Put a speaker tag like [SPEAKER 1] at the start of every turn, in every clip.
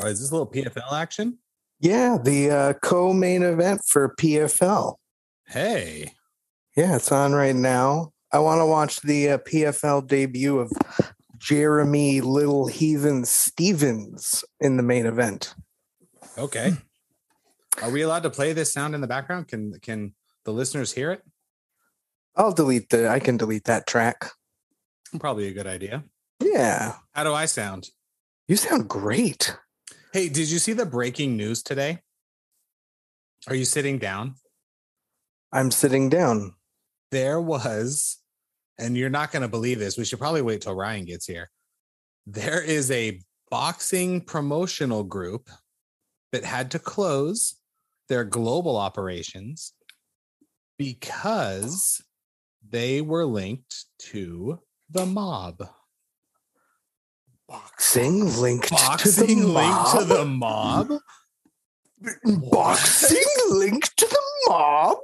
[SPEAKER 1] Oh, is this a little PFL action?
[SPEAKER 2] Yeah, the uh, co-main event for PFL.
[SPEAKER 1] Hey,
[SPEAKER 2] Yeah, it's on right now. I want to watch the uh, PFL debut of Jeremy Little Heathen Stevens in the main event.
[SPEAKER 1] okay. Are we allowed to play this sound in the background? Can can the listeners hear it?
[SPEAKER 2] I'll delete the. I can delete that track.
[SPEAKER 1] Probably a good idea.
[SPEAKER 2] Yeah,
[SPEAKER 1] How do I sound?
[SPEAKER 2] you sound great.
[SPEAKER 1] Hey, did you see the breaking news today? Are you sitting down?
[SPEAKER 2] I'm sitting down.
[SPEAKER 1] There was, and you're not going to believe this. We should probably wait till Ryan gets here. There is a boxing promotional group that had to close their global operations because they were linked to the mob.
[SPEAKER 2] Boxing linked to
[SPEAKER 1] Boxing
[SPEAKER 2] the
[SPEAKER 1] linked to
[SPEAKER 2] mob.
[SPEAKER 1] the mob?
[SPEAKER 2] Boxing linked to the mob.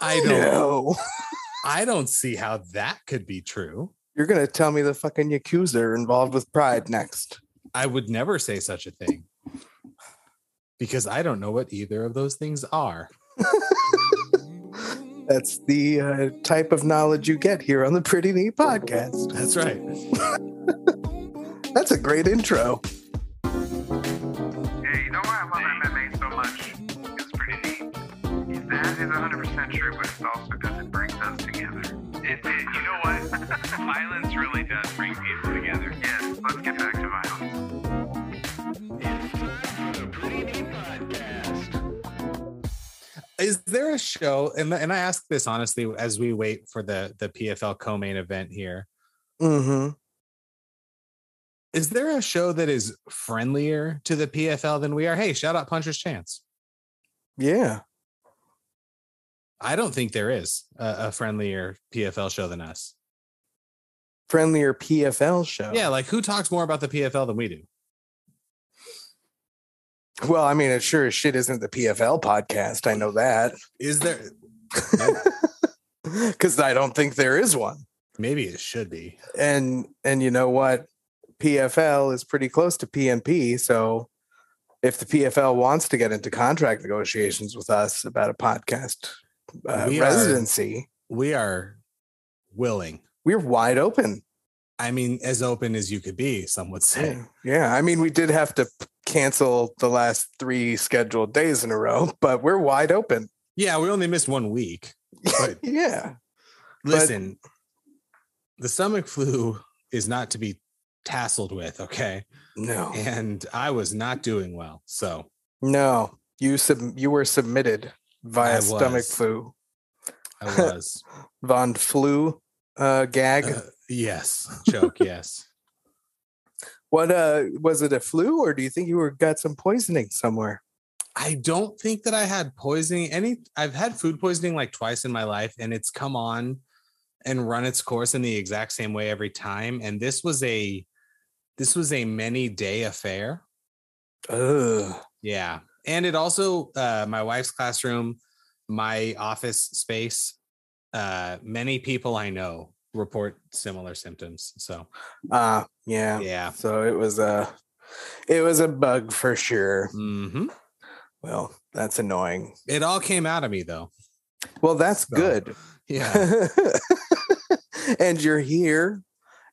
[SPEAKER 1] I don't
[SPEAKER 2] know.
[SPEAKER 1] I don't see how that could be true.
[SPEAKER 2] You're gonna tell me the fucking yakuza are involved with Pride next.
[SPEAKER 1] I would never say such a thing because I don't know what either of those things are.
[SPEAKER 2] That's the uh, type of knowledge you get here on the Pretty Neat Podcast.
[SPEAKER 1] That's right.
[SPEAKER 2] That's a great intro.
[SPEAKER 3] Yeah, you know why I love MMA so much? It's pretty neat. Is That is 100% true, but it's also because it brings us together. It, it, you know what? violence really does bring people together. Yes, let's get back to violence.
[SPEAKER 1] Is there a show? And, and I ask this honestly as we wait for the, the PFL co main event here.
[SPEAKER 2] Mm-hmm.
[SPEAKER 1] Is there a show that is friendlier to the PFL than we are? Hey, shout out Puncher's Chance.
[SPEAKER 2] Yeah.
[SPEAKER 1] I don't think there is a, a friendlier PFL show than us.
[SPEAKER 2] Friendlier PFL show.
[SPEAKER 1] Yeah, like who talks more about the PFL than we do?
[SPEAKER 2] Well, I mean, it sure as shit isn't the PFL podcast. I know that
[SPEAKER 1] Is there?
[SPEAKER 2] because I don't think there is one.
[SPEAKER 1] Maybe it should be.
[SPEAKER 2] And and you know what? PFL is pretty close to PNP. So if the PFL wants to get into contract negotiations with us about a podcast uh,
[SPEAKER 1] We are-
[SPEAKER 2] residency,
[SPEAKER 1] We are willing.
[SPEAKER 2] we're wide open.
[SPEAKER 1] I mean, as open as you could be, some would say.
[SPEAKER 2] Yeah. yeah. I mean, we did have to p- cancel the last three scheduled days in a row, but we're wide open.
[SPEAKER 1] Yeah, we only missed one week. But
[SPEAKER 2] Yeah.
[SPEAKER 1] listen, the stomach flu is not to be tasseled with, okay?
[SPEAKER 2] No.
[SPEAKER 1] And I was not doing well. So
[SPEAKER 2] No. You sub- you were submitted
[SPEAKER 1] I
[SPEAKER 2] via
[SPEAKER 1] was.
[SPEAKER 2] stomach flu,
[SPEAKER 1] I was.
[SPEAKER 2] von flu uh, gag.
[SPEAKER 1] uh, yes. Choke. Yes.
[SPEAKER 2] what uh was it a flu or do you think you were got some poisoning somewhere?
[SPEAKER 1] I don't think that I had poisoning. Any, I've had food poisoning like twice in my life, and it's come on and run its course in the exact same way every time. And this was a, this was a many day affair.
[SPEAKER 2] Ugh.
[SPEAKER 1] Yeah. And it also, uh, my wife's classroom, my office space, uh, many people I know report similar symptoms. So,
[SPEAKER 2] Uh yeah.
[SPEAKER 1] yeah.
[SPEAKER 2] So it was a it was a bug for sure.
[SPEAKER 1] hmm
[SPEAKER 2] Well, that's annoying.
[SPEAKER 1] It all came out of me though.
[SPEAKER 2] Well, that's
[SPEAKER 1] So-
[SPEAKER 2] good.
[SPEAKER 1] Yeah.
[SPEAKER 2] and you're here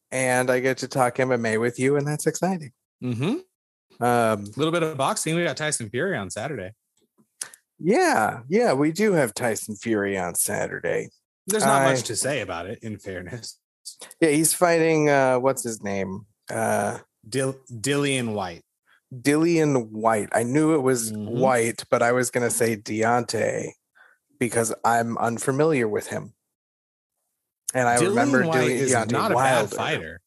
[SPEAKER 2] and I get to talk MMA with you and that's exciting.
[SPEAKER 1] hmm A
[SPEAKER 2] Um
[SPEAKER 1] little bit of boxing. We got Tyson Fury on Saturday.
[SPEAKER 2] yeah, yeah, we do have Tyson Fury on Saturday.
[SPEAKER 1] There's not
[SPEAKER 2] I-
[SPEAKER 1] much to say about it, in fairness.
[SPEAKER 2] Yeah, he's fighting uh what's his name? Uh
[SPEAKER 1] Dil- Dillian White.
[SPEAKER 2] Dillian White. I knew it was
[SPEAKER 1] Mhm.
[SPEAKER 2] White, but I was gonna say Deontay because I'm unfamiliar with him. And I remember
[SPEAKER 1] White
[SPEAKER 2] doing
[SPEAKER 1] is
[SPEAKER 2] Deontay
[SPEAKER 1] not a
[SPEAKER 2] Wilder.
[SPEAKER 1] bad fighter.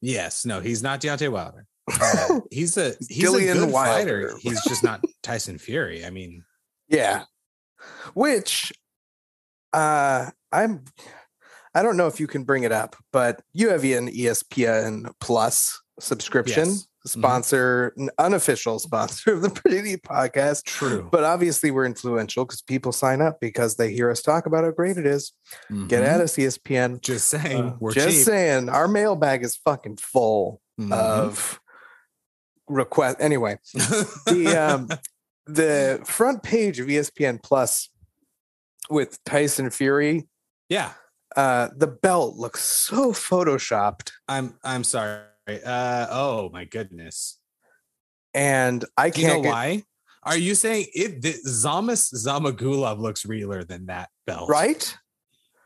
[SPEAKER 1] Yes, no, he's not Deontay Wilder. Uh, he's a he's
[SPEAKER 2] Dillian
[SPEAKER 1] a good
[SPEAKER 2] Wilder.
[SPEAKER 1] fighter. He's just not Tyson Fury. I mean,
[SPEAKER 2] Yeah. Which uh I'm I don't know if you can bring it up, but you have an E ESPN Plus subscription,
[SPEAKER 1] Yes. Mm-hmm.
[SPEAKER 2] sponsor, an unofficial sponsor of the Pretty Neat podcast.
[SPEAKER 1] True.
[SPEAKER 2] But obviously we're influential because people sign up because they hear us talk about how great it is. Get
[SPEAKER 1] Mhm.
[SPEAKER 2] at us, E ESPN.
[SPEAKER 1] Just saying,
[SPEAKER 2] Mm-hmm. Uh,
[SPEAKER 1] we're
[SPEAKER 2] just
[SPEAKER 1] cheap. Mm-hmm.
[SPEAKER 2] saying our mailbag is fucking full
[SPEAKER 1] Mhm.
[SPEAKER 2] of request. Anyway,
[SPEAKER 1] Mm-hmm.
[SPEAKER 2] the um, the front page of E ESPN Plus with Tyson Fury,
[SPEAKER 1] yeah,
[SPEAKER 2] uh, the belt looks so photoshopped,
[SPEAKER 1] I'm I'm sorry. Uh, oh my goodness.
[SPEAKER 2] and I
[SPEAKER 1] Do you know
[SPEAKER 2] can't. get-
[SPEAKER 1] why? Are you saying it? The, Zamas Zamagulov looks realer than that belt,
[SPEAKER 2] right?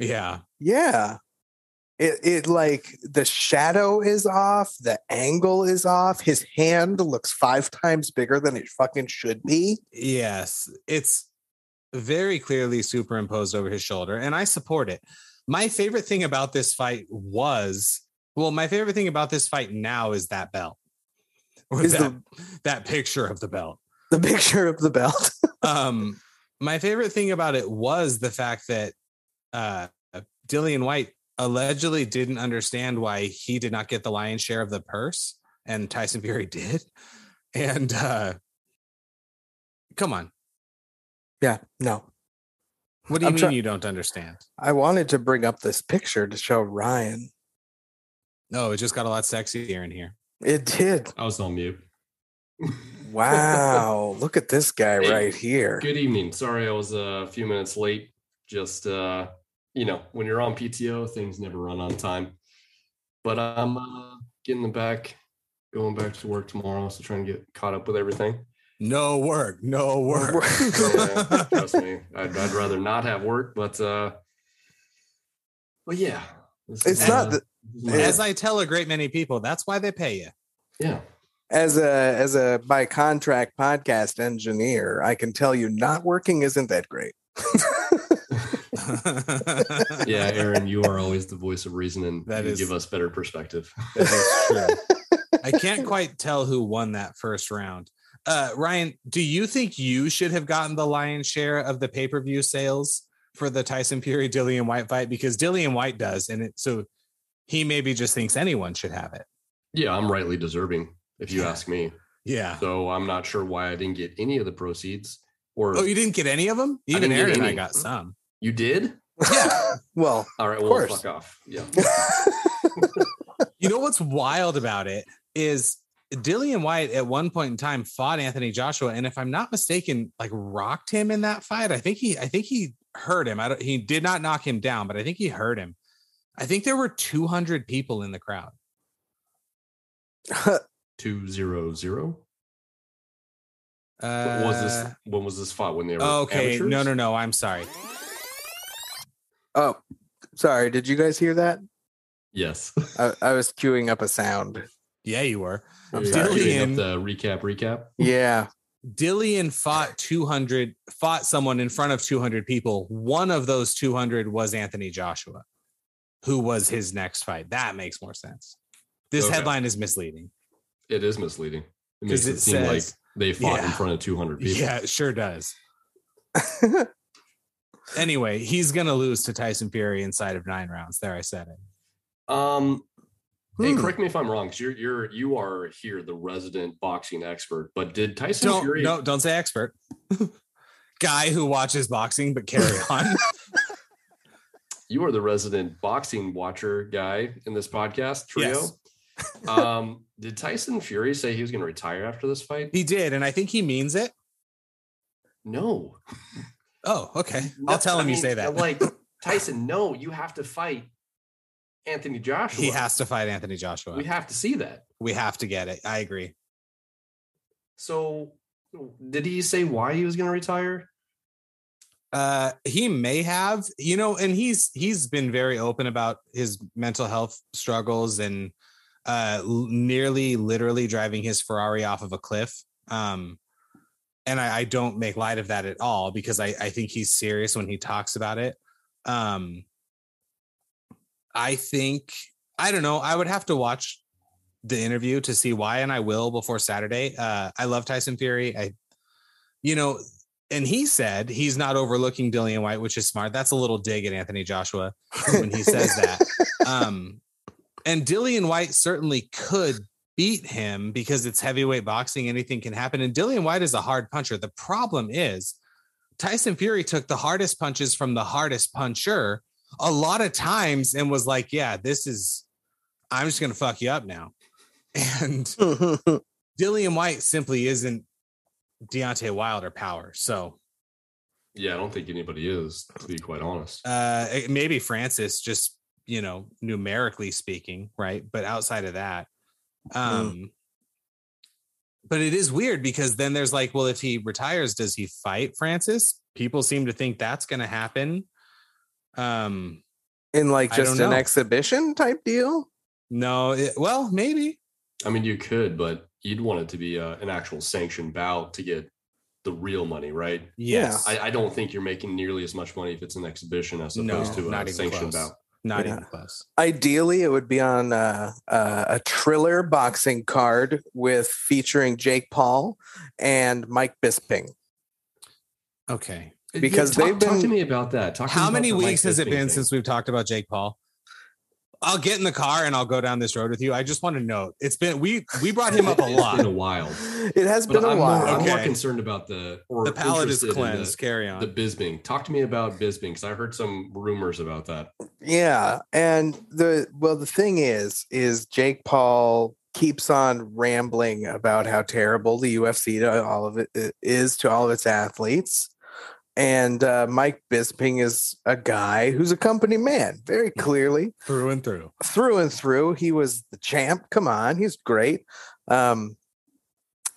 [SPEAKER 1] Yeah,
[SPEAKER 2] Yeah. It it like the shadow is off, the angle is off. His hand looks five times bigger than it fucking should be.
[SPEAKER 1] yes, it's very clearly superimposed over his shoulder, and I support it. My favorite thing about this fight was, well, my favorite thing about this fight now is that belt, or
[SPEAKER 2] Is
[SPEAKER 1] that,
[SPEAKER 2] the
[SPEAKER 1] that picture of the belt.
[SPEAKER 2] the picture of the belt?
[SPEAKER 1] um my favorite thing about it was the fact that uh Dillian White allegedly didn't understand why he did not get the lion's share of the purse and Tyson Fury did. And uh come on.
[SPEAKER 2] yeah, no.
[SPEAKER 1] What do you
[SPEAKER 2] I'm
[SPEAKER 1] mean
[SPEAKER 2] try-
[SPEAKER 1] you don't understand?
[SPEAKER 2] I wanted to bring up this picture to show Ryan.
[SPEAKER 1] No, it just got a lot sexier in here.
[SPEAKER 2] It did.
[SPEAKER 4] I was on mute.
[SPEAKER 2] Wow. Look at this guy right here.
[SPEAKER 4] Good evening. Sorry I was uh, a few minutes late. Just uh, you know, when you're on PTO, things never run on time. But I'm uh, getting the back, going back to work tomorrow, so trying to get caught up with everything.
[SPEAKER 1] No work, no work.
[SPEAKER 4] Yeah, trust me, I'd, I'd rather not have work, but uh, but yeah, this
[SPEAKER 2] It's
[SPEAKER 4] is,
[SPEAKER 2] not
[SPEAKER 4] uh,
[SPEAKER 2] that-
[SPEAKER 4] this is
[SPEAKER 1] As
[SPEAKER 4] my-
[SPEAKER 1] I tell a great many people, that's why they pay you.
[SPEAKER 4] yeah.
[SPEAKER 2] As a as a by contract podcast engineer, I can tell you not working isn't that great.
[SPEAKER 4] yeah, Aaron, you are always the voice of reason, and
[SPEAKER 1] That
[SPEAKER 4] you
[SPEAKER 1] is-
[SPEAKER 4] give us better perspective.
[SPEAKER 1] That is true. I can't quite tell who won that first round. Uh, Ryan, do you think you should have gotten the lion's share of the pay per view sales for the Tyson Fury Dillian White fight? Because Dillian White does, and it, so he maybe just thinks anyone should have it.
[SPEAKER 4] Yeah, I'm rightly deserving, if you ask me.
[SPEAKER 1] Yeah.
[SPEAKER 4] So I'm not sure why I didn't get any of the proceeds. Or
[SPEAKER 1] Oh, you didn't get any of them? Even
[SPEAKER 4] didn't get
[SPEAKER 1] Aaron and I
[SPEAKER 4] any.
[SPEAKER 1] got some.
[SPEAKER 4] you did?
[SPEAKER 2] well,
[SPEAKER 4] All right,
[SPEAKER 2] Of
[SPEAKER 4] well,
[SPEAKER 2] course.
[SPEAKER 4] fuck off. Yeah.
[SPEAKER 1] You know what's wild about it is Dillian White at one point in time fought Anthony Joshua, and if I'm not mistaken, like rocked him in that fight. I think he, I think he hurt him. I don't, he did not knock him down, but I think he hurt him. I think there were 200 people in the crowd.
[SPEAKER 4] Two zero zero.
[SPEAKER 1] Uh,
[SPEAKER 4] What was this? When was this fought? When they were
[SPEAKER 1] Okay,
[SPEAKER 4] amateurs?
[SPEAKER 1] no, no, no. I'm sorry.
[SPEAKER 2] oh, sorry. Did you guys hear that?
[SPEAKER 4] Yes.
[SPEAKER 2] I, I was queuing up a sound.
[SPEAKER 1] Yeah, you were.
[SPEAKER 2] I'm
[SPEAKER 4] You're
[SPEAKER 2] sorry.
[SPEAKER 4] queuing
[SPEAKER 1] Dillian.
[SPEAKER 4] up the recap, recap.
[SPEAKER 2] Yeah.
[SPEAKER 1] Dillian fought 200, fought someone in front of 200 people. One of those 200 was Anthony Joshua, who was his next fight. That makes more sense. This
[SPEAKER 4] Okay.
[SPEAKER 1] headline is misleading.
[SPEAKER 4] It is misleading. It
[SPEAKER 1] 'Cause
[SPEAKER 4] makes it,
[SPEAKER 1] it
[SPEAKER 4] seem like
[SPEAKER 1] says-
[SPEAKER 4] they fought in
[SPEAKER 1] Yeah.
[SPEAKER 4] front of 200 people.
[SPEAKER 1] Yeah, it sure does. Anyway, he's going to lose to Tyson Fury inside of nine rounds. There, I said it.
[SPEAKER 4] Um, hey,
[SPEAKER 2] Hmm.
[SPEAKER 4] correct me if I'm wrong, because you're you're you are here the resident boxing expert. But did Tyson
[SPEAKER 1] Don't,
[SPEAKER 4] Fury?
[SPEAKER 1] no, don't say expert. Guy who watches boxing, but carry on.
[SPEAKER 4] you are the resident boxing watcher guy in this podcast trio.
[SPEAKER 1] Yes.
[SPEAKER 4] um, did Tyson Fury say he was going to retire after this fight?
[SPEAKER 1] he did, and I think he means it.
[SPEAKER 4] No.
[SPEAKER 1] Oh, okay.
[SPEAKER 4] No,
[SPEAKER 1] I'll tell
[SPEAKER 4] I
[SPEAKER 1] him you
[SPEAKER 4] mean,
[SPEAKER 1] say that.
[SPEAKER 4] Like Tyson, no, you have to fight Anthony Joshua.
[SPEAKER 1] he has to fight Anthony Joshua.
[SPEAKER 4] We have to see that.
[SPEAKER 1] we have to get it. I agree.
[SPEAKER 4] So, did he say why he was going to retire?
[SPEAKER 1] uh he may have you know and he's he's been very open about his mental health struggles and uh l- nearly literally driving his ferrari off of a cliff um and I, I don't make light of that at all because I, I think he's serious when he talks about it. Um, I think I don't know. I would have to watch the interview to see why, and I will before Saturday. Uh, I love Tyson Fury. I, you know, and he said he's not overlooking Dillian White, which is smart. That's a little dig at Anthony Joshua when he says that. Um, and Dillian White certainly could beat him because it's heavyweight boxing. Anything can happen. And Dillian White is a hard puncher. The problem is Tyson Fury took the hardest punches from the hardest puncher a lot of times and was
[SPEAKER 2] Hmm.
[SPEAKER 1] like, yeah, this is, I'm just going to fuck you up now. And Dillian White simply isn't Deontay Wilder power. So
[SPEAKER 4] Yeah, I don't think anybody is, to be quite honest.
[SPEAKER 1] uh it- maybe Francis just, you know, numerically speaking, right? But outside of that, um but it is weird because then there's like, well, if he retires, does he fight Francis? People seem to think that's gonna happen. Um
[SPEAKER 2] in like
[SPEAKER 1] I
[SPEAKER 2] just
[SPEAKER 1] don't
[SPEAKER 2] an
[SPEAKER 1] know.
[SPEAKER 2] exhibition type deal.
[SPEAKER 1] no, it, well, maybe.
[SPEAKER 4] I mean, you could, but you'd want it to be uh an actual sanctioned bout to get the real money, right?
[SPEAKER 1] Yes.
[SPEAKER 4] I, I don't think you're making nearly as much money if it's an exhibition as
[SPEAKER 1] No,
[SPEAKER 4] opposed to
[SPEAKER 1] not
[SPEAKER 4] a
[SPEAKER 1] even
[SPEAKER 4] sanctioned
[SPEAKER 1] close.
[SPEAKER 4] bout.
[SPEAKER 1] Not
[SPEAKER 2] Yeah.
[SPEAKER 1] even close.
[SPEAKER 2] Ideally, it would be on uh, uh, a Triller boxing card with featuring Jake Paul and Mike Bisping.
[SPEAKER 1] Okay.
[SPEAKER 2] Because
[SPEAKER 4] talk,
[SPEAKER 2] they've
[SPEAKER 4] talk to
[SPEAKER 2] been-
[SPEAKER 4] me about that. Talk to me
[SPEAKER 1] How
[SPEAKER 4] about
[SPEAKER 1] many
[SPEAKER 4] the Mike
[SPEAKER 1] weeks has it
[SPEAKER 4] Bisping
[SPEAKER 1] been
[SPEAKER 4] thing.
[SPEAKER 1] since we've talked about Jake Paul? I'll get in the car and I'll go down this road with you. I just want to note it's been we we brought him up a
[SPEAKER 4] It's been
[SPEAKER 1] lot.
[SPEAKER 4] a while.
[SPEAKER 2] It has
[SPEAKER 4] But
[SPEAKER 2] been a
[SPEAKER 4] I'm,
[SPEAKER 2] while.
[SPEAKER 4] More, I'm more
[SPEAKER 1] Okay.
[SPEAKER 4] concerned about the or
[SPEAKER 1] The palate is
[SPEAKER 4] interested in
[SPEAKER 1] cleansed. Carry
[SPEAKER 4] The, the
[SPEAKER 1] on.
[SPEAKER 4] Bisbing. Talk to me about Bisbing because I heard some rumors about that.
[SPEAKER 2] Yeah, and the well, the thing is, is Jake Paul keeps on rambling about how terrible the UFC to all of it is to all of its athletes, and uh, Mike Bisping is a guy who's a company man, very
[SPEAKER 4] Mm-hmm.
[SPEAKER 2] clearly
[SPEAKER 1] Through and through.
[SPEAKER 2] through and through. He was the champ. Come on, he's great. Um,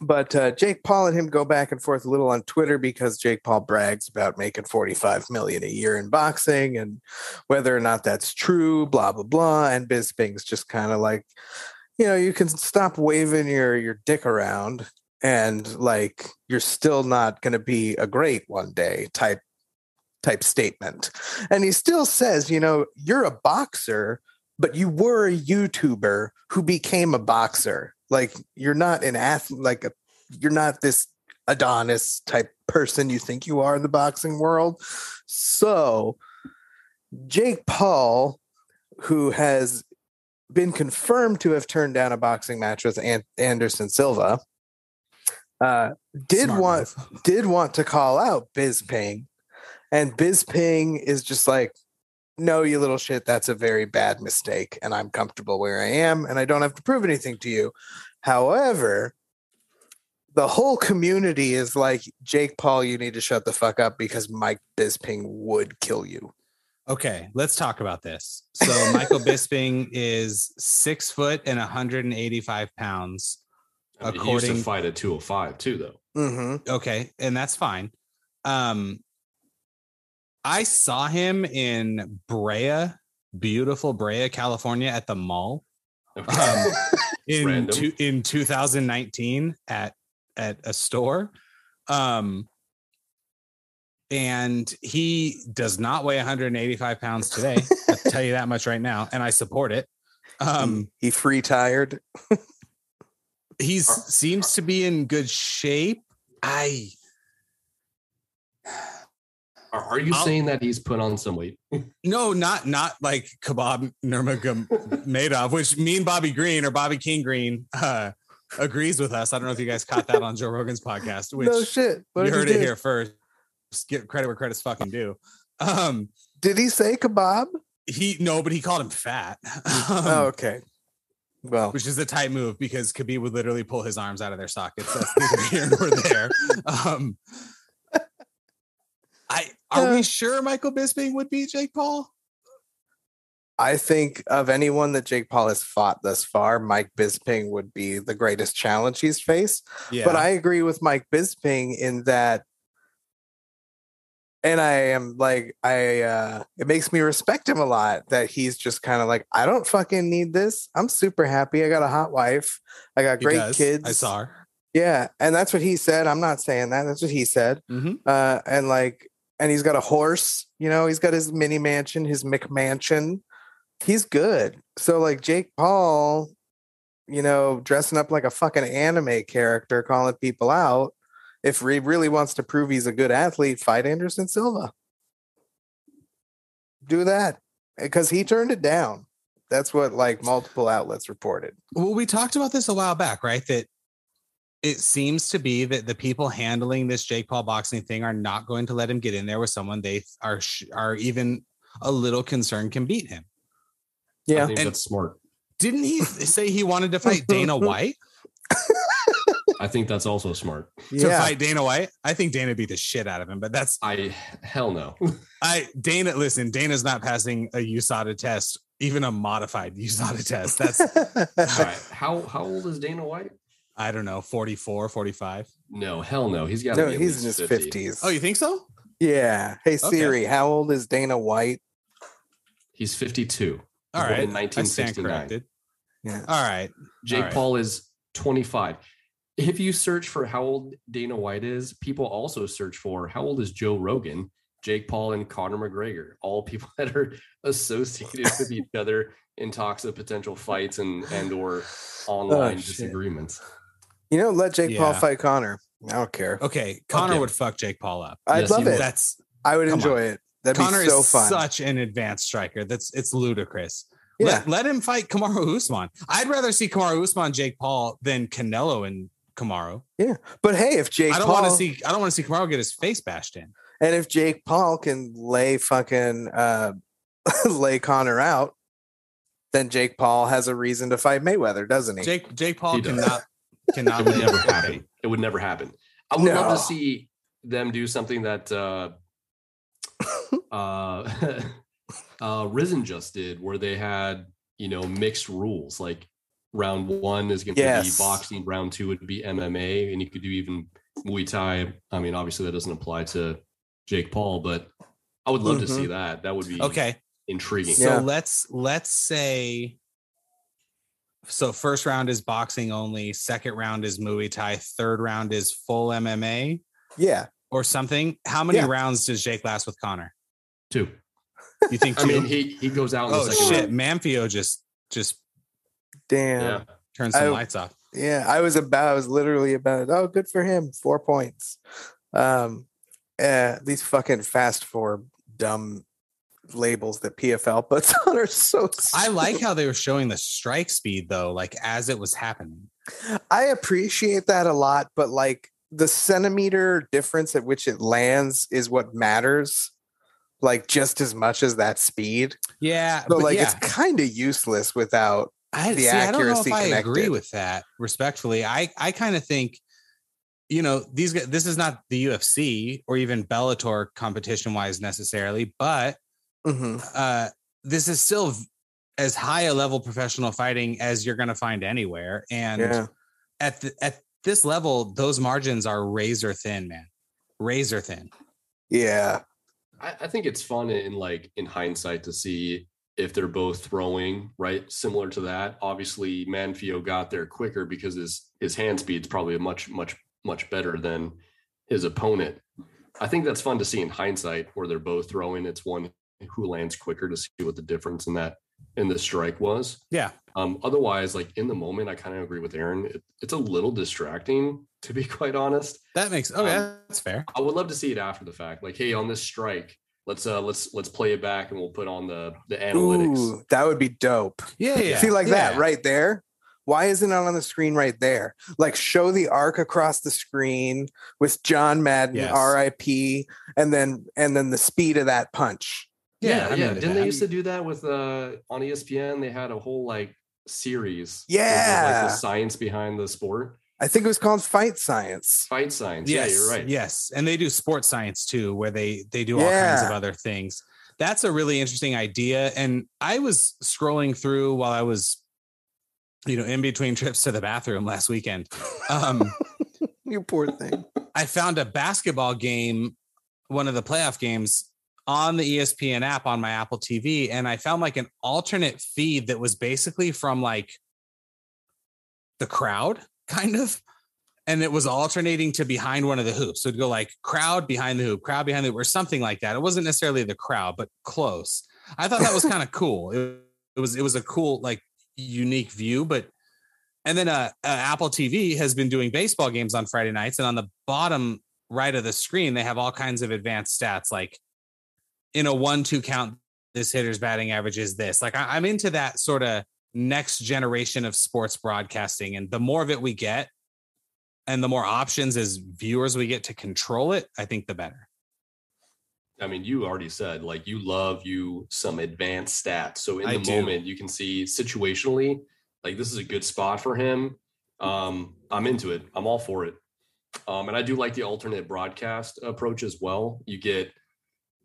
[SPEAKER 2] but uh, Jake Paul and him go back and forth a little on Twitter because Jake Paul brags about making forty-five million a year in boxing and whether or not that's true. Blah blah blah. And Bisping's just kind of like, you know, you can stop waving your your dick around and like you're still not going to be a great one day type type statement. And he still says, you know, you're a boxer, but you were a YouTuber who became a boxer. Like you're not an athlete, like a, you're not this Adonis type person you think you are in the boxing world. So Jake Paul, who has been confirmed to have turned down a boxing match with An- Anderson Silva, uh, did
[SPEAKER 1] Smart
[SPEAKER 2] want
[SPEAKER 1] move.
[SPEAKER 2] did want to call out Bizping, and Bizping is just like, no, you little shit, that's a very bad mistake, and I'm comfortable where I am, and I don't have to prove anything to you. However, the whole community is like, Jake Paul, you need to shut the fuck up because Mike Bisping would kill you.
[SPEAKER 1] Okay, let's talk about this. So Michael Bisping is six foot and 185 pounds.
[SPEAKER 4] I mean, he used to
[SPEAKER 1] According-
[SPEAKER 4] fight at 205 too, though.
[SPEAKER 2] hmm
[SPEAKER 1] okay and that's fine um i saw him in brea beautiful brea california at the mall um, in
[SPEAKER 4] Random.
[SPEAKER 1] two, in 2019 at at a store um and he does not weigh 185 pounds today i'll tell you that much right now and i support it
[SPEAKER 4] Mm.
[SPEAKER 1] um
[SPEAKER 2] he free tired.
[SPEAKER 1] he
[SPEAKER 4] Are-
[SPEAKER 1] seems to be in good shape i
[SPEAKER 4] Are, are you
[SPEAKER 1] I'll-
[SPEAKER 4] saying that he's put on some weight?
[SPEAKER 1] No, not not like Kebab Nurmagomedov, which me and Bobby Green or Bobby King Green uh, agrees with us. I don't know if you guys caught that on Joe Rogan's podcast, which
[SPEAKER 2] no shit. What
[SPEAKER 1] you
[SPEAKER 2] did,
[SPEAKER 1] heard
[SPEAKER 2] he
[SPEAKER 1] it
[SPEAKER 2] do?
[SPEAKER 1] here first. Just Get credit where credit's fucking due. Um,
[SPEAKER 2] did he say kebab?
[SPEAKER 1] he no, but he called him fat, um,
[SPEAKER 2] oh, okay. Well,
[SPEAKER 1] which is a tight move because Khabib would literally pull his arms out of their sockets. That's neither here nor there. Um, I are
[SPEAKER 2] Uh,
[SPEAKER 1] we sure Michael Bisping would beat Jake Paul?
[SPEAKER 2] I think of anyone that Jake Paul has fought thus far, Mike Bisping would be the greatest challenge he's faced.
[SPEAKER 1] Yeah,
[SPEAKER 2] But I agree with Mike Bisping in that, and I am like, I uh, it makes me respect him a lot that he's just kind of like, I don't fucking need this. I'm super happy. I got a hot wife. I got
[SPEAKER 1] He
[SPEAKER 2] great
[SPEAKER 1] does.
[SPEAKER 2] kids.
[SPEAKER 1] I saw her.
[SPEAKER 2] Yeah, and that's what he said. I'm not saying that. That's what he said
[SPEAKER 1] Mhm.
[SPEAKER 2] uh, and like, and he's got a horse. You know, he's got his mini mansion, his McMansion. He's good. So like Jake Paul, you know, dressing up like a fucking anime character, calling people out. If he really wants to prove he's a good athlete, fight Anderson Silva. Do that because he turned it down. That's what like multiple outlets reported.
[SPEAKER 1] Well, we talked about this a while back, right? That it seems to be that the people handling this Jake Paul boxing thing are not going to let him get in there with someone they are sh- are even a little concerned can beat him.
[SPEAKER 4] I
[SPEAKER 2] Yeah.
[SPEAKER 4] think
[SPEAKER 1] And-
[SPEAKER 4] that's smart.
[SPEAKER 1] Didn't he say he wanted to fight Dana White?
[SPEAKER 4] I think that's also smart.
[SPEAKER 1] to
[SPEAKER 2] yeah.
[SPEAKER 1] fight Dana White. I think Dana beat the shit out of him, but that's
[SPEAKER 4] I hell no.
[SPEAKER 1] I Dana. Listen, Dana's not passing a USADA test, even a modified USADA test. That's
[SPEAKER 4] All right. How how old is Dana White?
[SPEAKER 1] I don't know, 44, 45.
[SPEAKER 4] No, hell no. He's got to
[SPEAKER 2] no,
[SPEAKER 4] be at
[SPEAKER 2] he's in his
[SPEAKER 4] least 50.
[SPEAKER 2] fifties.
[SPEAKER 1] Oh, you think so?
[SPEAKER 2] yeah. Hey
[SPEAKER 1] Okay.
[SPEAKER 2] Siri, how old is Dana White?
[SPEAKER 4] He's 52.
[SPEAKER 1] All
[SPEAKER 4] Born
[SPEAKER 1] right.
[SPEAKER 4] in
[SPEAKER 1] I stand
[SPEAKER 4] 1969.
[SPEAKER 1] corrected.
[SPEAKER 2] Yeah.
[SPEAKER 1] All right.
[SPEAKER 4] Jake
[SPEAKER 1] right.
[SPEAKER 4] Paul is 25. If you search for how old Dana White is, people also search for how old is Joe Rogan, Jake Paul, and Conor McGregor, all people that are associated with each other in talks of potential fights and and or
[SPEAKER 1] Oh,
[SPEAKER 4] online
[SPEAKER 2] shit.
[SPEAKER 4] disagreements.
[SPEAKER 2] You know, let Jake Paul
[SPEAKER 1] Yeah. Oh,
[SPEAKER 2] fight Connor. I don't care.
[SPEAKER 1] Okay. Connor
[SPEAKER 4] Okay.
[SPEAKER 1] would fuck Jake Paul up.
[SPEAKER 2] I'd
[SPEAKER 4] Yes,
[SPEAKER 2] love
[SPEAKER 4] he
[SPEAKER 2] it.
[SPEAKER 4] would.
[SPEAKER 1] That's
[SPEAKER 2] I would
[SPEAKER 1] Come
[SPEAKER 2] enjoy it. That'd
[SPEAKER 1] Connor
[SPEAKER 2] be so
[SPEAKER 1] is
[SPEAKER 2] fun.
[SPEAKER 1] such an advanced striker. That's it's ludicrous.
[SPEAKER 2] yeah.
[SPEAKER 1] Let, let him fight Kamaru Usman. I'd rather see Kamaru Usman Jake Paul than Canelo and Kamaru.
[SPEAKER 2] but hey, if Jake
[SPEAKER 1] I don't
[SPEAKER 2] Paul
[SPEAKER 1] want to see I don't want to see Kamaru get his face bashed in.
[SPEAKER 2] and if Jake Paul can lay fucking uh lay Connor out, then Jake Paul has a reason to fight Mayweather, doesn't he?
[SPEAKER 1] Jake Jake Paul
[SPEAKER 4] He does.
[SPEAKER 1] cannot
[SPEAKER 4] It
[SPEAKER 1] cannot
[SPEAKER 4] would
[SPEAKER 1] lay
[SPEAKER 4] never
[SPEAKER 1] his face.
[SPEAKER 4] happen. It would never happen. I would love
[SPEAKER 2] No.
[SPEAKER 4] to see them do something that uh uh uh Risen just did where they had, you know, mixed rules like round 1 is going to
[SPEAKER 2] Yes.
[SPEAKER 4] be boxing, round 2 would be MMA and you could do even Muay Thai. I mean, obviously that doesn't apply to Jake Paul, but I would love to see that. That would be
[SPEAKER 1] Okay.
[SPEAKER 4] intriguing.
[SPEAKER 1] Mm-hmm. So
[SPEAKER 2] Yeah.
[SPEAKER 1] let's let's say so first round is boxing only, second round is Muay Thai, third round is full MMA
[SPEAKER 2] Yeah.
[SPEAKER 1] or something. How many
[SPEAKER 2] Yeah.
[SPEAKER 1] rounds does Jake last with Connor?
[SPEAKER 4] Two.
[SPEAKER 1] You think two?
[SPEAKER 4] I mean, he he goes out in
[SPEAKER 1] oh
[SPEAKER 4] the second
[SPEAKER 1] shit,
[SPEAKER 4] round.
[SPEAKER 1] Manfio just just
[SPEAKER 2] Damn.
[SPEAKER 4] Yeah.
[SPEAKER 1] turns some
[SPEAKER 2] I-
[SPEAKER 1] lights off.
[SPEAKER 2] Yeah, I was about. I was literally about. Oh, good for him. Four points. Um, uh, these fucking fast four dumb labels that PFL puts on are so.
[SPEAKER 1] I
[SPEAKER 2] stupid.
[SPEAKER 1] like how they were showing the strike speed though, like as it was happening.
[SPEAKER 2] I appreciate that a lot, but like the centimeter difference at which it lands is what matters. Like just as much as that speed.
[SPEAKER 1] Yeah,
[SPEAKER 2] So
[SPEAKER 1] Uh, but
[SPEAKER 2] like
[SPEAKER 1] yeah,
[SPEAKER 2] it's kind of useless without.
[SPEAKER 1] I,
[SPEAKER 2] the
[SPEAKER 1] see, I don't know if
[SPEAKER 2] accuracy
[SPEAKER 1] I agree
[SPEAKER 2] connected.
[SPEAKER 1] with that. Respectfully, I I kind of think, you know, these guys. This is not the UFC or even Bellator competition wise necessarily, but
[SPEAKER 2] Mhm.
[SPEAKER 1] uh, this is still v- as high a level professional fighting as you're going to find anywhere. And
[SPEAKER 2] Yeah.
[SPEAKER 1] at the, at this level, those margins are razor thin, man. Razor thin.
[SPEAKER 2] Yeah.
[SPEAKER 4] I, I think it's fun in like in hindsight to see if they're both throwing right similar to that. Obviously, Manfio got there quicker because his his hand speed's probably much much much better than his opponent. I think that's fun to see in hindsight where they're both throwing. It's one who lands quicker to see what the difference in that in the strike was.
[SPEAKER 1] Yeah.
[SPEAKER 4] Um, otherwise, like in the moment, I kind of agree with Aaron. It, it's a little distracting to be quite honest.
[SPEAKER 1] That makes okay.
[SPEAKER 4] Um,
[SPEAKER 1] that's fair.
[SPEAKER 4] I would love to see it after the fact. Like, hey, on this strike, let's uh let's let's play it back and we'll put on the the analytics.
[SPEAKER 2] Ooh, that would be dope.
[SPEAKER 1] Yeah, yeah.
[SPEAKER 2] See, like
[SPEAKER 1] yeah.
[SPEAKER 2] that right there. Why isn't it on the screen right there? Like, show the arc across the screen with John Madden,
[SPEAKER 1] Yes.
[SPEAKER 2] R.I.P., and then and then the speed of that punch.
[SPEAKER 1] Yeah,
[SPEAKER 4] yeah.
[SPEAKER 1] I'm into
[SPEAKER 4] Didn't
[SPEAKER 1] that.
[SPEAKER 4] they used to do that with uh on ESPN? They had a whole like series. that was, like
[SPEAKER 2] Yeah.
[SPEAKER 4] the science behind the sport,
[SPEAKER 2] I think it was called Fight Science.
[SPEAKER 4] fight science.
[SPEAKER 1] Yes,
[SPEAKER 4] Yeah, you're right.
[SPEAKER 1] Yes, and they do sports science too, where they they do all kinds of
[SPEAKER 2] Yeah.
[SPEAKER 1] other things. That's a really interesting idea. And I was scrolling through while I was, you know, in between trips to the bathroom last weekend. Um,
[SPEAKER 2] You poor thing.
[SPEAKER 1] I found a basketball game, one of the playoff games on the E ESPN app on my Apple TV, and I found like an alternate feed that was basically from like the crowd, kind of. And it was alternating to behind one of the hoops. So it'd go like crowd behind the hoop, crowd behind the hoop, or something like that. It wasn't necessarily the crowd, but close. I thought that was kind of cool. It, it was it was a cool, like unique view, but and then uh, uh, Apple TV has been doing baseball games on Friday nights, and on the bottom right of the screen, they have all kinds of advanced stats, like in a one-two count, this hitter's batting average is this. Like I- I'm into that sort of next generation of sports broadcasting, and the more of it we get, and the more options as viewers we get to control it, I think the better.
[SPEAKER 4] I mean, you already said like you love you some advanced stats. So in
[SPEAKER 1] I
[SPEAKER 4] the
[SPEAKER 1] do.
[SPEAKER 4] moment, you can see situationally, like this is a good spot for him. Um, I'm into it. I'm all for it. Um, and I do like the alternate broadcast approach as well. You get,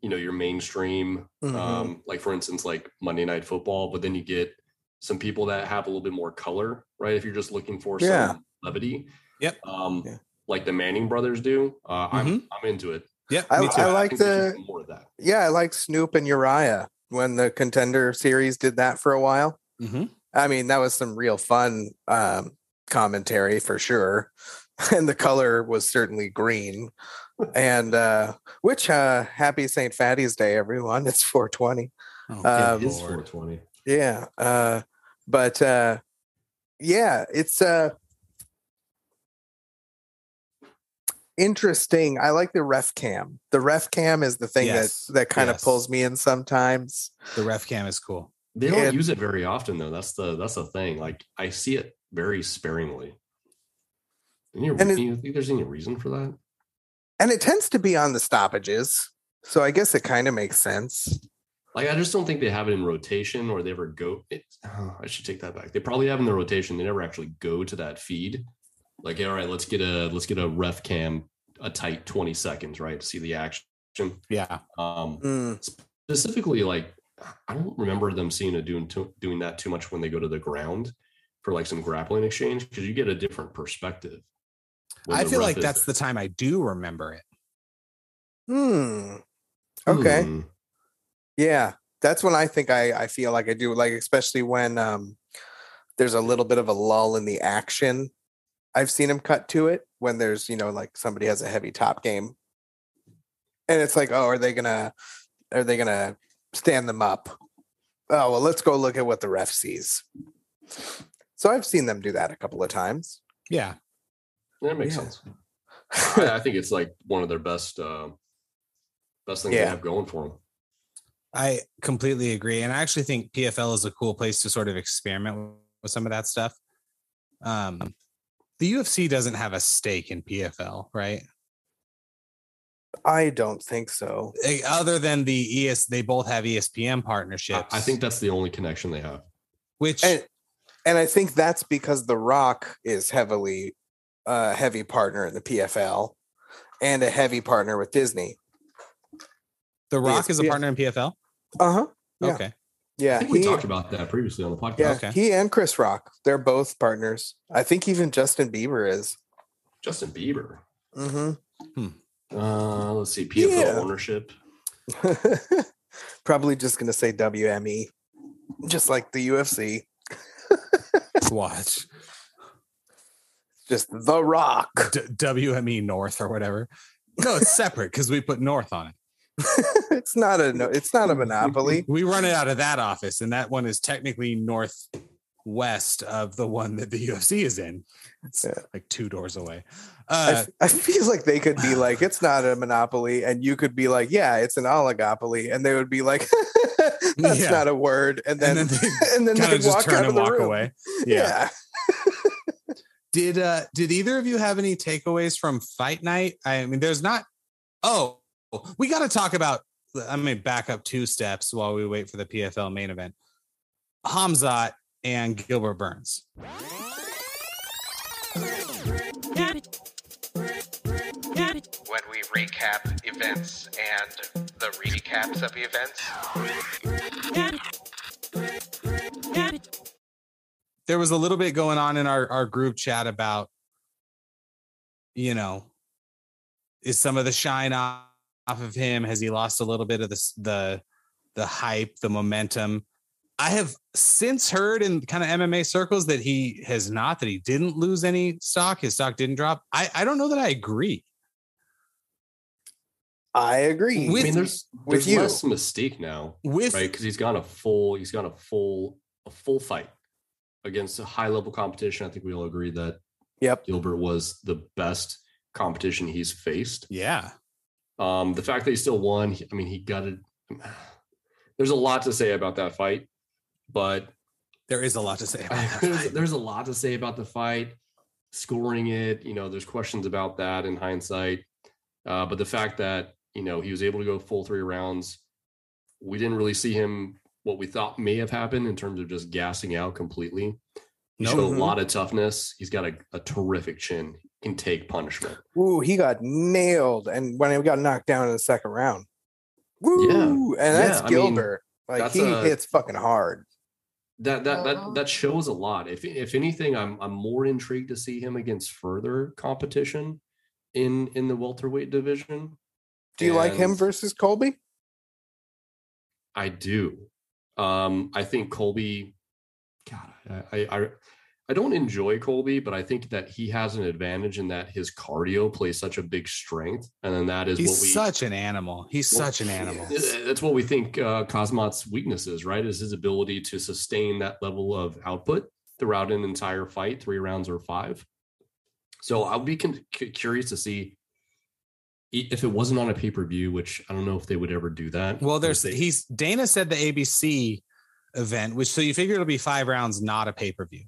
[SPEAKER 4] you know, your mainstream,
[SPEAKER 1] Mm-hmm.
[SPEAKER 2] Mhm.
[SPEAKER 4] um, like for instance, like Monday Night Football, but then you get some people that have a little bit more color, right? If you're just looking for
[SPEAKER 2] Yeah.
[SPEAKER 4] some levity.
[SPEAKER 1] Yep.
[SPEAKER 4] Um,
[SPEAKER 2] Yeah. Mm-hmm.
[SPEAKER 4] Like the Manning brothers do. Uh, I'm I'm into it.
[SPEAKER 1] Yep.
[SPEAKER 2] I-
[SPEAKER 1] me too.
[SPEAKER 4] I
[SPEAKER 2] like
[SPEAKER 4] think we should
[SPEAKER 2] the-
[SPEAKER 4] do more of that.
[SPEAKER 2] yeah, I like Snoop and Uriah when the Contender series did that for a while.
[SPEAKER 1] Mhm.
[SPEAKER 2] I mean, that was some real fun um, commentary for sure, and the color was certainly green. and uh, which uh, happy St. Fatty's Day, everyone! It's 420.
[SPEAKER 1] Oh,
[SPEAKER 2] Um,
[SPEAKER 1] good
[SPEAKER 4] It's
[SPEAKER 1] lord.
[SPEAKER 4] 420.
[SPEAKER 2] Yeah. Uh, but uh, yeah, it's uh, interesting. I like the ref cam. The ref cam is the thing
[SPEAKER 1] Yes,
[SPEAKER 2] that, that kind of
[SPEAKER 1] yes.
[SPEAKER 2] pulls me in sometimes.
[SPEAKER 1] the ref cam is cool.
[SPEAKER 4] They don't
[SPEAKER 2] And-
[SPEAKER 4] use it very often though. That's the that's the thing. Like I see it very sparingly. Any,
[SPEAKER 2] And it-
[SPEAKER 4] you think there's any reason for that?
[SPEAKER 2] And it tends to be on the stoppages. So I guess it kind of makes sense.
[SPEAKER 4] Like I just don't think they have it in rotation or they ever go. It, oh, I should take that back. They probably have in the rotation. They never actually go to that feed. Like all right, let's get a let's get a ref cam a tight 20 seconds right to see the action.
[SPEAKER 1] Yeah.
[SPEAKER 4] Um,
[SPEAKER 2] Mm,
[SPEAKER 4] specifically like I don't remember them seeing a doing to, doing that too much when they go to the ground for like some grappling exchange because you get a different perspective. when
[SPEAKER 1] I
[SPEAKER 4] the
[SPEAKER 1] feel
[SPEAKER 4] ref
[SPEAKER 1] like
[SPEAKER 4] is
[SPEAKER 1] that's
[SPEAKER 4] there.
[SPEAKER 1] the time I do remember it.
[SPEAKER 2] mm, okay.
[SPEAKER 4] Hmm.
[SPEAKER 2] Yeah. That's when I think I, I feel like I do, like, especially when um, there's a little bit of a lull in the action. I've seen him cut to it when there's, you know, like somebody has a heavy top game. And it's like, oh, are they gonna are they gonna stand them up? Oh well, let's go look at what the ref sees. So I've seen them do that a couple of times.
[SPEAKER 1] Yeah.
[SPEAKER 4] That makes
[SPEAKER 2] Yeah.
[SPEAKER 4] sense. I, I think it's like one of their best uh, best things they
[SPEAKER 2] Yeah.
[SPEAKER 4] have going for them.
[SPEAKER 1] I completely agree. And I actually think PFL is a cool place to sort of experiment with some of that stuff. Um, the UFC doesn't have a stake in PFL, right?
[SPEAKER 2] I don't think so.
[SPEAKER 1] Eh, Other than the ES, they both have E ESPN partnerships.
[SPEAKER 4] I, I think that's the only connection they have.
[SPEAKER 1] which
[SPEAKER 2] And and I think that's because The Rock is heavily a heavy partner in the PFL and a heavy partner with Disney.
[SPEAKER 1] The Rock is a
[SPEAKER 2] ESPN.
[SPEAKER 1] partner in PFL.
[SPEAKER 2] Uh-huh. Yeah.
[SPEAKER 1] Okay.
[SPEAKER 4] I
[SPEAKER 2] Yeah.
[SPEAKER 4] think we
[SPEAKER 2] Uh, He,
[SPEAKER 4] talked about that previously on the podcast.
[SPEAKER 2] yeah,
[SPEAKER 1] okay.
[SPEAKER 2] he and Chris Rock. They're both partners. I think even Justin Bieber is.
[SPEAKER 4] Justin Bieber.
[SPEAKER 2] hmm
[SPEAKER 4] Uh, let's see PFL
[SPEAKER 2] Yeah.
[SPEAKER 4] ownership.
[SPEAKER 2] Probably just gonna say WME, just like the UFC.
[SPEAKER 1] Watch
[SPEAKER 2] Just The Rock.
[SPEAKER 1] D- WME North or whatever. No, it's separate because we put North on it.
[SPEAKER 2] it's not a no, it's not a monopoly.
[SPEAKER 1] We run it out of that office, and that one is technically northwest of the one that the UFC is in. It's
[SPEAKER 2] Yeah.
[SPEAKER 1] like two doors away.
[SPEAKER 2] I
[SPEAKER 1] Uh,
[SPEAKER 2] f- I feel like they could be like, it's not a monopoly, and you could be like, yeah, it's an oligopoly, and they would be like, that's
[SPEAKER 1] Yeah.
[SPEAKER 2] not a word, and then
[SPEAKER 1] and then they
[SPEAKER 2] and then,
[SPEAKER 1] kind
[SPEAKER 2] they
[SPEAKER 1] of just
[SPEAKER 2] walk
[SPEAKER 1] turn
[SPEAKER 2] out of
[SPEAKER 1] and
[SPEAKER 2] the
[SPEAKER 1] walk
[SPEAKER 2] room.
[SPEAKER 1] away. Yeah.
[SPEAKER 2] Yeah.
[SPEAKER 1] Did uh did either of you have any takeaways from Fight Night? I mean, there's not. Oh, we got to talk about. I'm gonna back up two steps while we wait for the PFL main event. Hamzat and Gilbert Burns.
[SPEAKER 5] when we recap events and the recaps of the events.
[SPEAKER 1] there was a little bit going on in our, our group chat about you know is some of the shine off off of him has he lost a little bit of this the the hype the momentum i have since heard in kind of mma circles that he has not that he didn't lose any stock his stock didn't drop i i don't know that i agree
[SPEAKER 2] I agree.
[SPEAKER 1] With-
[SPEAKER 4] I mean, there's
[SPEAKER 2] with
[SPEAKER 4] there's
[SPEAKER 2] you.
[SPEAKER 4] less mistake now,
[SPEAKER 1] with
[SPEAKER 4] right? Because he's gone a full he's gone a full a full fight against a high level competition. I think we all agree that
[SPEAKER 2] yep.
[SPEAKER 4] Gilbert was the best competition he's faced.
[SPEAKER 1] yeah
[SPEAKER 4] Um, the fact that he still won, he- I mean, he gutted. There's a lot to say about that fight, but
[SPEAKER 1] there is a lot to say about
[SPEAKER 4] there's,
[SPEAKER 1] that.
[SPEAKER 4] there's a lot to say about the fight, scoring it. You know, there's questions about that in hindsight. Uh, but the fact that, you know, he was able to go full three rounds, we didn't really see him what we thought may have happened in terms of just gassing out completely. He
[SPEAKER 1] No.
[SPEAKER 4] showed a
[SPEAKER 2] Mhm.
[SPEAKER 4] lot of toughness. He's got a, a terrific chin. He can take punishment.
[SPEAKER 2] Ooh, he got nailed, and when he got knocked down in the second round, woo, and that's
[SPEAKER 4] Yeah, I mean,
[SPEAKER 2] Gilbert. like
[SPEAKER 4] that's
[SPEAKER 2] he
[SPEAKER 4] a-
[SPEAKER 2] hits fucking hard.
[SPEAKER 4] That that
[SPEAKER 6] Uh-huh.
[SPEAKER 4] that that shows a lot. If if anything, I'm I'm more intrigued to see him against further competition in in the welterweight division.
[SPEAKER 2] Do you like him
[SPEAKER 4] And-
[SPEAKER 2] versus Colby?
[SPEAKER 4] I do. Um, I think Colby. God, I, I I I don't enjoy Colby, but I think that he has an advantage in that his cardio plays such a big strength, and then that is
[SPEAKER 1] He's
[SPEAKER 4] what we.
[SPEAKER 1] such an animal. He's
[SPEAKER 4] Well,
[SPEAKER 1] such an animal.
[SPEAKER 4] Th- That's what we think uh, Cosmot's weakness is, right? Is his ability to sustain that level of output throughout an entire fight, three rounds or five. So I'll be con- cu- curious to see i- if it wasn't on a pay per view, which I don't know if they would ever do that.
[SPEAKER 1] Well,
[SPEAKER 4] If
[SPEAKER 1] there's
[SPEAKER 4] they-
[SPEAKER 1] he's Dana said the ABC event, which so you figure it'll be five rounds, not a pay per view.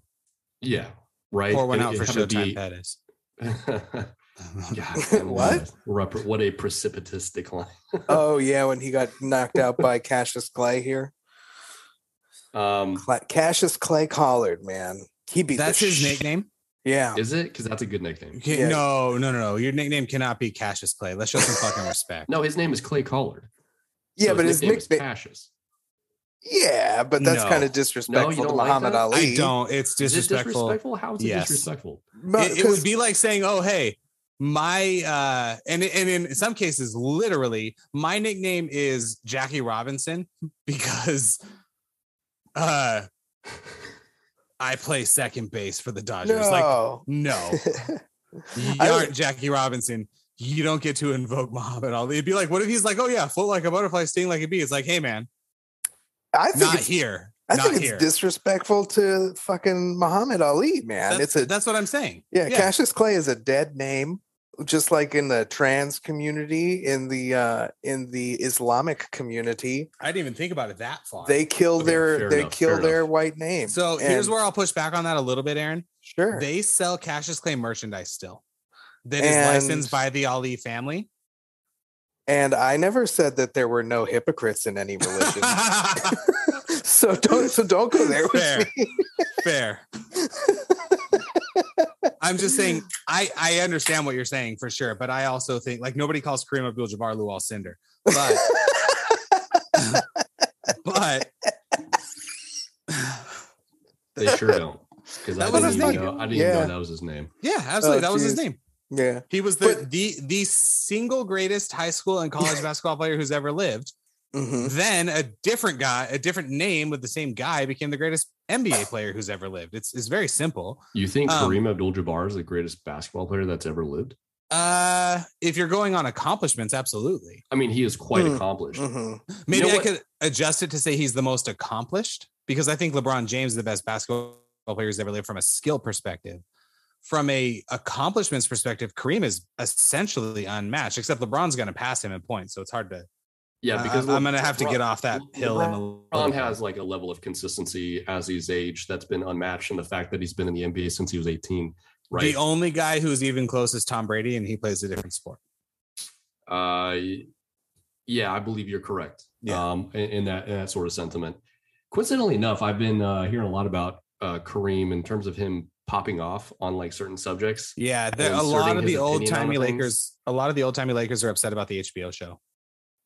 [SPEAKER 4] yeah, right.
[SPEAKER 1] Pour one
[SPEAKER 4] And
[SPEAKER 1] out
[SPEAKER 4] it
[SPEAKER 1] for
[SPEAKER 4] had to
[SPEAKER 1] Showtime
[SPEAKER 4] be-
[SPEAKER 1] Pettis.
[SPEAKER 4] God,
[SPEAKER 2] What?
[SPEAKER 4] What a, what a precipitous decline.
[SPEAKER 2] oh yeah, when he got knocked out by Cassius Clay here.
[SPEAKER 4] Um,
[SPEAKER 2] Cla- Cassius Clay Collard, man, he beat. the
[SPEAKER 1] That's his
[SPEAKER 2] sh-
[SPEAKER 1] nickname.
[SPEAKER 2] Yeah,
[SPEAKER 4] is it? Because that's a good nickname.
[SPEAKER 1] You can't-
[SPEAKER 2] Yeah.
[SPEAKER 1] No, no, no, no. Your nickname cannot be Cassius Clay. Let's show some fucking respect.
[SPEAKER 4] No, his name is Clay Collard.
[SPEAKER 2] yeah,
[SPEAKER 4] So
[SPEAKER 2] but his
[SPEAKER 4] nickname is
[SPEAKER 2] nickname.
[SPEAKER 4] Cassius.
[SPEAKER 2] Yeah, but that's
[SPEAKER 1] No.
[SPEAKER 2] kind
[SPEAKER 1] No,
[SPEAKER 2] of disrespectful to
[SPEAKER 4] don't like
[SPEAKER 2] Muhammad
[SPEAKER 4] that?
[SPEAKER 2] Ali.
[SPEAKER 1] I don't. It's
[SPEAKER 4] Is it
[SPEAKER 1] disrespectful.
[SPEAKER 4] disrespectful? How is it
[SPEAKER 1] Yes.
[SPEAKER 4] disrespectful?
[SPEAKER 2] But-
[SPEAKER 1] it, it would be like saying, "Oh, hey, my uh, and and in some cases, literally, my nickname is Jackie Robinson because uh, I play second base for the Dodgers." Like,
[SPEAKER 2] no.
[SPEAKER 1] no, you
[SPEAKER 2] I
[SPEAKER 1] aren't Jackie Robinson. You don't get to invoke Muhammad Ali. It'd be like, what if he's like, "Oh yeah, float like a butterfly, sting like a bee." It's like, hey man,
[SPEAKER 2] I think
[SPEAKER 1] not
[SPEAKER 2] it's,
[SPEAKER 1] here,
[SPEAKER 2] I
[SPEAKER 1] not
[SPEAKER 2] think it's
[SPEAKER 1] here.
[SPEAKER 2] disrespectful to fucking Muhammad Ali, man.
[SPEAKER 1] that's,
[SPEAKER 2] it's a
[SPEAKER 1] that's what I'm saying.
[SPEAKER 2] Yeah,
[SPEAKER 1] Yeah.
[SPEAKER 2] Cassius Clay is a dead name, just like in the trans community, in the uh, in the Islamic community,
[SPEAKER 1] I didn't even think about it that far.
[SPEAKER 2] they kill
[SPEAKER 4] Okay,
[SPEAKER 2] their
[SPEAKER 4] fair
[SPEAKER 2] they
[SPEAKER 4] enough,
[SPEAKER 2] kill
[SPEAKER 4] fair
[SPEAKER 2] their
[SPEAKER 4] enough.
[SPEAKER 2] white name.
[SPEAKER 1] so here's
[SPEAKER 2] And-
[SPEAKER 1] where I'll push back on that a little bit, Aaron.
[SPEAKER 2] sure,
[SPEAKER 1] They sell Cassius Clay merchandise still that is
[SPEAKER 2] And-
[SPEAKER 1] licensed by the Ali family.
[SPEAKER 2] and I never said that there were no hypocrites in any religion. so don't so don't go there. With
[SPEAKER 1] Fair.
[SPEAKER 2] me.
[SPEAKER 1] Fair. I'm just saying, I I understand what you're saying for sure, but I also think like nobody calls Kareem Abdul-Jabbar Lou Al Cinder, but but
[SPEAKER 4] They sure don't. Because I
[SPEAKER 1] That was
[SPEAKER 4] didn't
[SPEAKER 1] his
[SPEAKER 4] even
[SPEAKER 1] name.
[SPEAKER 4] know. I didn't even
[SPEAKER 2] Yeah.
[SPEAKER 4] know that was his name.
[SPEAKER 1] yeah, absolutely,
[SPEAKER 2] Oh,
[SPEAKER 1] that was his
[SPEAKER 2] geez.
[SPEAKER 1] name.
[SPEAKER 2] yeah,
[SPEAKER 1] He was the
[SPEAKER 2] But-
[SPEAKER 1] the the single greatest high school and college basketball player who's ever lived.
[SPEAKER 2] hmm
[SPEAKER 1] Then a different guy, a different name with the same guy, became the greatest NBA player who's ever lived. It's it's very simple.
[SPEAKER 4] You think
[SPEAKER 1] Um,
[SPEAKER 4] Kareem Abdul-Jabbar is the greatest basketball player that's ever lived?
[SPEAKER 1] Uh, if you're going on accomplishments, absolutely.
[SPEAKER 4] I mean, he is quite
[SPEAKER 2] Mm,
[SPEAKER 4] accomplished.
[SPEAKER 2] hmm
[SPEAKER 1] Maybe
[SPEAKER 4] know
[SPEAKER 1] I
[SPEAKER 4] what-
[SPEAKER 1] could adjust it to say he's the most accomplished because I think LeBron James is the best basketball player who's ever lived from a skill perspective. From a accomplishments perspective, Kareem is essentially unmatched, except LeBron's going to pass him in points, so it's hard to.
[SPEAKER 4] Yeah, because
[SPEAKER 1] I, am going to have to get off that
[SPEAKER 4] LeBron-
[SPEAKER 1] hill. in a little
[SPEAKER 4] LeBron
[SPEAKER 1] bit.
[SPEAKER 4] has like a level of consistency as he's aged that's been unmatched, and the fact that he's been in the NBA since he was 18, right?
[SPEAKER 1] The only guy who's even close is Tom Brady, and he plays a different sport.
[SPEAKER 4] Uh, yeah, I believe you're correct.
[SPEAKER 1] Yeah.
[SPEAKER 4] Um, in, in that in that sort of sentiment. Coincidentally enough, I've been uh, hearing a lot about uh, Kareem in terms of him popping off on like certain subjects.
[SPEAKER 1] Yeah,
[SPEAKER 4] there-
[SPEAKER 1] a lot
[SPEAKER 4] inserting
[SPEAKER 1] of
[SPEAKER 4] his
[SPEAKER 1] the old
[SPEAKER 4] opinion on
[SPEAKER 1] timey
[SPEAKER 4] things.
[SPEAKER 1] Lakers, a lot of the old timey Lakers are upset about the HBO show.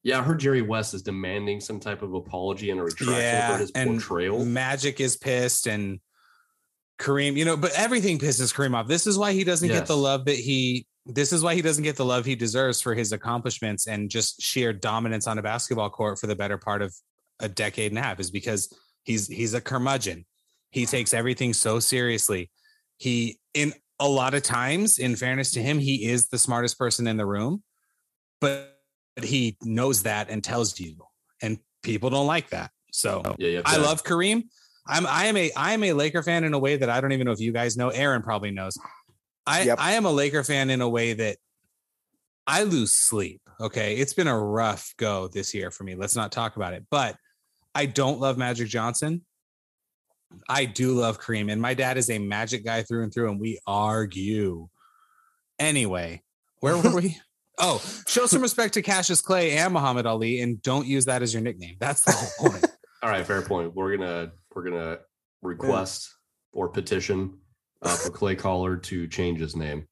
[SPEAKER 4] Yeah, I heard Jerry West is demanding some type of apology and a retraction
[SPEAKER 1] Yeah,
[SPEAKER 4] for his
[SPEAKER 1] and
[SPEAKER 4] portrayal.
[SPEAKER 1] Magic is pissed and Kareem, you know, but everything pisses Kareem off. This is why he doesn't get the
[SPEAKER 4] Yes.
[SPEAKER 1] love that he this is why he doesn't get the love he deserves for his accomplishments and just sheer dominance on a basketball court for the better part of a decade and a half is because he's he's a curmudgeon. He takes everything so seriously. He in a lot of times, in fairness to him, he is the smartest person in the room, but, but he knows that and tells you, and people don't like that. So
[SPEAKER 4] yeah, yeah.
[SPEAKER 1] I love Kareem. I'm I am a I am a Laker fan in a way that I don't even know if you guys know. Aaron probably knows. I
[SPEAKER 2] Yep.
[SPEAKER 1] I am a Laker fan in a way that I lose sleep. Okay, it's been a rough go this year for me. Let's not talk about it. But I don't love Magic Johnson. I do love Kareem, and my dad is a Magic guy through and through, and we argue. Anyway, where were we? Oh, show some respect to Cassius Clay and Muhammad Ali, and don't use that as your nickname. That's the whole point.
[SPEAKER 4] All right, fair point. We're gonna we're gonna request or petition uh, for Clay Collar to change his name.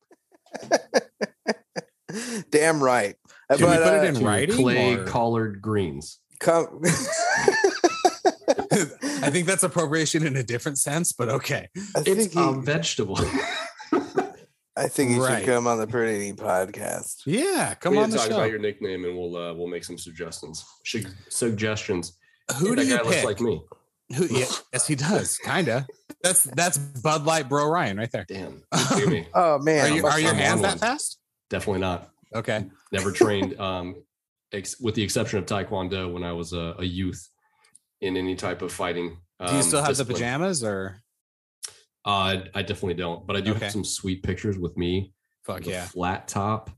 [SPEAKER 2] Damn right.
[SPEAKER 1] Should we
[SPEAKER 2] But,
[SPEAKER 1] put it
[SPEAKER 2] uh,
[SPEAKER 1] in
[SPEAKER 4] to
[SPEAKER 1] writing
[SPEAKER 4] Clay
[SPEAKER 1] or-
[SPEAKER 4] Collard Greens.
[SPEAKER 2] come-
[SPEAKER 1] I think that's appropriation in a different sense, but okay.
[SPEAKER 2] I think
[SPEAKER 4] It's
[SPEAKER 2] he,
[SPEAKER 4] a vegetable.
[SPEAKER 2] I think he
[SPEAKER 1] um, Right.
[SPEAKER 2] should come on the Pretty Neat podcast.
[SPEAKER 1] Yeah, come
[SPEAKER 4] we
[SPEAKER 1] on
[SPEAKER 4] can
[SPEAKER 1] the
[SPEAKER 4] talk
[SPEAKER 1] show.
[SPEAKER 4] about your nickname, and we'll uh, we'll make some suggestions. Shug- suggestions.
[SPEAKER 1] Who do
[SPEAKER 4] that
[SPEAKER 1] you
[SPEAKER 4] guy looks
[SPEAKER 1] pick?
[SPEAKER 4] like me.
[SPEAKER 1] Who, yeah, yes, he does. Kinda. That's that's Bud Light Bro Ryan right there.
[SPEAKER 4] Damn, look at me.
[SPEAKER 2] Oh man,
[SPEAKER 1] Are you are your
[SPEAKER 4] I'm
[SPEAKER 1] hands
[SPEAKER 4] on
[SPEAKER 1] that
[SPEAKER 4] one.
[SPEAKER 1] fast?
[SPEAKER 4] Definitely not.
[SPEAKER 1] Okay.
[SPEAKER 4] never trained um ex- with the exception of taekwondo when i was a, a youth in any type of fighting
[SPEAKER 1] Do you
[SPEAKER 4] um,
[SPEAKER 1] still have the
[SPEAKER 4] discipline.
[SPEAKER 1] pajamas or
[SPEAKER 4] uh, I- i definitely don't but i do
[SPEAKER 1] Okay.
[SPEAKER 4] have some sweet pictures with me
[SPEAKER 1] fuck
[SPEAKER 4] with a
[SPEAKER 1] yeah.
[SPEAKER 4] flat top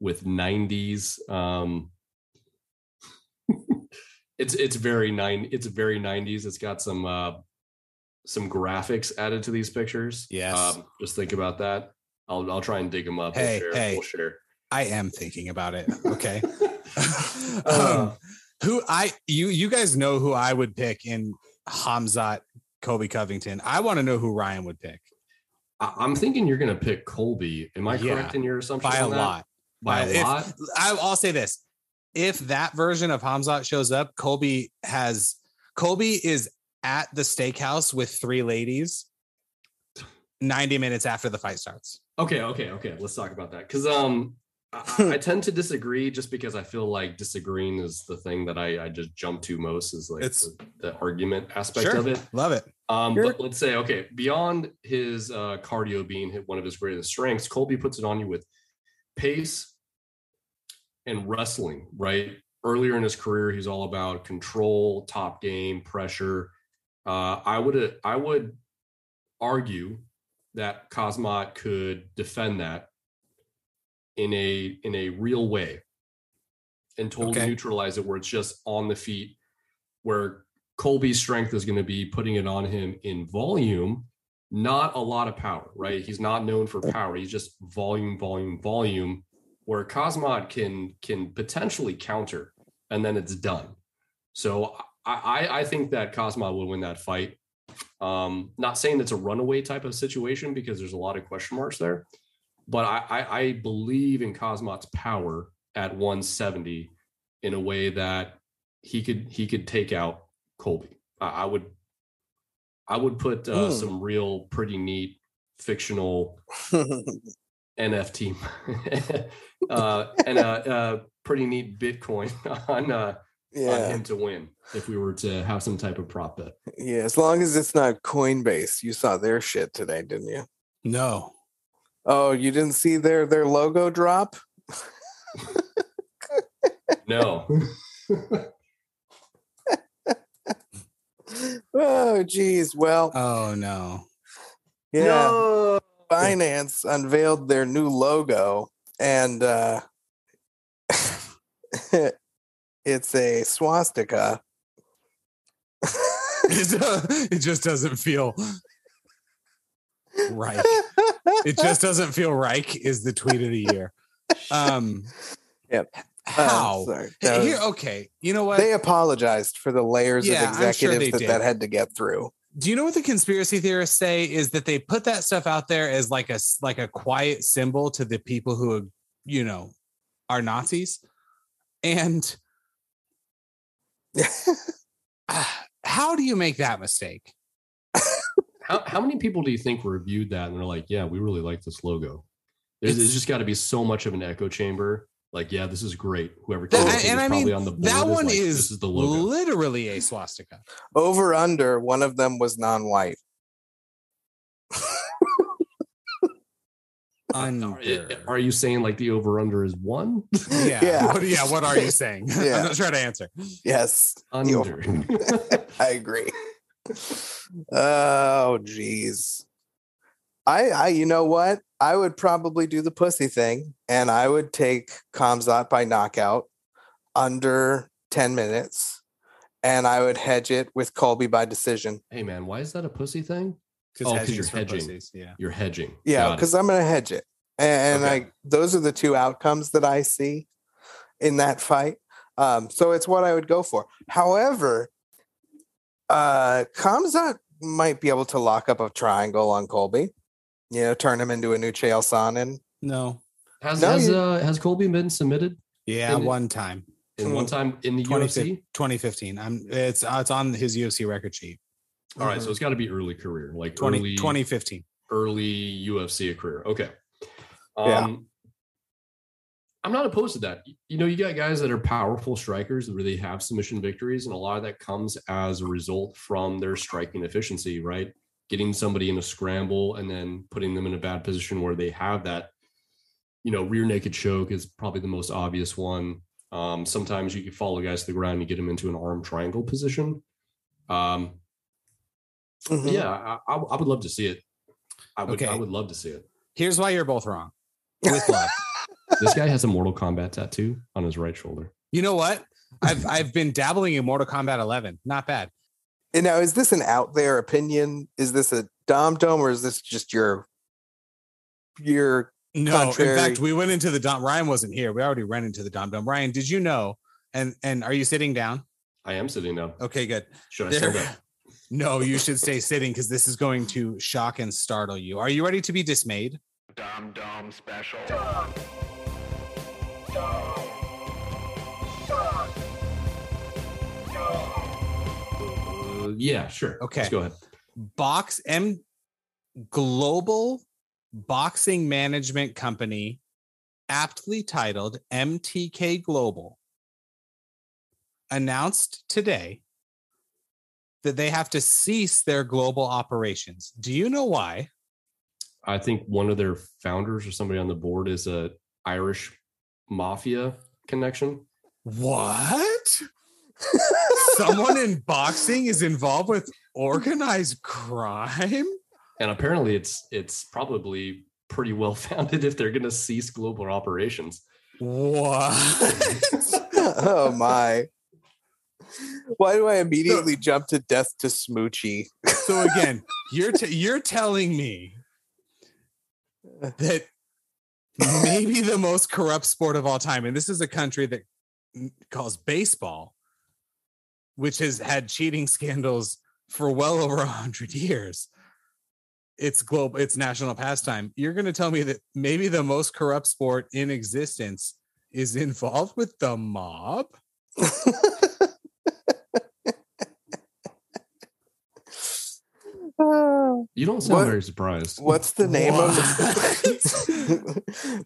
[SPEAKER 4] with 90s um it's it's very nine it's very 90s it's got some uh some graphics added to these pictures Um,
[SPEAKER 1] Yes.
[SPEAKER 4] just think about that i'll i'll try and dig them up
[SPEAKER 1] Hey,
[SPEAKER 4] we'll share,
[SPEAKER 1] hey.
[SPEAKER 4] we'll share.
[SPEAKER 1] I am thinking about it. Okay.
[SPEAKER 4] Uh,
[SPEAKER 1] um, who I you you guys know who I would pick in Hamzat Kobe Covington. I want to know who Ryan would pick
[SPEAKER 4] I- I'm thinking you're going to pick Colby. Am I
[SPEAKER 1] Yeah.
[SPEAKER 4] correct in your assumption?
[SPEAKER 1] by a
[SPEAKER 4] on that?
[SPEAKER 1] lot.
[SPEAKER 4] By a
[SPEAKER 1] If-
[SPEAKER 4] lot.
[SPEAKER 1] I, I'll say this: if that version of Hamzat shows up, Colby has Colby is at the steakhouse with three ladies. Ninety minutes after the fight starts,
[SPEAKER 4] Okay, okay, okay. Let's talk about that because um, I, I tend to disagree just because I feel like disagreeing is the thing that I, I just jump to most is like
[SPEAKER 1] It's-
[SPEAKER 4] the, the argument aspect
[SPEAKER 1] Sure.
[SPEAKER 4] of it.
[SPEAKER 1] love it.
[SPEAKER 4] Um,
[SPEAKER 2] Sure.
[SPEAKER 4] but let's say okay, beyond his uh, cardio being hit one of his greatest strengths, Colby puts it on you with pace and wrestling. Right earlier in his career, he's all about control, top game, pressure. Uh, I would I would argue that Cosmot could defend that in a in a real way and totally
[SPEAKER 1] Okay.
[SPEAKER 4] neutralize it where it's just on the feet where Colby's strength is going to be putting it on him in volume, not a lot of power, right? He's not known for power. He's just volume, volume, volume, where Cosmod can can potentially counter, and then it's done. So I I, I think that Cosmod would win that fight. Um, not saying it's a runaway type of situation because there's a lot of question marks there, but I I, I believe in Cosmod's power at 170 in a way that he could he could take out Colby. I, I would I would put uh,
[SPEAKER 2] Hmm.
[SPEAKER 4] some real pretty neat fictional NFT uh, and a, uh pretty neat Bitcoin on, uh, on
[SPEAKER 2] yeah,
[SPEAKER 4] him to win if we were to have some type of prop bet.
[SPEAKER 2] yeah. As long as it's not Coinbase, you saw their shit today, didn't you?
[SPEAKER 1] No,
[SPEAKER 2] Oh, you didn't see their their logo drop?
[SPEAKER 4] No,
[SPEAKER 2] Oh, geez. Well,
[SPEAKER 1] oh no,
[SPEAKER 2] yeah. Binance unveiled their new logo, and uh, it's a swastika.
[SPEAKER 1] it, it just doesn't feel right. It just doesn't feel right. Is the tweet of the year? Um,
[SPEAKER 2] Yep. Uh,
[SPEAKER 1] How?
[SPEAKER 2] sorry,
[SPEAKER 1] Hey,
[SPEAKER 2] that was-
[SPEAKER 1] here, okay. You know what?
[SPEAKER 2] they apologized for the layers
[SPEAKER 1] Yeah,
[SPEAKER 2] of
[SPEAKER 1] I'm sure
[SPEAKER 2] executives
[SPEAKER 1] they
[SPEAKER 2] that
[SPEAKER 1] did.
[SPEAKER 2] that had to get through.
[SPEAKER 1] do you know what the conspiracy theorists say is that they put that stuff out there as like a s- like a quiet symbol to the people who you know are nazis and ah, how do you make that mistake
[SPEAKER 4] how how many people do you think reviewed that and they're like, yeah, we really like this logo? There's, there's just got to be so much of an echo chamber. Like, yeah, this is great. Whoever
[SPEAKER 1] That-
[SPEAKER 4] came
[SPEAKER 1] and
[SPEAKER 4] up with it
[SPEAKER 1] I
[SPEAKER 4] was
[SPEAKER 1] mean,
[SPEAKER 4] probably on the board
[SPEAKER 1] that one
[SPEAKER 4] like,
[SPEAKER 1] is,
[SPEAKER 4] this is the logo.
[SPEAKER 1] literally a swastika
[SPEAKER 2] Over under, one of them was non-white.
[SPEAKER 1] Under.
[SPEAKER 4] Are you saying like the over under is one?
[SPEAKER 1] yeah
[SPEAKER 2] Yeah.
[SPEAKER 1] What, yeah what are you saying
[SPEAKER 2] Yeah.
[SPEAKER 1] i'm not trying to answer
[SPEAKER 2] Yes, The
[SPEAKER 4] Under.
[SPEAKER 2] over- I agree. oh, jeez. I, I, you know what? I would probably do the pussy thing, and I would take Kamzat by knockout under ten minutes, and I would hedge it with Colby by decision.
[SPEAKER 4] hey man, why is that a pussy thing?
[SPEAKER 1] because
[SPEAKER 4] Oh, 'cause you're
[SPEAKER 1] for
[SPEAKER 4] hedging.
[SPEAKER 1] pussies. yeah
[SPEAKER 4] You're hedging.
[SPEAKER 2] Yeah,
[SPEAKER 4] Got it.
[SPEAKER 2] because I'm going to hedge it, and,
[SPEAKER 4] Okay.
[SPEAKER 2] I those are the two outcomes that I see in that fight. Um, so it's what I would go for. However, uh, Kamzat might be able to lock up a triangle on Colby. You know, turn him into a new Chael Sonnen.
[SPEAKER 1] No.
[SPEAKER 4] Has
[SPEAKER 2] No,
[SPEAKER 4] has,
[SPEAKER 2] you-
[SPEAKER 4] uh, has Colby been submitted
[SPEAKER 1] Yeah,
[SPEAKER 4] And-
[SPEAKER 1] one time.
[SPEAKER 4] in one time in the
[SPEAKER 1] 2015,
[SPEAKER 4] UFC?
[SPEAKER 1] 2015. I'm it's uh, it's on his UFC record sheet.
[SPEAKER 4] All
[SPEAKER 2] uh-huh.
[SPEAKER 4] right, so it's got to be early career, like
[SPEAKER 1] 20,
[SPEAKER 4] early
[SPEAKER 1] 2015.
[SPEAKER 4] early UFC career. Okay. Um,
[SPEAKER 2] Yeah.
[SPEAKER 4] I'm not opposed to that. You know, you got guys that are powerful strikers where they have submission victories, and a lot of that comes as a result from their striking efficiency, right? Getting somebody in a scramble and then putting them in a bad position where they have that, you know, rear naked choke is probably the most obvious one. Um, sometimes you can follow guys to the ground and get them into an arm triangle position. Um,
[SPEAKER 2] Mhm.
[SPEAKER 4] yeah, I, I, I would love to see it. I would, I
[SPEAKER 1] Okay.
[SPEAKER 4] would love to see it.
[SPEAKER 1] Here's why you're both wrong. With love.
[SPEAKER 4] this guy has a Mortal Kombat tattoo on his right shoulder.
[SPEAKER 1] you know what? I've I've been dabbling in Mortal Kombat 11. Not bad.
[SPEAKER 2] And now, is this an out there opinion? Is this a dom dom, or is this just your your?
[SPEAKER 1] No,
[SPEAKER 2] Contrary.
[SPEAKER 1] in fact, we went into the Dom. Ryan wasn't here. We already ran into the Dom Dom. Ryan, did you know? And and are you sitting down?
[SPEAKER 4] I am sitting down.
[SPEAKER 2] Oh,
[SPEAKER 1] Okay, good.
[SPEAKER 4] Should I
[SPEAKER 1] There-
[SPEAKER 4] stand up?
[SPEAKER 1] No, you should stay sitting because this is going to shock and startle you. Are you ready to be dismayed?
[SPEAKER 3] Dom Dom special.
[SPEAKER 4] Uh, yeah, sure.
[SPEAKER 1] Okay.
[SPEAKER 4] Let's go ahead.
[SPEAKER 1] Box M Global Boxing Management Company, aptly titled MTK Global, announced today that they have to cease their global operations. Do you know why?
[SPEAKER 4] I think one of their founders or somebody on the board is a Irish mafia connection.
[SPEAKER 1] What? Someone in boxing is involved with organized crime?
[SPEAKER 4] And apparently it's it's probably pretty well founded if they're gonna cease global operations.
[SPEAKER 1] What?
[SPEAKER 2] oh my! Why do I immediately jump to death to Smoochie?
[SPEAKER 1] So again, you're t- you're telling me that maybe the most corrupt sport of all time, and this is a country that calls baseball, which has had cheating scandals for well over a hundred years. It's global. It's national pastime. You're going to tell me that maybe the most corrupt sport in existence is involved with the mob?
[SPEAKER 4] You don't sound
[SPEAKER 2] What?
[SPEAKER 4] very surprised.
[SPEAKER 2] What's the name of?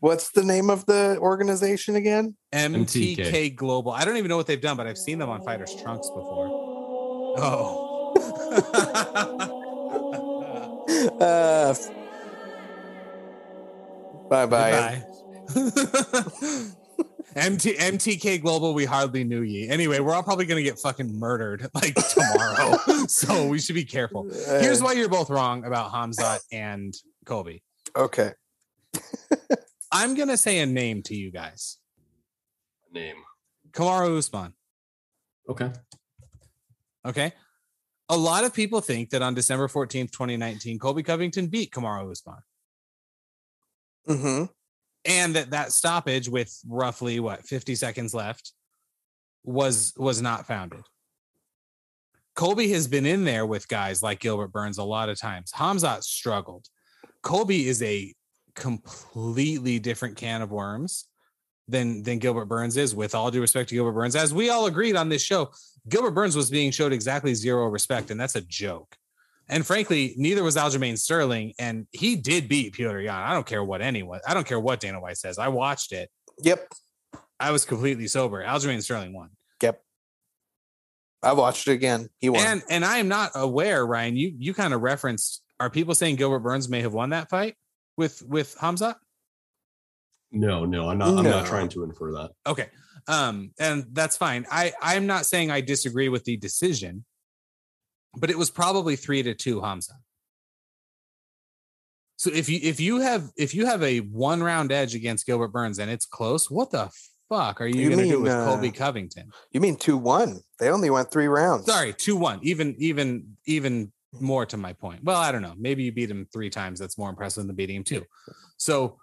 [SPEAKER 2] What's the name of the organization again?
[SPEAKER 1] MTK.
[SPEAKER 4] MTK.
[SPEAKER 1] Global. I don't even know what they've done, but I've seen them on Fighters Trunks before. Oh.
[SPEAKER 2] Uh, bye bye.
[SPEAKER 1] Bye. MT, MTK Global, we hardly knew ye. Anyway, we're all probably going to get fucking murdered like tomorrow. so we should be careful.
[SPEAKER 2] Uh,
[SPEAKER 1] Here's why you're both wrong about Hamzat and Kobe.
[SPEAKER 2] Okay.
[SPEAKER 1] I'm going to say a name to you guys
[SPEAKER 4] name?
[SPEAKER 1] Kamaru Usman.
[SPEAKER 4] Okay.
[SPEAKER 1] Okay. A lot of people think that on December 14th, 2019, Colby Covington beat Kamaru Usman.
[SPEAKER 2] Mm-hmm.
[SPEAKER 1] and that that stoppage with roughly what 50 seconds left was was not founded colby has been in there with guys like gilbert burns a lot of times hamzat struggled colby is a completely different can of worms than than gilbert burns is with all due respect to gilbert burns as we all agreed on this show gilbert burns was being showed exactly zero respect and that's a joke and frankly, neither was Aljamain Sterling, and he did beat Piotr Jan. I don't care what anyone. I don't care what Dana White says. I watched it.
[SPEAKER 2] Yep.
[SPEAKER 1] I was completely sober. Aljamain Sterling won,
[SPEAKER 2] I watched it again. He won.
[SPEAKER 1] and and I am not aware, Ryan. You you kind of referenced. Are people saying Gilbert Burns may have won that fight with with Hamza?
[SPEAKER 4] No, no, I'm not I'm
[SPEAKER 2] No.
[SPEAKER 4] not trying to infer that.
[SPEAKER 1] Okay, um, and that's fine. I I'm not saying I disagree with the decision, but it was probably three to two Hamza. So if you if you have if you have a one round edge against Gilbert Burns and it's close, what the fuck are you,
[SPEAKER 2] You
[SPEAKER 1] going to do
[SPEAKER 2] mean,
[SPEAKER 1] with
[SPEAKER 2] uh,
[SPEAKER 1] Colby Covington?
[SPEAKER 2] you mean two one? They only went three rounds.
[SPEAKER 1] Sorry, two one. Even even even more to my point. Well, I don't know. Maybe you beat him three times. That's more impressive than beating him two. So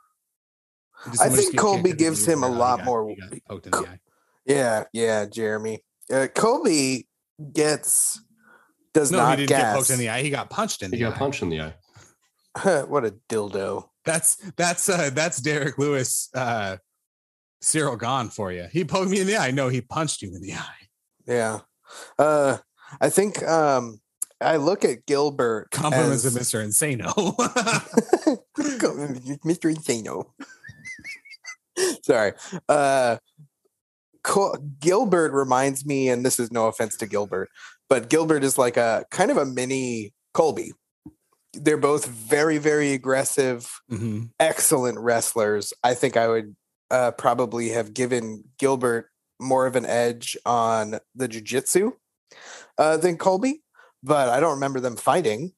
[SPEAKER 2] I think Colby gives him a lot more-
[SPEAKER 1] He got poked in the eye.
[SPEAKER 2] Yeah, yeah, Jeremy. Uh, Kobe gets does
[SPEAKER 1] No, he
[SPEAKER 2] not
[SPEAKER 1] didn't get
[SPEAKER 2] gas.
[SPEAKER 1] poked in the eye. He got punched in
[SPEAKER 4] He
[SPEAKER 1] the
[SPEAKER 4] got
[SPEAKER 1] eye.
[SPEAKER 4] punched in the eye.
[SPEAKER 2] what a dildo.
[SPEAKER 1] That's that's uh that's Derek Lewis uh Cyril gone for you. He poked me in the eye. No, he punched you in the eye.
[SPEAKER 2] Yeah. Uh, I think um, I look at Gilbert.
[SPEAKER 1] Compliments
[SPEAKER 2] as-
[SPEAKER 1] of Mr. Insano.
[SPEAKER 2] Mr. Insano. Sorry. Uh, Co- Gilbert reminds me, and this is no offense to Gilbert, but Gilbert is like a kind of a mini Colby. They're both very, very aggressive,
[SPEAKER 1] Mhm.
[SPEAKER 2] excellent wrestlers. I think I would uh, probably have given Gilbert more of an edge on the jujitsu uh, than Colby, but I don't remember them fighting.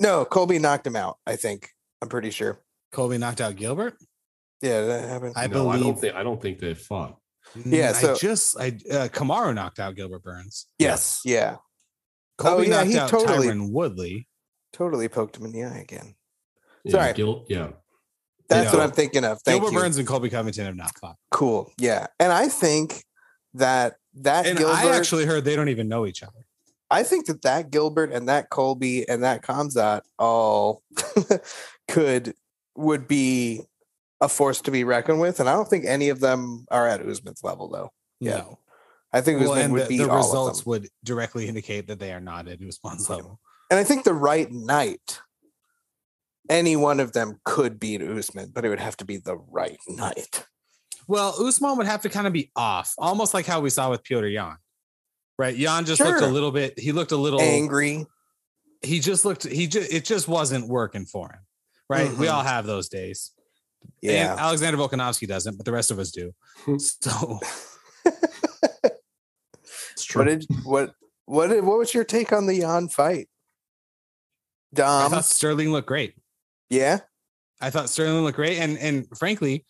[SPEAKER 2] No, Colby knocked him out. I think I'm pretty sure.
[SPEAKER 1] Colby knocked out Gilbert.
[SPEAKER 2] Yeah, that happened.
[SPEAKER 1] I
[SPEAKER 4] no, I
[SPEAKER 1] believe.
[SPEAKER 4] don't think I don't think they fought.
[SPEAKER 2] Yeah, so-
[SPEAKER 1] I just I uh, Kamaru knocked out Gilbert Burns.
[SPEAKER 2] yes, yeah,
[SPEAKER 1] Colby
[SPEAKER 2] yeah,
[SPEAKER 1] knocked
[SPEAKER 2] he
[SPEAKER 1] out
[SPEAKER 2] totally-
[SPEAKER 1] Tyron Woodley.
[SPEAKER 2] totally poked him in the eye again.
[SPEAKER 4] Yeah,
[SPEAKER 2] Sorry.
[SPEAKER 4] Gil, yeah.
[SPEAKER 2] That's
[SPEAKER 1] Yeah.
[SPEAKER 2] what I'm thinking of. Thank
[SPEAKER 1] Gilbert
[SPEAKER 2] you.
[SPEAKER 1] Burns and Colby Covington have not fought.
[SPEAKER 2] Cool. Yeah, and I think that that
[SPEAKER 1] And
[SPEAKER 2] Gilbert.
[SPEAKER 1] I actually heard they don't even know each other.
[SPEAKER 2] I think that that Gilbert and that Colby and that Kamzat all could would be a force to be reckoned with, and I don't think any of them are at Usman's level though. Yeah.
[SPEAKER 1] No.
[SPEAKER 2] I think
[SPEAKER 1] Well,
[SPEAKER 2] Usman
[SPEAKER 1] and
[SPEAKER 2] would
[SPEAKER 1] the,
[SPEAKER 2] be
[SPEAKER 1] the
[SPEAKER 2] all of
[SPEAKER 1] results
[SPEAKER 2] them.
[SPEAKER 1] would directly indicate that they are not at Usman's level.
[SPEAKER 2] and I think the right night, any one of them could beat Usman, but it would have to be the right night.
[SPEAKER 1] Well, Usman would have to kind of be off, almost like how we saw with Piotr Jan. Right? Jan just looked a
[SPEAKER 2] Sure.
[SPEAKER 1] little bit, he looked a little
[SPEAKER 2] Angry,
[SPEAKER 1] he just looked he just it just wasn't working for him. Right? We
[SPEAKER 2] Mhm.
[SPEAKER 1] all have those days.
[SPEAKER 2] yeah. Hmm.
[SPEAKER 1] And Alexander Volkanovsky doesn't, but the rest of us do. So
[SPEAKER 4] It's
[SPEAKER 2] What
[SPEAKER 4] true.
[SPEAKER 2] did what what did, what was your take on the Jan fight?
[SPEAKER 1] I
[SPEAKER 2] Dom,
[SPEAKER 1] thought Sterling looked great.
[SPEAKER 2] yeah,
[SPEAKER 1] I thought Sterling looked great, and and frankly,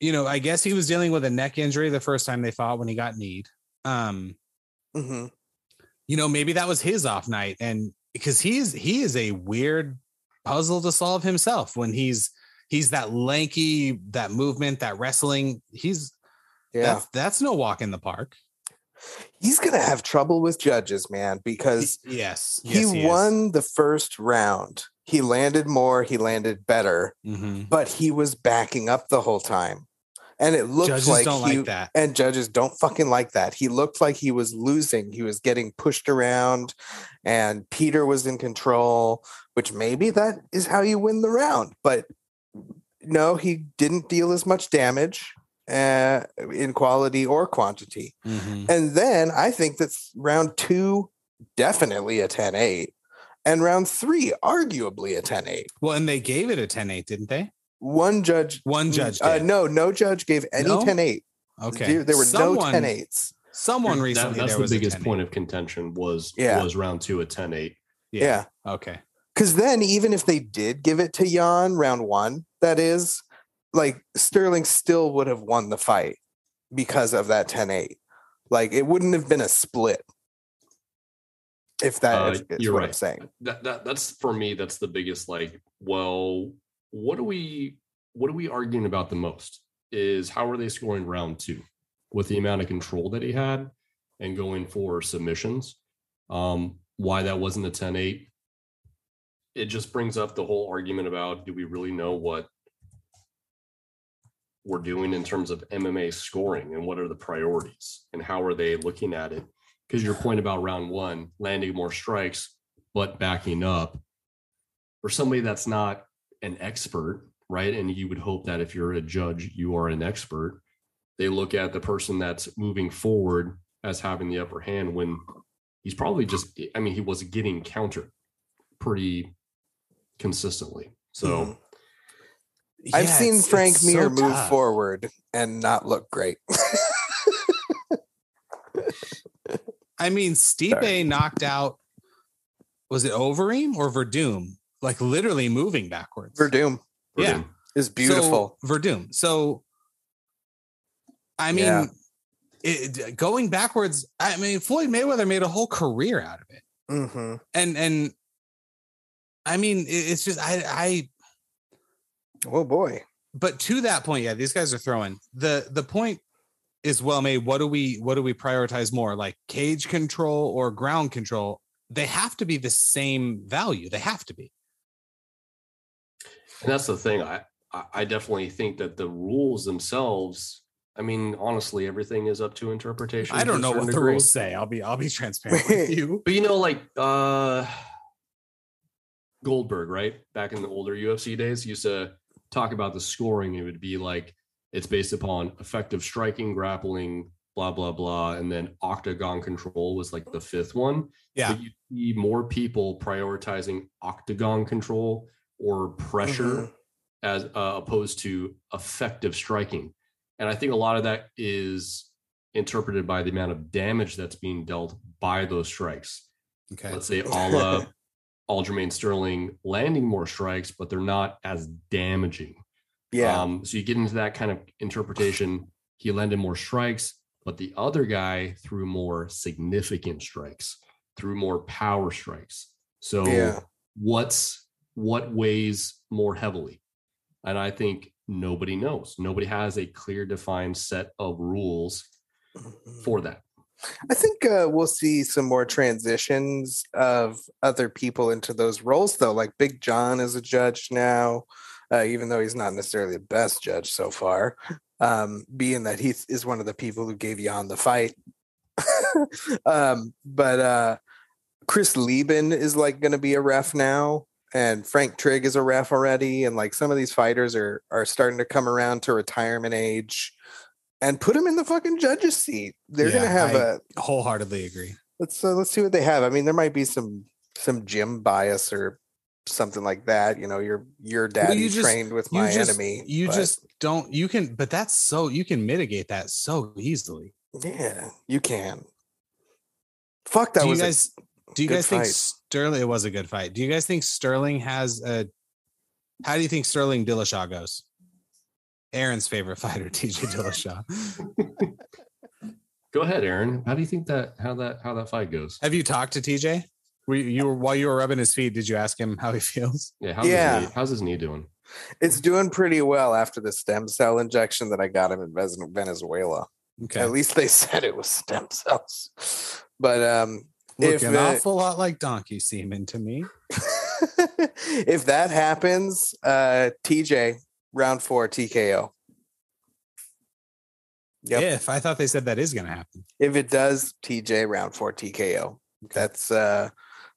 [SPEAKER 1] you know, I guess he was dealing with a neck injury the first time they fought when he got kneed. Um,
[SPEAKER 2] hmm
[SPEAKER 1] you know, maybe that was his off night, and because he's he is a weird puzzle to solve himself when he's he's that lanky, that movement, that wrestling. He's
[SPEAKER 2] yeah.
[SPEAKER 1] that's that's no walk in the park.
[SPEAKER 2] he's gonna have trouble with judges, man, because
[SPEAKER 1] Yes,
[SPEAKER 2] he,
[SPEAKER 1] yes, is.
[SPEAKER 2] won the first round. He landed more, he landed better,
[SPEAKER 1] Mhm.
[SPEAKER 2] but he was backing up the whole time. And it looked
[SPEAKER 1] Judges
[SPEAKER 2] like
[SPEAKER 1] don't
[SPEAKER 2] he,
[SPEAKER 1] like that.
[SPEAKER 2] and judges don't fucking like that. He looked like he was losing. He was getting pushed around and Peter was in control, which maybe that is how you win the round. But no, he didn't deal as much damage uh, in quality or quantity.
[SPEAKER 4] Mm-hmm.
[SPEAKER 1] Mhm.
[SPEAKER 2] And then I think that's round two, definitely a 10 8. And round three, arguably a 10 8.
[SPEAKER 1] Well, and they gave it a 10-8, didn't they?
[SPEAKER 2] One judge.
[SPEAKER 1] One judge.
[SPEAKER 2] Uh,
[SPEAKER 1] did.
[SPEAKER 2] no, no judge gave any
[SPEAKER 1] No?
[SPEAKER 2] 10 8.
[SPEAKER 1] okay,
[SPEAKER 2] There, there were no
[SPEAKER 1] Someone-
[SPEAKER 2] 10 8s.
[SPEAKER 1] Someone
[SPEAKER 4] That-
[SPEAKER 1] recently.
[SPEAKER 4] that's
[SPEAKER 1] there
[SPEAKER 4] the
[SPEAKER 1] was a
[SPEAKER 4] biggest
[SPEAKER 1] 10-8.
[SPEAKER 4] point of contention was
[SPEAKER 2] Yeah.
[SPEAKER 4] was round two at 10-8.
[SPEAKER 2] Yeah.
[SPEAKER 1] Okay.
[SPEAKER 2] Because then, even if they did give it to Jan round one, that is, like Sterling still would have won the fight because of that 10 8. Like it wouldn't have been a split. If
[SPEAKER 4] Uh,
[SPEAKER 2] that is is
[SPEAKER 4] you're
[SPEAKER 2] what I'm
[SPEAKER 4] right.
[SPEAKER 2] saying.
[SPEAKER 4] That, that that's for me. That's the biggest. Like, well, what do we what are we arguing about the most? Is how are they scoring round two with the amount of control that he had and going for submissions? Um, why that wasn't a 10-8. It just brings up the whole argument about do we really know what we're doing in terms of MMA scoring and what are the priorities and how are they looking at it? Because your point about round one, landing more strikes, but backing up, for somebody that's not an expert, right? And you would hope that if you're a judge, you are an expert. They look at the person that's moving forward as having the upper hand when he's probably just, I mean, he was getting countered pretty consistently. So,
[SPEAKER 2] Mhm. I've
[SPEAKER 1] Yeah,
[SPEAKER 2] seen
[SPEAKER 1] it's-
[SPEAKER 2] Frank
[SPEAKER 1] it's so
[SPEAKER 2] Mir move
[SPEAKER 1] tough.
[SPEAKER 2] forward and not look great.
[SPEAKER 1] I mean, Stipe
[SPEAKER 2] Sorry.
[SPEAKER 1] knocked out was it Overeem or Verdum? Like literally moving backwards.
[SPEAKER 2] Verdum
[SPEAKER 1] Yeah.
[SPEAKER 2] is beautiful.
[SPEAKER 1] So, Verdum. So I mean
[SPEAKER 2] Yeah.
[SPEAKER 1] it, going backwards, I mean Floyd Mayweather made a whole career out of it.
[SPEAKER 2] hmm
[SPEAKER 1] And and I mean it- it's just I I
[SPEAKER 2] Oh boy.
[SPEAKER 1] but to that point, yeah, these guys are throwing the the point is well made, what do we what do we prioritize more, like cage control or ground control? They have to be the same value. They have to be.
[SPEAKER 4] And that's the thing. I I I definitely think that the rules themselves. I mean, honestly, everything is up to interpretation.
[SPEAKER 1] I
[SPEAKER 4] to a
[SPEAKER 1] don't know
[SPEAKER 4] certain
[SPEAKER 1] what the
[SPEAKER 4] degree.
[SPEAKER 1] rules say. I'll be I'll be transparent with you.
[SPEAKER 4] But you know, like uh Goldberg, right? Back in the older UFC days, used to talk about the scoring. It would be like it's based upon effective striking, grappling, blah blah blah, and then octagon control was like the fifth one.
[SPEAKER 1] Yeah.
[SPEAKER 4] But you see more people prioritizing octagon control or pressure
[SPEAKER 1] Mm-hmm.
[SPEAKER 4] as uh, opposed to effective striking. And I think a lot of that is interpreted by the amount of damage that's being dealt by those strikes.
[SPEAKER 1] Okay.
[SPEAKER 4] Let's say all uh, Aldermain Sterling landing more strikes, but they're not as damaging.
[SPEAKER 2] Yeah.
[SPEAKER 4] Um, so you get into that kind of interpretation. He landed more strikes, but the other guy threw more significant strikes, through more power strikes. So
[SPEAKER 2] Yeah.
[SPEAKER 4] what's what weighs more heavily? And I think nobody knows. Nobody has a clear defined set of rules
[SPEAKER 1] Mm-hmm.
[SPEAKER 4] for that.
[SPEAKER 2] I think uh, we'll see some more transitions of other people into those roles, though. Like Big John is a judge now, uh, even though he's not necessarily the best judge so far, um, being that he th- is one of the people who gave Jan the fight. um, but uh, Chris Lieben is like going to be a ref now, and Frank Trigg is a ref already, and like some of these fighters are are starting to come around to retirement age. And put him in the fucking judge's seat. They're
[SPEAKER 1] Yeah,
[SPEAKER 2] gonna have
[SPEAKER 1] I-
[SPEAKER 2] a
[SPEAKER 1] Wholeheartedly agree.
[SPEAKER 2] let's uh, let's see what they have. I mean, there might be some some gym bias or something like that. You know, your your daddy
[SPEAKER 1] you just-
[SPEAKER 2] trained with
[SPEAKER 1] You
[SPEAKER 2] my
[SPEAKER 1] just,
[SPEAKER 2] enemy.
[SPEAKER 1] You
[SPEAKER 2] but-
[SPEAKER 1] just don't you can but that's so you can mitigate that so easily.
[SPEAKER 2] yeah, you can. Fuck that
[SPEAKER 1] do you
[SPEAKER 2] was a-
[SPEAKER 1] guys do you
[SPEAKER 2] good
[SPEAKER 1] guys think
[SPEAKER 2] fight.
[SPEAKER 1] Sterling it was a good fight? Do you guys think Sterling has a how do you think Sterling Dillashaw goes? Aaron's favorite fighter, TJ Dillashaw.
[SPEAKER 4] Go ahead, Aaron. How do you think that how that how that fight goes?
[SPEAKER 1] Have you talked to TJ? Were you, you were while you were rubbing his feet, did you ask him how he feels?
[SPEAKER 4] Yeah, how's,
[SPEAKER 2] Yeah.
[SPEAKER 4] His knee, how's his knee doing?
[SPEAKER 2] it's doing pretty well after the stem cell injection that I got him in Vez- Venezuela.
[SPEAKER 1] Okay.
[SPEAKER 2] At least they said it was stem cells. But um
[SPEAKER 1] Look
[SPEAKER 2] if
[SPEAKER 1] an
[SPEAKER 2] it-
[SPEAKER 1] awful lot like donkey semen to me.
[SPEAKER 2] uh, if that happens, uh TJ round 4 TKO. Yep.
[SPEAKER 1] If I thought they said that is gonna happen.
[SPEAKER 2] if it does TJ round four TKO. That's uh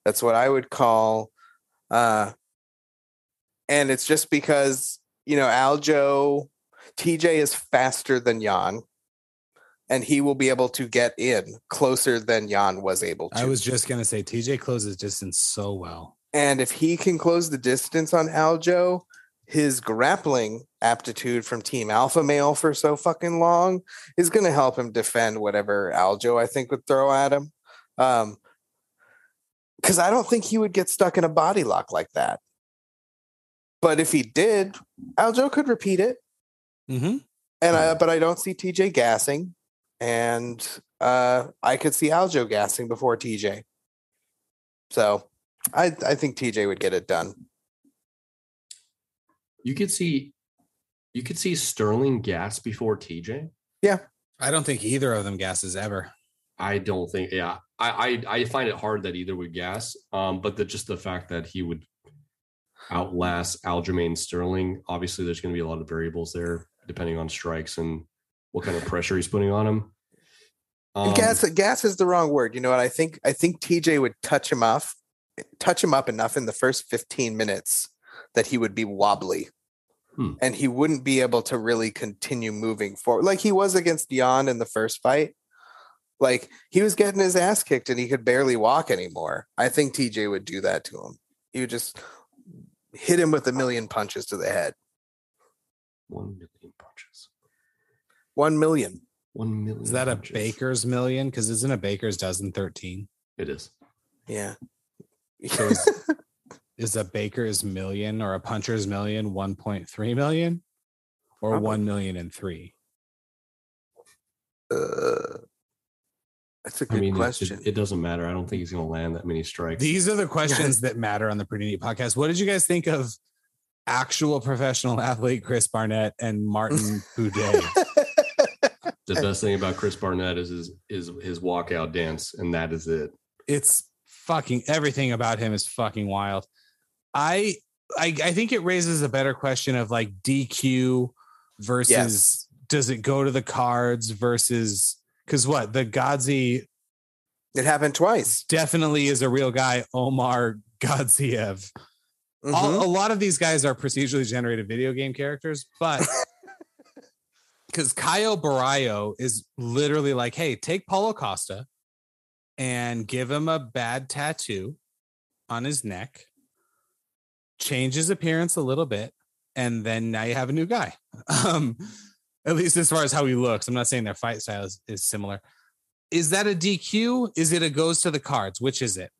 [SPEAKER 2] that's what I would call uh and it's just because you know Aljo TJ is faster than Jan and he will be able to get in closer than Jan was able to.
[SPEAKER 1] I was just gonna say TJ closes distance so well.
[SPEAKER 2] and if he can close the distance on Aljo, his grappling aptitude from Team Alpha Male for so fucking long is going to help him defend whatever Aljo I think would throw at him. Um, because I don't think he would get stuck in a body lock like that. But if he did, Aljo could repeat it.
[SPEAKER 1] Mm-hmm.
[SPEAKER 2] And I, but I don't see TJ gassing, and uh, I could see Aljo gassing before TJ. So, I I think TJ would get it done.
[SPEAKER 4] You could see you could see Sterling gas before TJ.
[SPEAKER 1] I don't think either of them gasses ever.
[SPEAKER 4] I don't think. Yeah, I I, I find it hard that either would gas. Um, but the, just the fact that he would outlast Aljamain Sterling. Obviously, there's going to be a lot of variables there depending on strikes and what kind of pressure he's putting on him.
[SPEAKER 2] And
[SPEAKER 4] Um,
[SPEAKER 2] gas gas is the wrong word. You know what? I think I think TJ would touch him off, touch him up enough in the first fifteen minutes that he would be wobbly,
[SPEAKER 4] Hmm.
[SPEAKER 2] and he wouldn't be able to really continue moving forward like he was against Jan in the first fight. Like he was getting his ass kicked and he could barely walk anymore. I think TJ would do that to him. He would just hit him with a million punches to the head.
[SPEAKER 4] one million punches.
[SPEAKER 2] One million.
[SPEAKER 4] One million.
[SPEAKER 2] Mm,
[SPEAKER 1] Is that a
[SPEAKER 4] punches.
[SPEAKER 1] baker's million? Because isn't a baker's dozen 13?
[SPEAKER 4] It is.
[SPEAKER 2] Yeah.
[SPEAKER 1] So is, is a baker's million or a puncher's million 1.3 million or
[SPEAKER 2] Probably.
[SPEAKER 1] 1 million and three?
[SPEAKER 2] uh, that's a good
[SPEAKER 4] I mean, it-
[SPEAKER 2] question.
[SPEAKER 4] It, it doesn't matter. I don't think he's going to land that many strikes.
[SPEAKER 1] These are the questions that matter on the Pretty Neat podcast. What did you guys think of actual professional athlete Chris Barnett and Martin Boudet?
[SPEAKER 4] The best thing about Chris Barnett is his is his walkout dance, and that is it.
[SPEAKER 1] it's fucking everything about him is fucking wild. I I, I think it raises a better question of like DQ versus
[SPEAKER 2] Yes.
[SPEAKER 1] does it go to the cards versus because what the Godzi
[SPEAKER 2] It happened twice.
[SPEAKER 1] definitely is a real guy Omar Godziev.
[SPEAKER 2] Mhm.
[SPEAKER 1] All, a lot of these guys are procedurally generated video game characters, but because Caio Barrio is literally like, hey, take Paulo Costa and give him a bad tattoo on his neck, change his appearance a little bit, and then now you have a new guy. Um, at least as far as how he looks. I'm not saying their fight style is, is similar. Is that a DQ? Is it a goes to the cards? Which is it?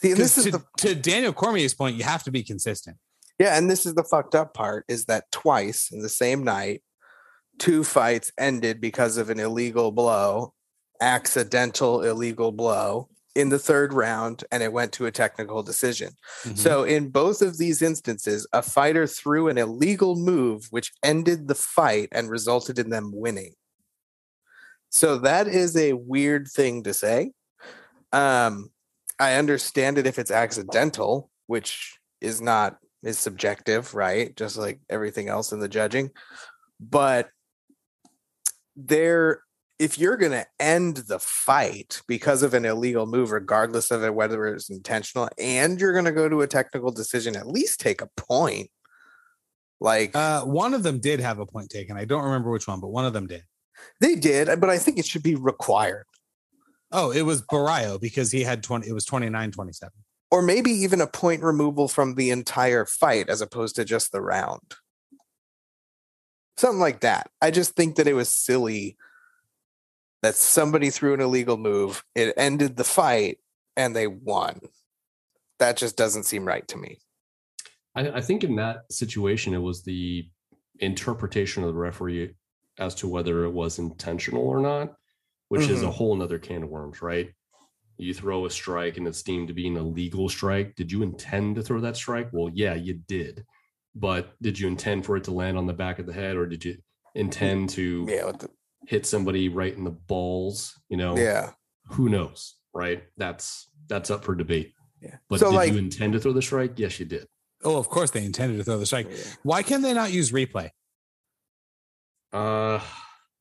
[SPEAKER 2] See, and
[SPEAKER 1] Because
[SPEAKER 2] this is
[SPEAKER 1] to,
[SPEAKER 2] the
[SPEAKER 1] to Daniel Cormier's point, you have to be consistent.
[SPEAKER 2] yeah, and this is the fucked up part is that twice in the same night, two fights ended because of an illegal blow, accidental illegal blow in the third round, and it went to a technical decision. So
[SPEAKER 1] Mm-hmm.
[SPEAKER 2] in both of these instances, a fighter threw an illegal move which ended the fight and resulted in them winning. So that is a weird thing to say. Um, I understand it if it's accidental, which is not is subjective, right? Just like everything else in the judging. But there if you're going to end the fight because of an illegal move, regardless of it, whether it's intentional, and you're going to go to a technical decision, at least take a point. Like
[SPEAKER 1] uh, one of them did have a point taken. I don't remember which one, but one of them did.
[SPEAKER 2] they did, but I think it should be required,
[SPEAKER 1] Oh, it was Barrio because he had 20, it was 29 27.
[SPEAKER 2] or maybe even a point removal from the entire fight as opposed to just the round. Something like that. I just think that it was silly that somebody threw an illegal move, it ended the fight, and they won. That just doesn't seem right to me.
[SPEAKER 4] I, I think in that situation, it was the interpretation of the referee as to whether it was intentional or not, which is
[SPEAKER 2] Mm-hmm.
[SPEAKER 4] a whole nother can of worms, right? You throw a strike and it's deemed to be an illegal strike. Did you intend to throw that strike? Well, yeah, you did. But did you intend for it to land on the back of the head or did you intend to
[SPEAKER 2] Yeah, what the,
[SPEAKER 4] hit somebody right in the balls? You know,
[SPEAKER 2] yeah.
[SPEAKER 4] who knows, right? That's that's up for debate.
[SPEAKER 2] Yeah.
[SPEAKER 4] But
[SPEAKER 2] So,
[SPEAKER 4] did
[SPEAKER 2] like-
[SPEAKER 4] you intend to throw the strike? Yes, you did.
[SPEAKER 1] Oh, of course they intended to throw the strike.
[SPEAKER 2] yeah.
[SPEAKER 1] Why can they not use replay?
[SPEAKER 4] Uh,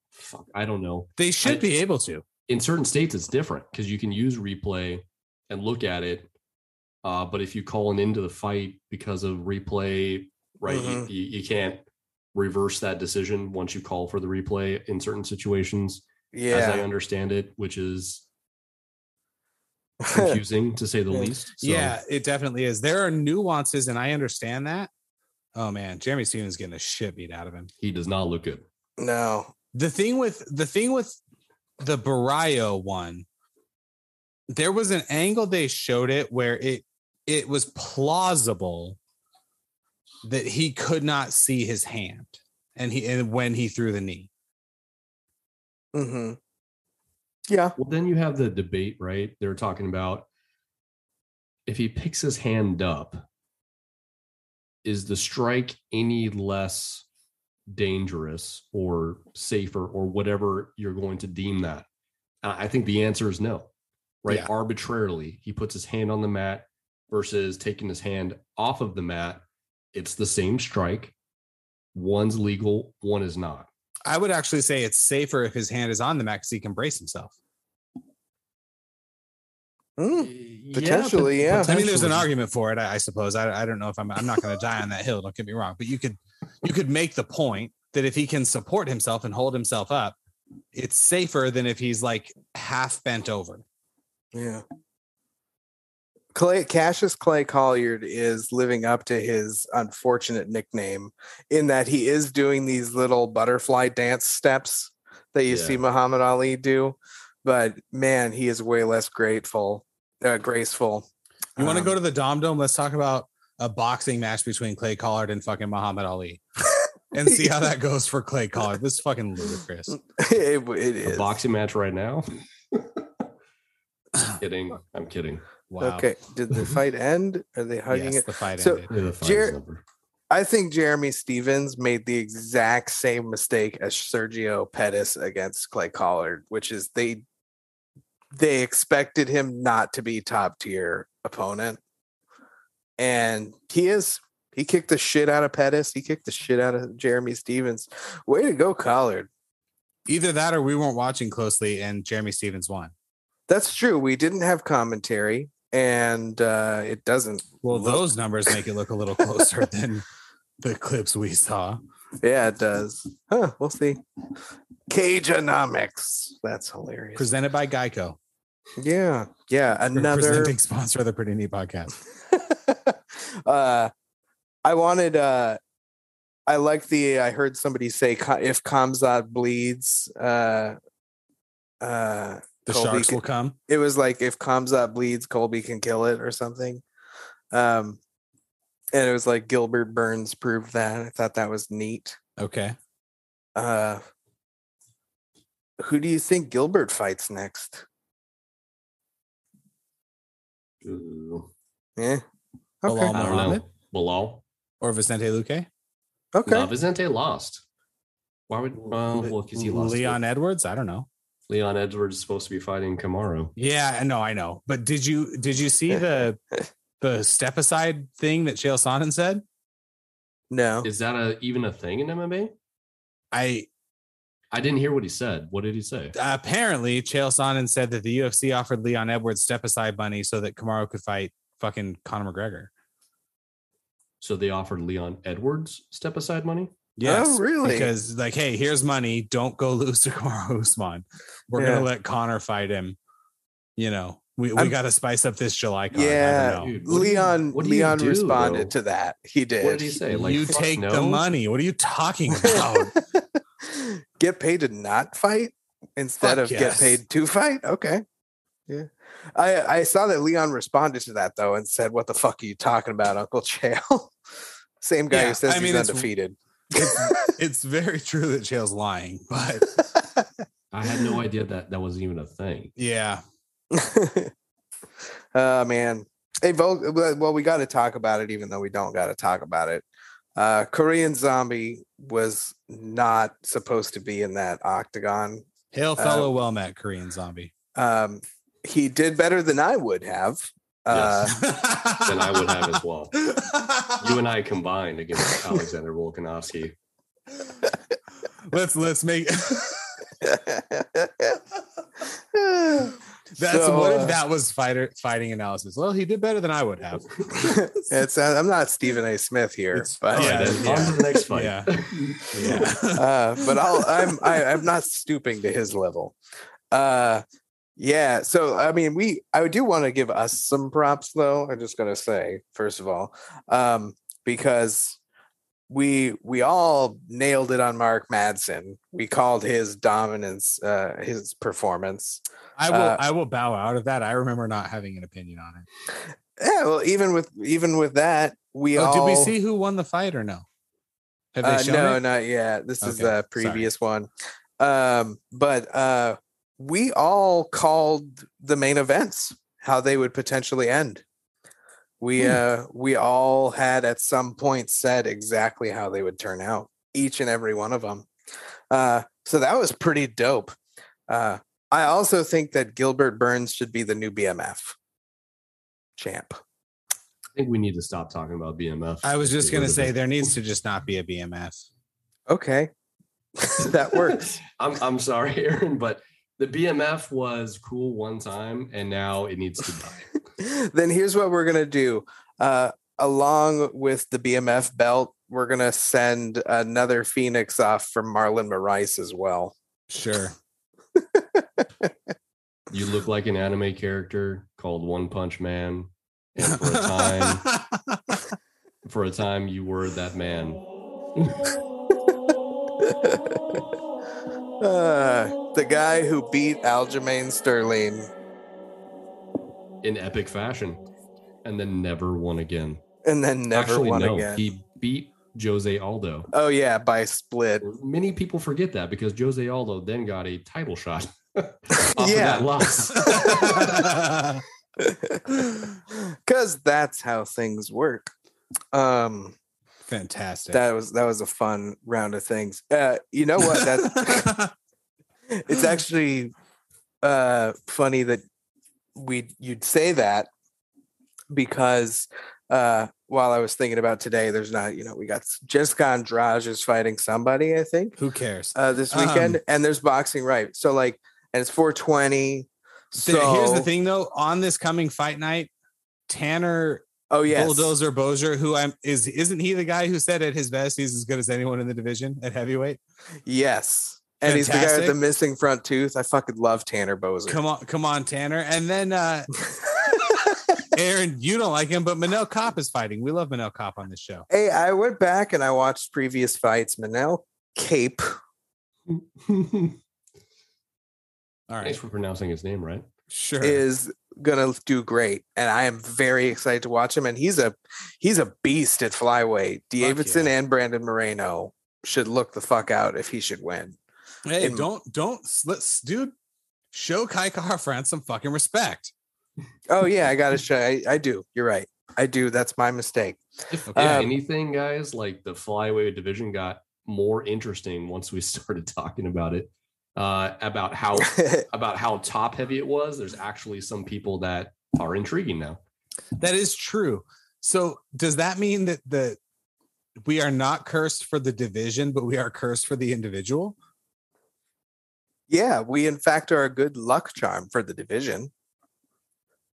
[SPEAKER 4] fuck, I don't know.
[SPEAKER 1] They should be able to.
[SPEAKER 4] In certain states, it's different because you can use replay and look at it. Uh, but if you call an end to the fight because of replay, right,
[SPEAKER 2] Mhm.
[SPEAKER 4] you, you, you can't reverse that decision once you call for the replay in certain situations, as I
[SPEAKER 2] Yeah.
[SPEAKER 4] understand it, which is confusing to say the
[SPEAKER 2] Yeah.
[SPEAKER 4] least. So,
[SPEAKER 1] Yeah, it definitely is. There are nuances, and I understand that. Oh man, Jeremy Stevens getting the shit beat out of him.
[SPEAKER 4] he does not look good.
[SPEAKER 2] no.
[SPEAKER 1] The thing with the thing with the Barrio one, there was an angle they showed it where it it was plausible that he could not see his hand and he and when he threw the knee.
[SPEAKER 2] Mm-hmm. Yeah.
[SPEAKER 4] Well, then you have the debate, right? They're talking about if he picks his hand up, is the strike any less dangerous or safer or whatever you're going to deem that? I I think the answer is no, right?
[SPEAKER 1] Yeah.
[SPEAKER 4] Arbitrarily, he puts his hand on the mat versus taking his hand off of the mat. It's the same strike. One's legal, one is not.
[SPEAKER 1] I would actually say it's safer if his hand is on the mat because he can brace himself.
[SPEAKER 2] Mm.
[SPEAKER 4] Yeah,
[SPEAKER 2] Potentially, yeah.
[SPEAKER 1] I mean, there's an
[SPEAKER 4] potentially.
[SPEAKER 1] argument for it, I, I suppose. I, I don't know if I'm I'm not going to die on that hill. Don't get me wrong, but you could you could make the point that if he can support himself and hold himself up, it's safer than if he's like half bent over.
[SPEAKER 2] Yeah. Clay Cassius Clay Colliard is living up to his unfortunate nickname in that he is doing these little butterfly dance steps that you see
[SPEAKER 4] Yeah.
[SPEAKER 2] Muhammad Ali do, but man, he is way less grateful, uh, graceful.
[SPEAKER 1] You want to
[SPEAKER 2] Um,
[SPEAKER 1] go to the Dom Dome? Let's talk about a boxing match between Clay Collard and fucking Muhammad Ali, and see how that goes for Clay Collard. This is fucking ludicrous.
[SPEAKER 2] it, it
[SPEAKER 4] a
[SPEAKER 2] is
[SPEAKER 4] boxing match right now. Just kidding. I'm kidding.
[SPEAKER 1] Wow.
[SPEAKER 2] Okay, did the fight end? Are they hugging
[SPEAKER 1] Yes,
[SPEAKER 2] it?
[SPEAKER 1] the fight
[SPEAKER 2] So-
[SPEAKER 1] ended.
[SPEAKER 4] Yeah, the fight is
[SPEAKER 2] Jer-
[SPEAKER 4] over.
[SPEAKER 2] I think Jeremy Stevens made the exact same mistake as Sergio Pettis against Clay Collard, which is they they expected him not to be top tier opponent. And he is. He kicked the shit out of Pettis. He kicked the shit out of Jeremy Stevens. Way to go, Collard.
[SPEAKER 1] Either that or we weren't watching closely and Jeremy Stevens won.
[SPEAKER 2] That's true. We didn't have commentary, and uh, it doesn't.
[SPEAKER 1] Well,
[SPEAKER 2] Look-
[SPEAKER 1] those numbers make it look a little closer than the clips we saw.
[SPEAKER 2] Yeah, it does. Huh, we'll see. Cageonomics. That's hilarious.
[SPEAKER 1] Presented by Geico,
[SPEAKER 2] yeah, yeah. Another.
[SPEAKER 1] presenting sponsor of the Pretty Neat Podcast.
[SPEAKER 2] uh, I wanted. Uh, I like the. I heard somebody say, "Ka- "If Kamzat bleeds." Uh, uh,
[SPEAKER 1] The
[SPEAKER 2] Colby
[SPEAKER 1] Sharks
[SPEAKER 2] can-
[SPEAKER 1] will come.
[SPEAKER 2] it was like if Kamzat bleeds, Colby can kill it or something. Um, and it was like Gilbert Burns proved that. I thought that was neat.
[SPEAKER 1] Okay.
[SPEAKER 2] Uh, who do you think Gilbert fights next?
[SPEAKER 4] Ooh,
[SPEAKER 2] Yeah.
[SPEAKER 1] Bilal
[SPEAKER 4] I
[SPEAKER 2] Okay.
[SPEAKER 4] don't
[SPEAKER 1] Muhammad
[SPEAKER 4] know. Bilal.
[SPEAKER 1] or Vicente Luque?
[SPEAKER 4] No,
[SPEAKER 2] Okay.
[SPEAKER 4] Vicente lost. Why would Oh, well look is he lost?
[SPEAKER 1] Leon Edwards? I don't know.
[SPEAKER 4] Leon Edwards is supposed to be fighting Camaro.
[SPEAKER 1] Yeah, I know, I know. But did you did you see the the step aside thing that Chael Sonnen said?
[SPEAKER 2] No.
[SPEAKER 4] Is that a even a thing in MMA?
[SPEAKER 1] I
[SPEAKER 4] I didn't hear what he said. What did he say?
[SPEAKER 1] apparently Chael Sonnen said that the UFC offered Leon Edwards step aside money so that Kamaru could fight fucking Conor McGregor.
[SPEAKER 4] So they offered Leon Edwards step aside money.
[SPEAKER 1] Yes,
[SPEAKER 2] Oh, really?
[SPEAKER 1] Because like, hey, here's money. Don't go lose to Kamaru Usman. We're
[SPEAKER 2] Yeah.
[SPEAKER 1] gonna let Connor fight him. You know, we, we
[SPEAKER 2] I'm-
[SPEAKER 1] got to spice up this July. Con. I
[SPEAKER 2] Yeah.
[SPEAKER 1] don't know.
[SPEAKER 4] Dude, what do you-
[SPEAKER 2] Leon
[SPEAKER 4] what do you
[SPEAKER 2] Leon
[SPEAKER 4] do,
[SPEAKER 2] responded
[SPEAKER 4] though?
[SPEAKER 2] to that. He did.
[SPEAKER 4] What did he say? Like
[SPEAKER 1] you
[SPEAKER 4] fuck
[SPEAKER 1] take the
[SPEAKER 4] no?
[SPEAKER 1] money. What are you talking about?
[SPEAKER 2] get paid to not fight instead
[SPEAKER 1] Fuck
[SPEAKER 2] of
[SPEAKER 1] yes.
[SPEAKER 2] get paid to fight. Okay. Yeah. I I saw that Leon responded to that though and said, "What the fuck are you talking about, Uncle Chael?" Same guy
[SPEAKER 1] Yeah,
[SPEAKER 2] who says
[SPEAKER 1] I mean,
[SPEAKER 2] he's
[SPEAKER 1] it's-
[SPEAKER 2] undefeated.
[SPEAKER 1] it's very true that Chael's lying, but
[SPEAKER 4] I had no idea that that wasn't even a thing.
[SPEAKER 1] yeah,
[SPEAKER 2] oh man. Hey, Vol- well, we got to talk about it, even though we don't got to talk about it. Uh, Korean Zombie was not supposed to be in that octagon
[SPEAKER 1] hail
[SPEAKER 2] Uh,
[SPEAKER 1] fellow well met Korean zombie.
[SPEAKER 2] um, he did better than I would have. Uh,
[SPEAKER 4] Then I would have as well. You
[SPEAKER 1] well.
[SPEAKER 4] and I combined against Alexander Volkanovsky.
[SPEAKER 1] let's let's make
[SPEAKER 2] Uh,
[SPEAKER 1] that's
[SPEAKER 2] So,
[SPEAKER 1] what
[SPEAKER 2] uh,
[SPEAKER 1] if that was fighter fighting analysis. Well, he did better than I would have.
[SPEAKER 2] it's uh, I'm not Stephen A. Smith here,
[SPEAKER 1] It's-
[SPEAKER 2] but
[SPEAKER 4] All
[SPEAKER 1] Yeah,
[SPEAKER 4] right, then,
[SPEAKER 1] yeah.
[SPEAKER 4] on to the next fight.
[SPEAKER 1] Yeah.
[SPEAKER 4] yeah.
[SPEAKER 2] uh, but I'll, I'm I, I'm not stooping to his level. Uh, yeah. So I mean, we I do want to give us some props though. I'm just gonna say first of all, um, because we we all nailed it on Mark Madsen. We called his dominance, uh, his performance.
[SPEAKER 1] I will
[SPEAKER 2] Uh,
[SPEAKER 1] I will bow out of that. I remember not having an opinion on it.
[SPEAKER 2] Yeah. Well, even with even with that, we
[SPEAKER 1] Oh,
[SPEAKER 2] all
[SPEAKER 1] did we see who won the fight or no? Have they
[SPEAKER 2] uh,
[SPEAKER 1] shown
[SPEAKER 2] no
[SPEAKER 1] it?
[SPEAKER 2] not yet this is
[SPEAKER 1] Okay,
[SPEAKER 2] a
[SPEAKER 1] sorry.
[SPEAKER 2] previous one um but uh we all called the main events how they would potentially end we
[SPEAKER 1] Hmm.
[SPEAKER 2] uh we all had at some point said exactly how they would turn out each and every one of them uh so that was pretty dope uh i also think that gilbert burns should be the new bmf champ
[SPEAKER 4] I think we need to stop talking about BMF.
[SPEAKER 1] I was just
[SPEAKER 4] Get rid
[SPEAKER 1] gonna
[SPEAKER 4] of
[SPEAKER 1] say
[SPEAKER 4] it.
[SPEAKER 1] there needs to just not be a BMF.
[SPEAKER 2] okay that works
[SPEAKER 4] I'm I'm sorry, Aaron, but the BMF was cool one time, and now it needs to die.
[SPEAKER 2] then here's what we're gonna do. Uh, along with the BMF belt, we're gonna send another Phoenix off for Marlon Moraes as well.
[SPEAKER 1] Sure.
[SPEAKER 4] You look like an anime character called One Punch Man, and for a time, for a time, you were that man.
[SPEAKER 2] Uh, the guy who beat Aljamain Sterling.
[SPEAKER 4] in epic fashion and then never won again.
[SPEAKER 2] And then never
[SPEAKER 4] Actually,
[SPEAKER 2] won
[SPEAKER 4] no,
[SPEAKER 2] again.
[SPEAKER 4] he beat Jose Aldo.
[SPEAKER 2] Oh yeah, by split.
[SPEAKER 4] Many people forget that because Jose Aldo then got a title shot off of
[SPEAKER 2] Yeah.
[SPEAKER 4] that loss.
[SPEAKER 2] Cause that's how things work. Um
[SPEAKER 1] Fantastic.
[SPEAKER 2] That was that was a fun round of things. Uh, you know what? That's it's
[SPEAKER 1] Mm.
[SPEAKER 2] actually uh, funny that we you'd say that because uh, while I was thinking about today, there's not you know we got Jessica Andrade is fighting somebody I think
[SPEAKER 1] Who cares?
[SPEAKER 2] uh, this weekend,
[SPEAKER 1] Um,
[SPEAKER 2] and there's boxing right. So like, and it's 420. So
[SPEAKER 1] Th- Here's the thing, though. On this coming fight night, Tanner
[SPEAKER 2] Oh yes,
[SPEAKER 1] Bulldozer Bozier, who I'm is isn't he the guy who said at his best he's as good as anyone in the division at heavyweight?
[SPEAKER 2] yes. And he's the guy with the
[SPEAKER 1] Fantastic.
[SPEAKER 2] missing front tooth. I fucking love Tanner Bowser.
[SPEAKER 1] Come on, come on, Tanner. And then uh Aaron, you don't like him, but Manel Cop is fighting. We love Manel Cop on this show.
[SPEAKER 2] hey, I went back and I watched previous fights. Manel Cape.
[SPEAKER 1] All
[SPEAKER 4] Thanks
[SPEAKER 1] right,
[SPEAKER 4] for pronouncing his name right.
[SPEAKER 1] sure.
[SPEAKER 2] is gonna do great, and I am very excited to watch him. And he's a he's a beast at flyweight. Davidson and Brandon Moreno should look the fuck out if he should win.
[SPEAKER 1] hey,
[SPEAKER 2] in-
[SPEAKER 1] don't don't let's dude show Kai Car France some fucking respect.
[SPEAKER 2] Oh yeah, I gotta show. I, I do. You're right. I do. That's my mistake.
[SPEAKER 4] If if
[SPEAKER 2] Um,
[SPEAKER 4] anything, guys, like the flyweight division got more interesting once we started talking about it, uh, about how about how top heavy it was. There's actually some people that are intriguing now.
[SPEAKER 1] That is true. So does that mean that the we are not cursed for the division, but we are cursed for the individual?
[SPEAKER 2] yeah, we in fact are a good luck charm for the division.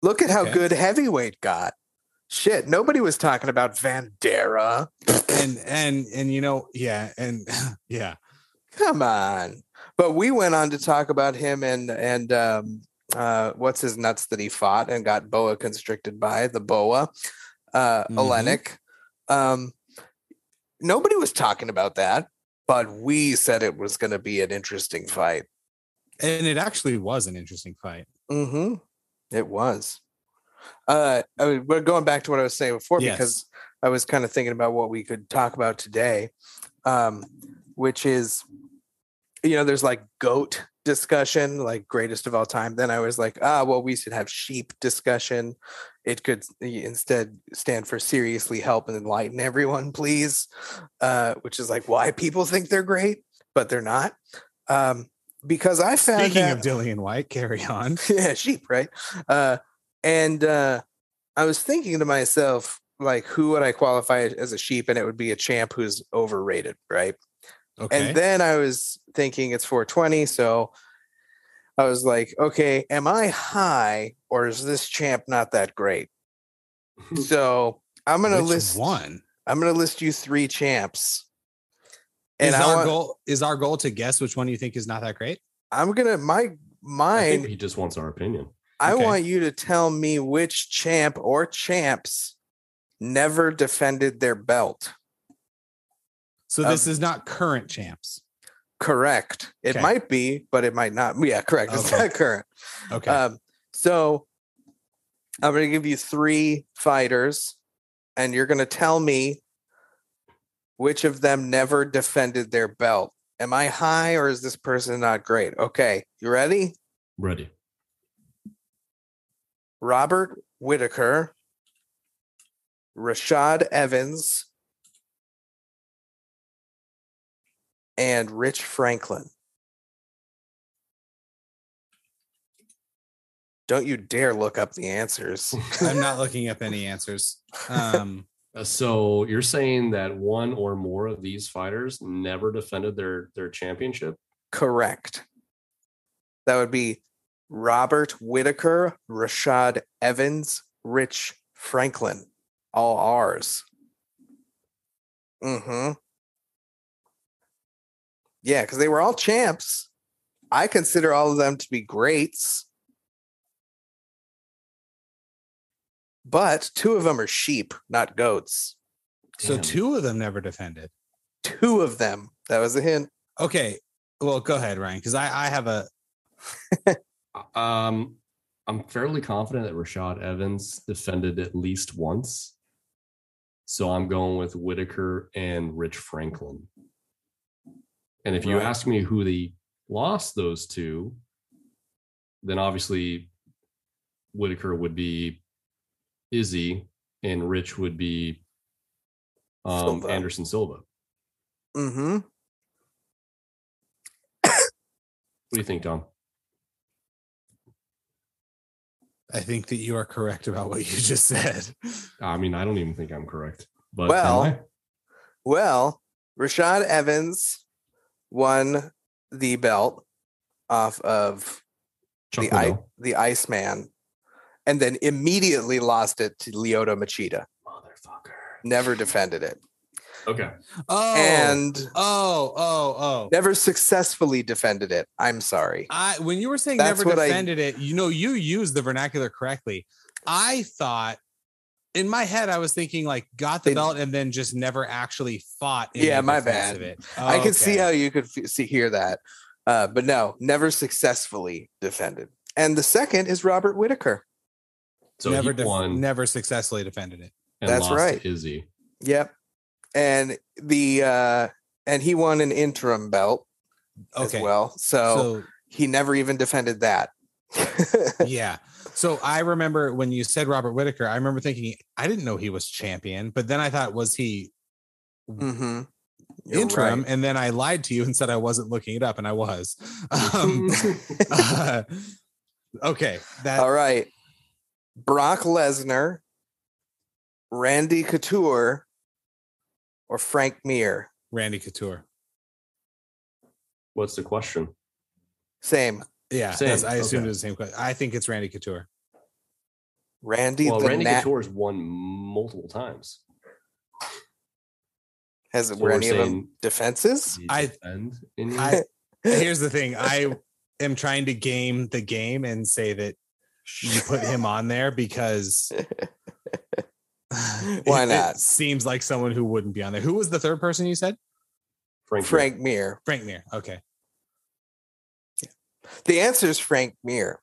[SPEAKER 2] Look at how
[SPEAKER 1] Okay.
[SPEAKER 2] good heavyweight got. Shit, nobody was talking about Vandera.
[SPEAKER 1] And and and you know, yeah, and yeah.
[SPEAKER 2] Come on. But we went on to talk about him and and um uh what's his nuts that he fought and got boa constricted by the boa uh
[SPEAKER 1] Mhm.
[SPEAKER 2] Olenek. Um nobody was talking about that, but we said it was gonna be an interesting fight.
[SPEAKER 1] And it actually was an interesting fight.
[SPEAKER 2] Mm-hmm. It was. Uh, I mean, we're going back to what I was saying before
[SPEAKER 1] Yes.
[SPEAKER 2] because I was kind of thinking about what we could talk about today, um, which is, you know, there's like goat discussion, like greatest of all time. Then I was like, ah, well, we should have sheep discussion. It could s- y- instead stand for seriously help and enlighten everyone, please, uh, which is like why people think they're great, but they're not. Um, because I found
[SPEAKER 1] Speaking
[SPEAKER 2] out-
[SPEAKER 1] of Dillian White, carry on.
[SPEAKER 2] yeah, sheep, right? Uh, and uh, I was thinking to myself, like, who would I qualify as a sheep? And it would be a champ who's overrated, right?
[SPEAKER 1] Okay.
[SPEAKER 2] And then I was thinking it's 420. So I was like, okay, am I high or is this champ not that great? So I'm going to
[SPEAKER 1] Which
[SPEAKER 2] list,
[SPEAKER 1] one.
[SPEAKER 2] I'm going to list you three champs.
[SPEAKER 1] Is
[SPEAKER 2] And I
[SPEAKER 1] our
[SPEAKER 2] want,
[SPEAKER 1] goal is our goal to guess which one you think is not that great?
[SPEAKER 2] I'm going to, my,
[SPEAKER 4] I
[SPEAKER 2] mine
[SPEAKER 4] think he just wants our opinion.
[SPEAKER 2] I
[SPEAKER 1] Okay.
[SPEAKER 2] want you to tell me which champ or champs never defended their belt.
[SPEAKER 1] So
[SPEAKER 2] Um,
[SPEAKER 1] this is not current champs.
[SPEAKER 2] Correct. It
[SPEAKER 1] Okay.
[SPEAKER 2] might be, but it might not. Yeah, correct. It's
[SPEAKER 1] Okay.
[SPEAKER 2] not current.
[SPEAKER 1] Okay.
[SPEAKER 2] Um, so I'm going to give you three fighters, and you're going to tell me which of them never defended their belt. Am I high or is this person not great? Okay, you ready?
[SPEAKER 4] Ready.
[SPEAKER 2] Robert Whitaker, Rashad Evans, and Rich Franklin. Don't you dare look up the answers.
[SPEAKER 1] I'm not looking up any answers. Um,
[SPEAKER 4] Uh, So you're saying that one or more of these fighters never defended their their championship?
[SPEAKER 2] Correct. That would be Robert Whitaker, Rashad Evans, Rich Franklin. All R's. Mm-hmm. Yeah, because they were all champs. I consider all of them to be greats. But two of them are sheep, not goats.
[SPEAKER 1] so
[SPEAKER 4] Damn.
[SPEAKER 1] two of them never defended.
[SPEAKER 2] Two of them. That was a hint.
[SPEAKER 1] Okay. Well, go ahead, Ryan, because I, I have a
[SPEAKER 4] Um, I'm fairly confident that Rashad Evans defended at least once. So I'm going with Whitaker and Rich Franklin. And if you
[SPEAKER 2] Right.
[SPEAKER 4] ask me who they lost those to, then obviously Whitaker would be Izzy and Rich would be um,
[SPEAKER 2] Silva.
[SPEAKER 4] Anderson Silva. What
[SPEAKER 2] Mm-hmm.
[SPEAKER 4] do you think, Dom?
[SPEAKER 1] I think that you are correct about what you just said.
[SPEAKER 4] I mean, I don't even think I'm correct. But
[SPEAKER 2] Well,
[SPEAKER 4] am I?
[SPEAKER 2] Well, Rashad Evans won the belt off of
[SPEAKER 4] Chuck
[SPEAKER 2] the I,
[SPEAKER 4] Liddell.
[SPEAKER 2] the Iceman and then immediately lost it to Leota Machida.
[SPEAKER 4] Motherfucker.
[SPEAKER 2] Never defended it.
[SPEAKER 4] Okay.
[SPEAKER 1] Oh,
[SPEAKER 2] And
[SPEAKER 1] oh, oh, oh.
[SPEAKER 2] never successfully defended it. I'm sorry.
[SPEAKER 1] I when you were saying
[SPEAKER 2] That's
[SPEAKER 1] never
[SPEAKER 2] what I-
[SPEAKER 1] defended it, you know, you used the vernacular correctly. I thought in my head, I was thinking like got the
[SPEAKER 2] They-
[SPEAKER 1] belt and then just never actually fought. in
[SPEAKER 2] Yeah,
[SPEAKER 1] their
[SPEAKER 2] my
[SPEAKER 1] defense
[SPEAKER 2] bad.
[SPEAKER 1] of it.
[SPEAKER 2] I can see
[SPEAKER 1] Okay.
[SPEAKER 2] how you could f- see hear that. Uh, but no, never successfully defended. And the second is Robert Whitaker.
[SPEAKER 4] So
[SPEAKER 1] never
[SPEAKER 4] he
[SPEAKER 1] def-
[SPEAKER 4] won
[SPEAKER 1] never successfully defended it.
[SPEAKER 4] and
[SPEAKER 2] that's
[SPEAKER 4] lost
[SPEAKER 2] right.
[SPEAKER 4] to Izzy.
[SPEAKER 2] Yep. And the uh and he won an interim belt
[SPEAKER 1] Okay,
[SPEAKER 2] as well. So,
[SPEAKER 1] so
[SPEAKER 2] he never even defended that. Mm-hmm.
[SPEAKER 1] yeah. So I remember when you said Robert Whitaker, I remember thinking I didn't know he was champion, but then I thought was he
[SPEAKER 2] mm-hmm.
[SPEAKER 1] interim, and then I lied to you and said I wasn't looking it up, and I was. Um, uh, okay, that
[SPEAKER 2] All right. Brock Lesnar, Randy Couture, or Frank Mir.
[SPEAKER 1] Randy Couture.
[SPEAKER 4] What's the question?
[SPEAKER 2] Same.
[SPEAKER 1] Yeah,
[SPEAKER 4] Same,
[SPEAKER 1] that's- I assumed
[SPEAKER 4] okay.
[SPEAKER 1] it was the same question. I think it's Randy Couture.
[SPEAKER 2] Randy
[SPEAKER 4] well,
[SPEAKER 2] the
[SPEAKER 4] Randy
[SPEAKER 2] Nat-
[SPEAKER 4] Couture's won multiple times.
[SPEAKER 2] has
[SPEAKER 4] So
[SPEAKER 2] were
[SPEAKER 4] we're
[SPEAKER 2] any of them
[SPEAKER 4] saying-
[SPEAKER 2] defenses?
[SPEAKER 4] Did he
[SPEAKER 1] I-
[SPEAKER 4] defend any?
[SPEAKER 1] I here's the thing. I am trying to game the game and say that you put him on there because it-
[SPEAKER 2] Why
[SPEAKER 1] it
[SPEAKER 2] not?
[SPEAKER 1] seems like someone who wouldn't be on there. Who was the third person you said?
[SPEAKER 4] Frank,
[SPEAKER 2] Frank Mir.
[SPEAKER 1] Frank Mir. Okay.
[SPEAKER 2] The answer is Frank Mir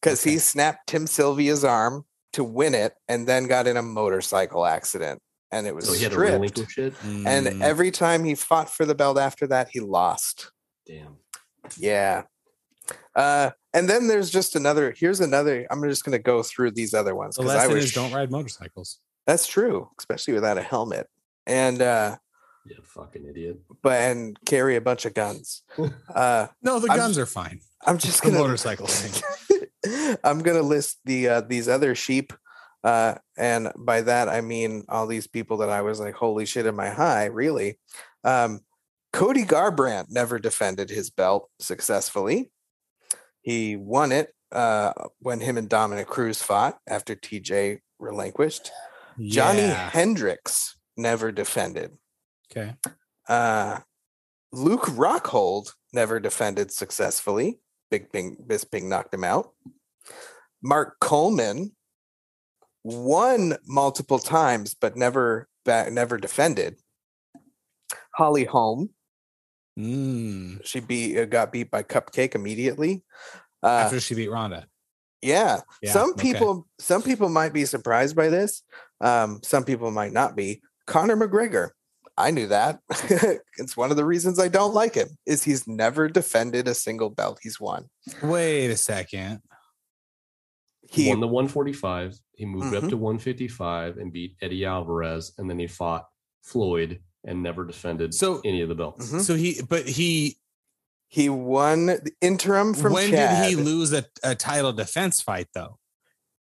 [SPEAKER 2] because he
[SPEAKER 1] Okay.
[SPEAKER 2] snapped Tim Sylvia's arm to win it and then got in a motorcycle accident and it was
[SPEAKER 4] So he had to
[SPEAKER 2] stripped.
[SPEAKER 4] relinquish it.
[SPEAKER 2] And
[SPEAKER 1] Mm,
[SPEAKER 2] every time he fought for the belt after that, he lost.
[SPEAKER 4] Damn.
[SPEAKER 2] Yeah. Uh, and then there's just another. Here's another. I'm just going to go through these other ones
[SPEAKER 1] the
[SPEAKER 2] because I
[SPEAKER 1] lesson
[SPEAKER 2] was.
[SPEAKER 1] is don't ride motorcycles.
[SPEAKER 2] That's true, especially without a helmet. And uh,
[SPEAKER 4] You fucking idiot.
[SPEAKER 2] but and carry a bunch of guns. uh,
[SPEAKER 1] No, the
[SPEAKER 2] I'm-
[SPEAKER 1] guns are fine.
[SPEAKER 2] I'm just
[SPEAKER 1] The
[SPEAKER 2] gonna
[SPEAKER 1] motorcycle thing.
[SPEAKER 2] I'm gonna list the uh, these other sheep, uh, and by that I mean all these people that I was like, holy shit, am I high? Really? Um, Cody Garbrandt never defended his belt successfully. He won it uh, when him and Dominic Cruz fought after TJ relinquished. Johnny
[SPEAKER 1] Yeah.
[SPEAKER 2] Hendricks never defended.
[SPEAKER 1] Okay.
[SPEAKER 2] Uh, Luke Rockhold never defended successfully. Big Bing Bisping knocked him out. Mark Coleman won multiple times, but never back, never defended. Holly Holm,
[SPEAKER 1] Mm.
[SPEAKER 2] she beat uh, got beat by Cupcake immediately. Uh,
[SPEAKER 1] After she beat Ronda.
[SPEAKER 2] yeah,
[SPEAKER 1] Yeah,
[SPEAKER 2] some
[SPEAKER 1] okay.
[SPEAKER 2] people some people might be surprised by this. Um, some people might not be. Conor McGregor, I knew that. it's one of the reasons I don't like him is he's never defended a single belt he's won.
[SPEAKER 1] Wait a second.
[SPEAKER 4] He,
[SPEAKER 2] He
[SPEAKER 4] won the 145. He moved
[SPEAKER 2] Mhm.
[SPEAKER 4] up to 155 and beat Eddie Alvarez, and then he fought Floyd and never defended
[SPEAKER 1] So- Mm-hmm.
[SPEAKER 4] any of the belts.
[SPEAKER 2] Mhm.
[SPEAKER 1] So he, but he,
[SPEAKER 2] he won the interim from
[SPEAKER 1] when
[SPEAKER 2] Chad.
[SPEAKER 1] did he
[SPEAKER 2] he
[SPEAKER 1] lose a, a title defense fight though?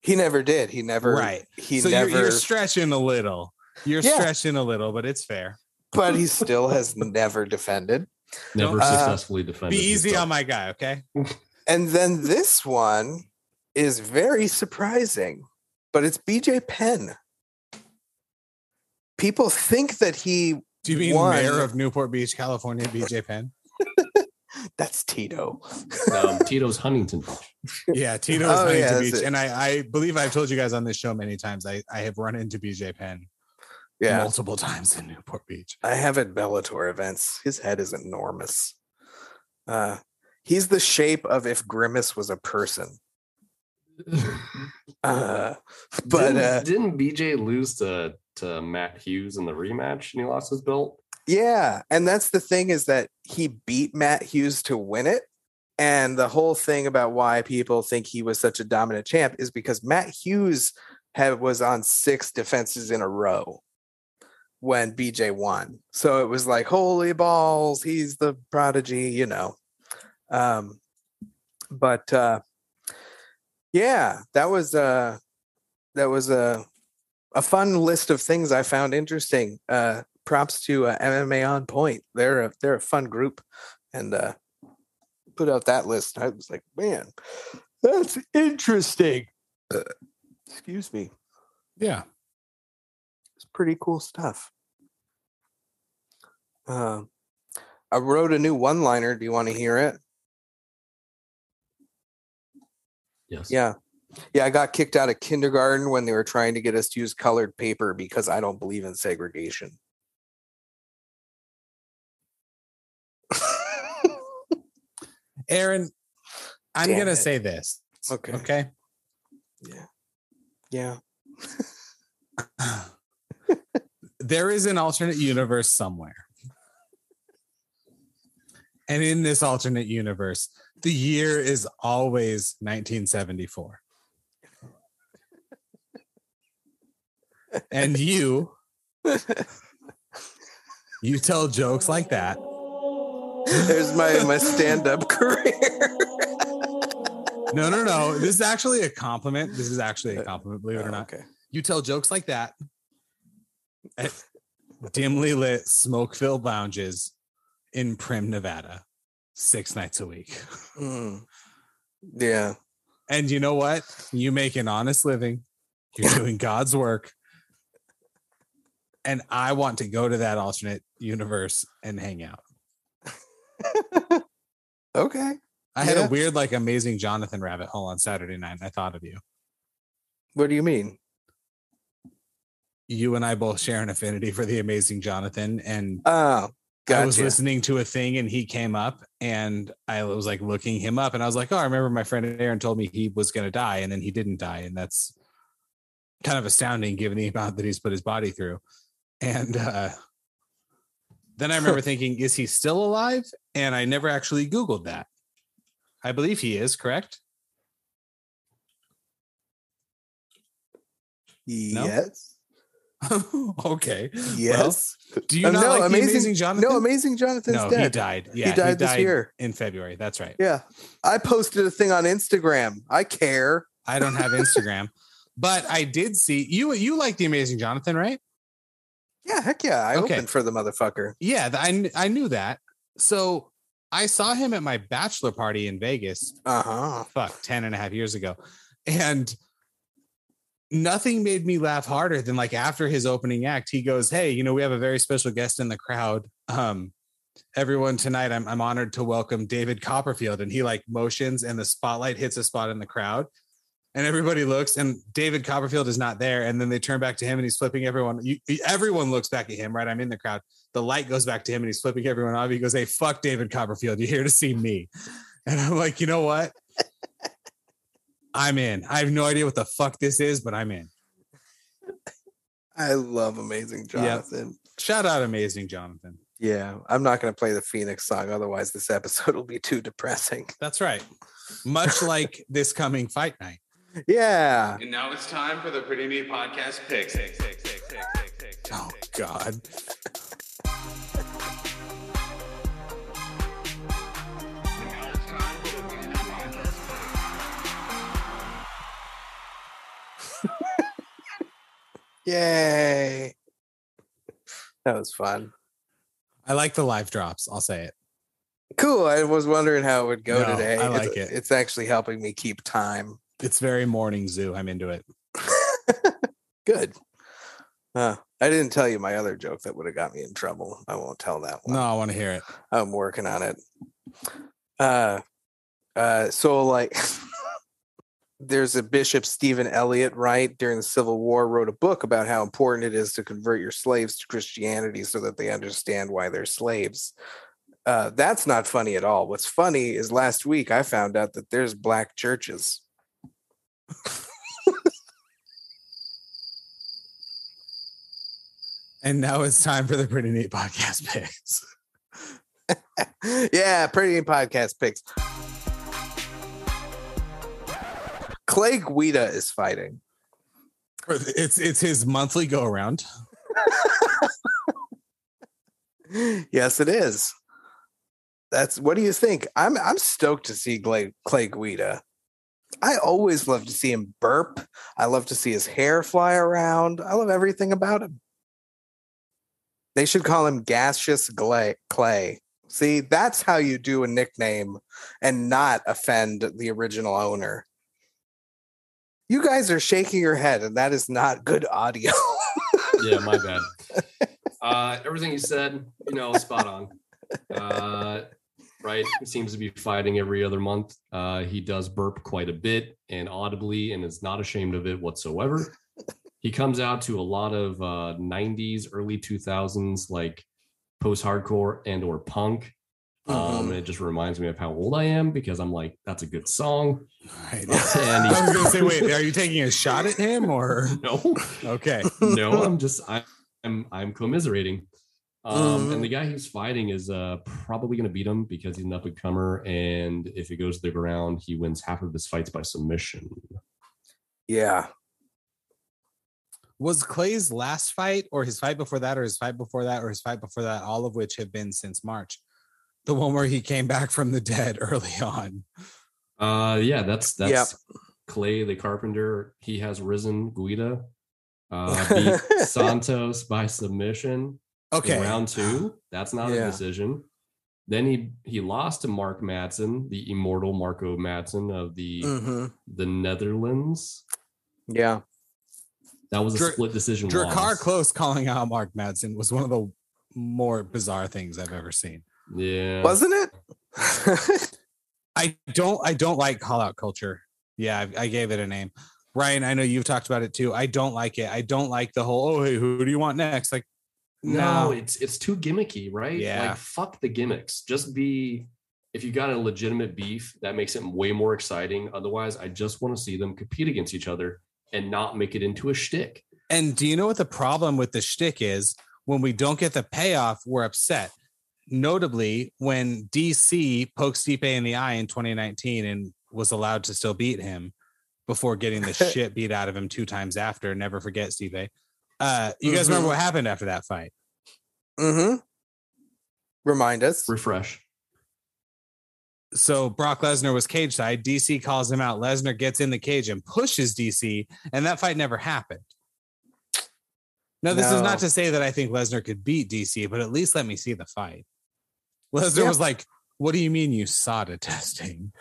[SPEAKER 2] never did. He never.
[SPEAKER 1] Right.
[SPEAKER 2] He
[SPEAKER 1] so
[SPEAKER 2] never.
[SPEAKER 1] you're, you're stretching a little. You're
[SPEAKER 2] Yeah.
[SPEAKER 1] stretching a little, but it's fair.
[SPEAKER 2] but he still has never defended.
[SPEAKER 4] Never
[SPEAKER 1] Uh,
[SPEAKER 4] successfully defended.
[SPEAKER 1] Be
[SPEAKER 4] his
[SPEAKER 1] easy
[SPEAKER 4] belt.
[SPEAKER 1] on my guy, okay?
[SPEAKER 2] And then this one is very surprising, but it's BJ Penn. People think that he
[SPEAKER 1] Do you mean
[SPEAKER 2] One.
[SPEAKER 1] mayor of Newport Beach, California, BJ Penn?
[SPEAKER 2] that's Tito.
[SPEAKER 4] um, Tito's Huntington.
[SPEAKER 1] Yeah, Tito is
[SPEAKER 2] Oh,
[SPEAKER 1] Huntington
[SPEAKER 2] yeah, that's
[SPEAKER 1] Beach.
[SPEAKER 2] it.
[SPEAKER 1] And I, I believe I've told you guys on this show many times. I, I have run into BJ Penn
[SPEAKER 2] Yeah.
[SPEAKER 1] multiple times in Newport Beach.
[SPEAKER 2] I have at Bellator events. His head is enormous. Uh he's the shape of if Grimace was a person. Uh but
[SPEAKER 4] didn't,
[SPEAKER 2] uh
[SPEAKER 4] didn't BJ lose to to Matt Hughes in the rematch and he lost his belt?
[SPEAKER 2] yeah, and that's the thing is that he beat Matt Hughes to win it. And the whole thing about why people think he was such a dominant champ is because Matt Hughes had was on six defenses in a row. when BJ won. So it was like, holy balls, he's the prodigy, you know. Um, but uh, yeah, that was uh, that was a a fun list of things I found interesting. Uh, props to uh, MMA on point. They're a, they're a fun group, and uh, put out that list. I was like, man, that's interesting. Uh, Excuse me.
[SPEAKER 1] Yeah.
[SPEAKER 2] It's pretty cool stuff. Um, I wrote a new one liner. Do you want to hear it?
[SPEAKER 4] Yes.
[SPEAKER 2] Yeah. Yeah, I got kicked out of kindergarten when they were trying to get us to use colored paper because I don't believe in segregation.
[SPEAKER 1] Aaron, I'm
[SPEAKER 2] Damn
[SPEAKER 1] going to
[SPEAKER 2] it.
[SPEAKER 1] say this.
[SPEAKER 2] Okay.
[SPEAKER 1] Okay.
[SPEAKER 2] Yeah.
[SPEAKER 1] there is an alternate universe somewhere. And in this alternate universe, the year is always 1974. And you you tell jokes like that.
[SPEAKER 2] There's my my stand up career.
[SPEAKER 1] No, no, no. This is actually a compliment. This is actually a compliment, believe it or not.
[SPEAKER 2] okay.
[SPEAKER 1] You tell jokes like that at Eh, dimly lit smoke filled lounges in Prim, Nevada, six nights a week.
[SPEAKER 2] Mm. Yeah.
[SPEAKER 1] And you know what? You make an honest living, you're doing God's work. And I want to go to that alternate universe and hang out.
[SPEAKER 2] Okay.
[SPEAKER 1] I had
[SPEAKER 2] Yeah.
[SPEAKER 1] a weird, like, amazing Jonathan rabbit hole on Saturday night. And I thought of you.
[SPEAKER 2] What do you mean?
[SPEAKER 1] You and I both share an affinity for the amazing Jonathan. And
[SPEAKER 2] Oh,
[SPEAKER 1] I was
[SPEAKER 2] gotcha.
[SPEAKER 1] listening to a thing and he came up and I was like looking him up and I was like, oh, I remember my friend Aaron told me he was going to die and then he didn't die. And that's kind of astounding given the amount that he's put his body through. And uh, then I remember thinking, is he still alive? And I never actually Googled that. I believe he is, correct?
[SPEAKER 2] yes.
[SPEAKER 1] okay.
[SPEAKER 2] Yes.
[SPEAKER 1] Do you
[SPEAKER 2] Uh,
[SPEAKER 1] not
[SPEAKER 2] no,
[SPEAKER 1] like
[SPEAKER 2] Amazing-
[SPEAKER 1] the amazing Jonathan?
[SPEAKER 2] no, Amazing Jonathan's
[SPEAKER 1] no,
[SPEAKER 2] dead.
[SPEAKER 1] he died. Yeah,
[SPEAKER 2] he died this year.
[SPEAKER 1] in February. That's right.
[SPEAKER 2] Yeah. I posted a thing on Instagram. I care.
[SPEAKER 1] I don't have Instagram, but I did see you. You like the Amazing Jonathan, right?
[SPEAKER 2] Yeah, heck yeah. I
[SPEAKER 1] Okay.
[SPEAKER 2] opened for the motherfucker.
[SPEAKER 1] Yeah, th- I kn- I knew that. So I saw him at my bachelor party in Vegas.
[SPEAKER 2] Uh-huh.
[SPEAKER 1] Oh, Fuck, 10 and a half years ago, and nothing made me laugh harder than like after his opening act, he goes, "Hey, you know, we have a very special guest in the crowd." Um, everyone tonight, I'm I'm honored to welcome David Copperfield, and he like motions, and the spotlight hits a spot in the crowd. and everybody looks and david copperfield is not there and then they turn back to him and he's flipping everyone you, everyone looks back at him right i'm in the crowd the light goes back to him and he's flipping everyone off he goes hey fuck david copperfield you're here to see me and i'm like you know what i'm in i have no idea what the fuck this is but i'm in
[SPEAKER 2] I love Amazing Jonathan.
[SPEAKER 1] shout out amazing jonathan
[SPEAKER 2] Yeah. I'm not gonna play the Phoenix song, otherwise this episode will be too depressing.
[SPEAKER 1] that's right much like this coming fight night
[SPEAKER 2] Yeah.
[SPEAKER 5] And now it's time for the Pretty Neat Podcast picks.
[SPEAKER 1] oh god
[SPEAKER 2] Yay. That was fun.
[SPEAKER 1] i like the live drops i'll say it
[SPEAKER 2] Cool. I was wondering how it would go
[SPEAKER 1] No,
[SPEAKER 2] today.
[SPEAKER 1] I
[SPEAKER 2] It's-
[SPEAKER 1] like it.
[SPEAKER 2] It's actually helping me keep time.
[SPEAKER 1] it's very morning zoo i'm into it
[SPEAKER 2] Good. Uh, I didn't tell you my other joke that would have got me in trouble. I won't tell that one.
[SPEAKER 1] no i want to hear it
[SPEAKER 2] I'm working on it. Uh, uh, so like, there's a Bishop Stephen Elliott, right? During the Civil War, wrote a book about how important it is to convert your slaves to Christianity so that they understand why they're slaves. Uh, that's not funny at all. What's funny is last week I found out that there's black churches.
[SPEAKER 1] And now it's time for the pretty neat podcast picks.
[SPEAKER 2] yeah, pretty neat podcast picks. Clay Guida is fighting.
[SPEAKER 1] It's it's his monthly go around.
[SPEAKER 2] yes, it is. That's what do you think? I'm I'm stoked to see Clay, Clay Guida. I always love to see him burp. I love to see his hair fly around. I love everything about him. They should call him Gaseous Gla- Clay. See, that's how you do a nickname and not offend the original owner. You guys are shaking your head, and that is not good audio.
[SPEAKER 4] yeah, my bad. Uh, everything you said, you know, spot on. Uh, right, he seems to be fighting every other month. Uh, he does burp quite a bit and audibly, and is not ashamed of it whatsoever. He comes out to a lot of uh, '90s, early 2000s, like post-hardcore and or punk. Um, and it just reminds me of how old I am because I'm like, that's a good song.
[SPEAKER 1] Right.
[SPEAKER 4] And
[SPEAKER 1] I was
[SPEAKER 4] he,
[SPEAKER 1] gonna say, wait, are you taking a shot at him or
[SPEAKER 4] no,
[SPEAKER 1] okay?
[SPEAKER 4] no, I'm just I, I'm I'm commiserating. Um, And the guy he's fighting is uh, probably going to beat him because he's an up and comer, and if it goes to the ground, he wins half of his fights by submission.
[SPEAKER 2] yeah.
[SPEAKER 1] Was Clay's last fight, or his fight before that, or his fight before that, or his fight before that, all of which have been since March, the one where he came back from the dead early on?
[SPEAKER 4] Uh, yeah, that's that's Clay the Carpenter. He has risen Guida uh, beat Santos by submission.
[SPEAKER 1] Okay,
[SPEAKER 4] in round two. That's not
[SPEAKER 2] Yeah.
[SPEAKER 4] a decision. Then he he lost to Mark Madsen, the immortal Marco Madsen of the
[SPEAKER 2] hmm
[SPEAKER 4] the Netherlands.
[SPEAKER 2] Yeah.
[SPEAKER 4] That was a
[SPEAKER 1] Dra-
[SPEAKER 4] split decision.
[SPEAKER 1] Drakkar
[SPEAKER 4] loss.
[SPEAKER 1] Close calling out Mark Madsen was one of the more bizarre things I've ever seen.
[SPEAKER 4] yeah,
[SPEAKER 2] Wasn't it?
[SPEAKER 1] I don't I don't like call out culture. Yeah, I, I gave it a name. Ryan, I know you've talked about it too. I don't like it. I don't like the whole oh hey, who do you want next? Like
[SPEAKER 4] no,
[SPEAKER 1] no.
[SPEAKER 4] it's it's too gimmicky, right?
[SPEAKER 1] Yeah.
[SPEAKER 4] like fuck the gimmicks. Just be. If you got a legitimate beef, that makes it way more exciting. Otherwise, I just want to see them compete against each other and not make it into a shtick.
[SPEAKER 1] And do you know what the problem with the shtick is? When we don't get the payoff, we're upset. Notably, when DC poked Stipe in the eye in 2019 and was allowed to still beat him before getting the shit beat out of him two times after. Never forget Stipe. Uh, you guys remember what happened after that fight?
[SPEAKER 2] hmm Remind us.
[SPEAKER 4] Refresh.
[SPEAKER 1] So Brock Lesnar was cage side. DC calls him out. Lesnar gets in the cage and pushes DC, and that fight never happened. Now, this is
[SPEAKER 2] No.
[SPEAKER 1] not to say that I think Lesnar could beat DC, but at least let me see the fight. Lesnar
[SPEAKER 2] Yeah.
[SPEAKER 1] was like, What do you mean you SADA testing?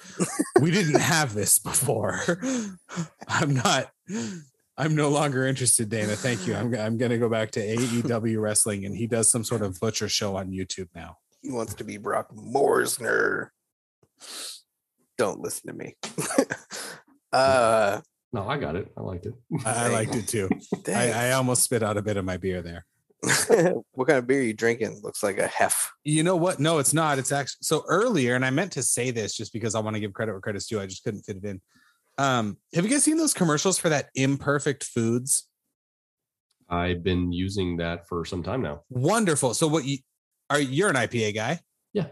[SPEAKER 1] we didn't have this before. I'm not, I'm no longer interested, Dana. Thank you. I'm, I'm going to go back to AEW wrestling, and he does some sort of butcher show on YouTube now.
[SPEAKER 2] He wants to be Brock Morsner. Don't listen to me. uh,
[SPEAKER 4] No, I got it. I liked it.
[SPEAKER 1] I, I liked it too. I, I almost spit out a bit of my beer there.
[SPEAKER 2] thanks. what kind of beer you drinking? Looks like a hef.
[SPEAKER 1] You know what? No, it's not. It's actually so earlier, and I meant to say this just because I want to give credit where credit's due. I just couldn't fit it in. Um, have you guys seen those commercials for that imperfect foods?
[SPEAKER 4] I've been using that for some time now.
[SPEAKER 1] Wonderful. So what you are you're an IPA guy?
[SPEAKER 4] Yeah.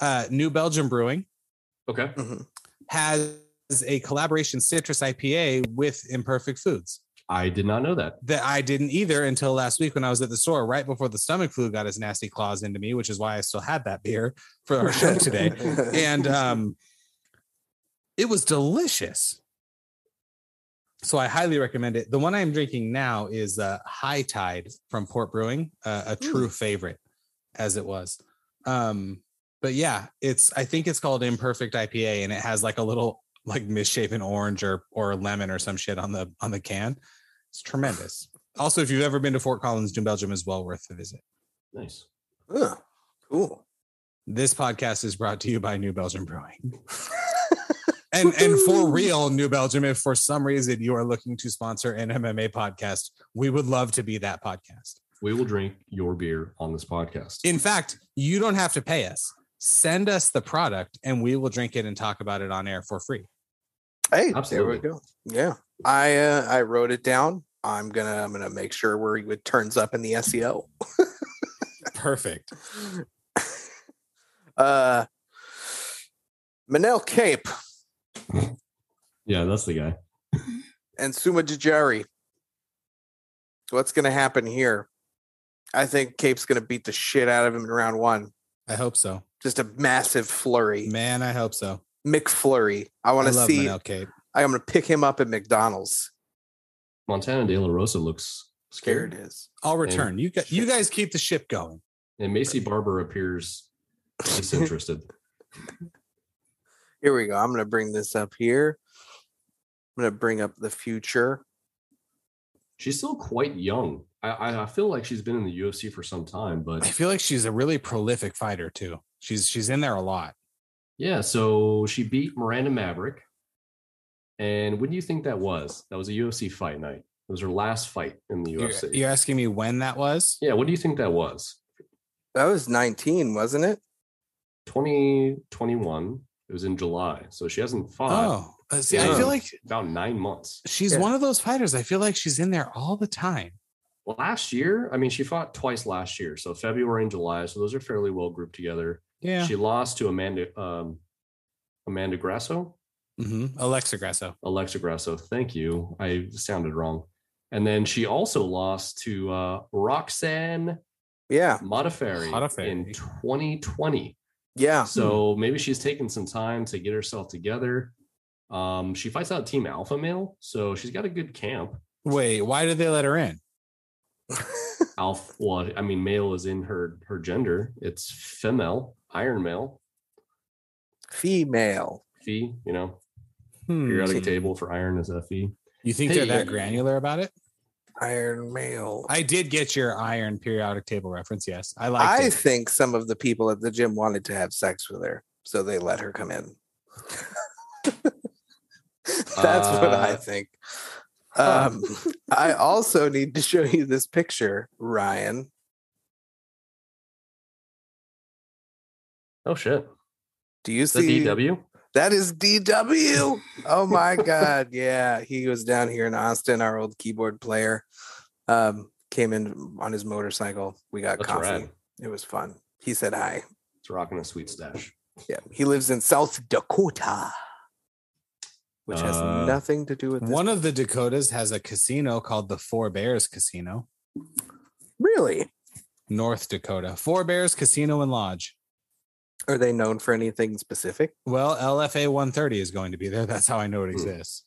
[SPEAKER 1] Uh New Belgium Brewing
[SPEAKER 4] Okay.
[SPEAKER 2] Mhm.
[SPEAKER 1] has a collaboration citrus IPA with Imperfect Foods
[SPEAKER 4] I did not know that.
[SPEAKER 1] that I didn't either until last week when I was at the store right before the stomach flu got his nasty claws into me, which is why I still had that beer for our show today. and um it was delicious so i highly recommend it the one i'm drinking now is uh high tide from port brewing uh, a true favorite as it was um but yeah it's i think it's called imperfect ipa and it has like a little like misshapen orange or or lemon or some shit on the on the can it's tremendous also if you've ever been to fort collins new belgium is well worth the visit
[SPEAKER 4] Nice.
[SPEAKER 2] Ugh, cool.
[SPEAKER 1] this podcast is brought to you by New Belgium Brewing. and and for real, New Belgium, if for some reason you are looking to sponsor an MMA podcast, we would love to be that podcast.
[SPEAKER 4] We will drink your beer on this podcast.
[SPEAKER 1] In fact, you don't have to pay us. Send us the product and we will drink it and talk about it on air for free.
[SPEAKER 2] Hey,
[SPEAKER 4] Absolutely.
[SPEAKER 2] there we go. Yeah, I uh, I wrote it down. I'm gonna I'm gonna make sure where it turns up in the E SEO.
[SPEAKER 1] Perfect.
[SPEAKER 2] Uh, Manel Cape
[SPEAKER 4] yeah, that's the guy.
[SPEAKER 2] and Suma Jajari. What's going to happen here? I think Cape's going to beat the shit out of him in round one.
[SPEAKER 1] I hope so.
[SPEAKER 2] Just a massive flurry,
[SPEAKER 1] Man, I hope so.
[SPEAKER 2] McFlurry. I
[SPEAKER 1] I
[SPEAKER 2] want to
[SPEAKER 1] love
[SPEAKER 2] see.
[SPEAKER 1] Manel Cape.
[SPEAKER 2] I'm going to pick him up at McDonald's.
[SPEAKER 4] Montana De La Rosa looks
[SPEAKER 2] There it
[SPEAKER 4] scared,
[SPEAKER 2] is.
[SPEAKER 1] I'll return. You guys, you guys keep the ship going.
[SPEAKER 4] and Macy Barber appears disinterested.
[SPEAKER 2] Here we go. I'm going to bring this up here. I'm going to bring up the future.
[SPEAKER 4] she's still quite young. I, I, I feel like she's been in the UFC for some time,
[SPEAKER 1] I
[SPEAKER 4] but
[SPEAKER 1] feel like she's a really prolific fighter too. She's she's in there a lot.
[SPEAKER 4] yeah. So she beat Miranda Maverick, and when do you think that was? That was a UFC fight night. It was her last fight in the
[SPEAKER 1] You're,
[SPEAKER 4] UFC.
[SPEAKER 1] you're asking me when that was?
[SPEAKER 4] Yeah. What do you think that was?
[SPEAKER 2] That was 19, wasn't it?
[SPEAKER 4] 2021. It was in July, so she hasn't fought
[SPEAKER 1] Oh, uh, see, I
[SPEAKER 4] yeah.
[SPEAKER 1] feel like
[SPEAKER 4] about nine months.
[SPEAKER 1] she's
[SPEAKER 2] Yeah.
[SPEAKER 1] one of those fighters. I feel like she's in there all the time.
[SPEAKER 4] Last year, I mean, she fought twice last year, so February and July. So those are fairly well grouped together.
[SPEAKER 1] Yeah.
[SPEAKER 4] She lost to Amanda um, Amanda Grasso.
[SPEAKER 1] hmm Alexa Grasso.
[SPEAKER 4] Alexa Grasso. Thank you. I sounded wrong. And then she also lost to uh, Roxanne
[SPEAKER 2] Yeah.
[SPEAKER 4] Modafferi
[SPEAKER 1] Modafferi.
[SPEAKER 4] in 2020.
[SPEAKER 2] Yeah.
[SPEAKER 4] So maybe she's taken some time to get herself together. Um, she fights out Team Alpha Male, so she's got a good camp.
[SPEAKER 1] Wait, why did they let her in?
[SPEAKER 4] Alpha, well, I mean, male is in her her gender. It's female, iron male,
[SPEAKER 2] Female.
[SPEAKER 4] fee. You know,
[SPEAKER 1] Hmm.
[SPEAKER 4] periodic table for iron is fe.
[SPEAKER 1] You think they're
[SPEAKER 4] Hey.
[SPEAKER 1] that granular about it?
[SPEAKER 2] Iron male. I,
[SPEAKER 1] I did get your iron periodic table reference. Yes, I like it.
[SPEAKER 2] think some of the people at the gym wanted to have sex with her, so they let her come in. That's what I
[SPEAKER 4] Uh,
[SPEAKER 2] think.
[SPEAKER 4] huh.
[SPEAKER 2] Um, I also need to show you this picture, Ryan.
[SPEAKER 4] Oh shit,
[SPEAKER 2] Do you
[SPEAKER 4] is that
[SPEAKER 2] see
[SPEAKER 4] DW?
[SPEAKER 2] that is DW? Oh my god, yeah. He was down here in Austin, our old keyboard player. Um, came in on his motorcycle. We got
[SPEAKER 4] That's
[SPEAKER 2] coffee.
[SPEAKER 4] rad.
[SPEAKER 2] It was fun. He said hi.
[SPEAKER 4] It's rocking a sweet stash.
[SPEAKER 2] Yeah, he lives in South Dakota, which has
[SPEAKER 4] Uh,
[SPEAKER 2] nothing to do with this.
[SPEAKER 1] One of the Dakotas has a casino called the Four Bears Casino,
[SPEAKER 2] Really?
[SPEAKER 1] North Dakota. Four Bears Casino and Lodge.
[SPEAKER 2] Are they known for anything specific?
[SPEAKER 1] Well, LFA 130 is going to be there. That's how I know it
[SPEAKER 4] Hmm.
[SPEAKER 1] exists.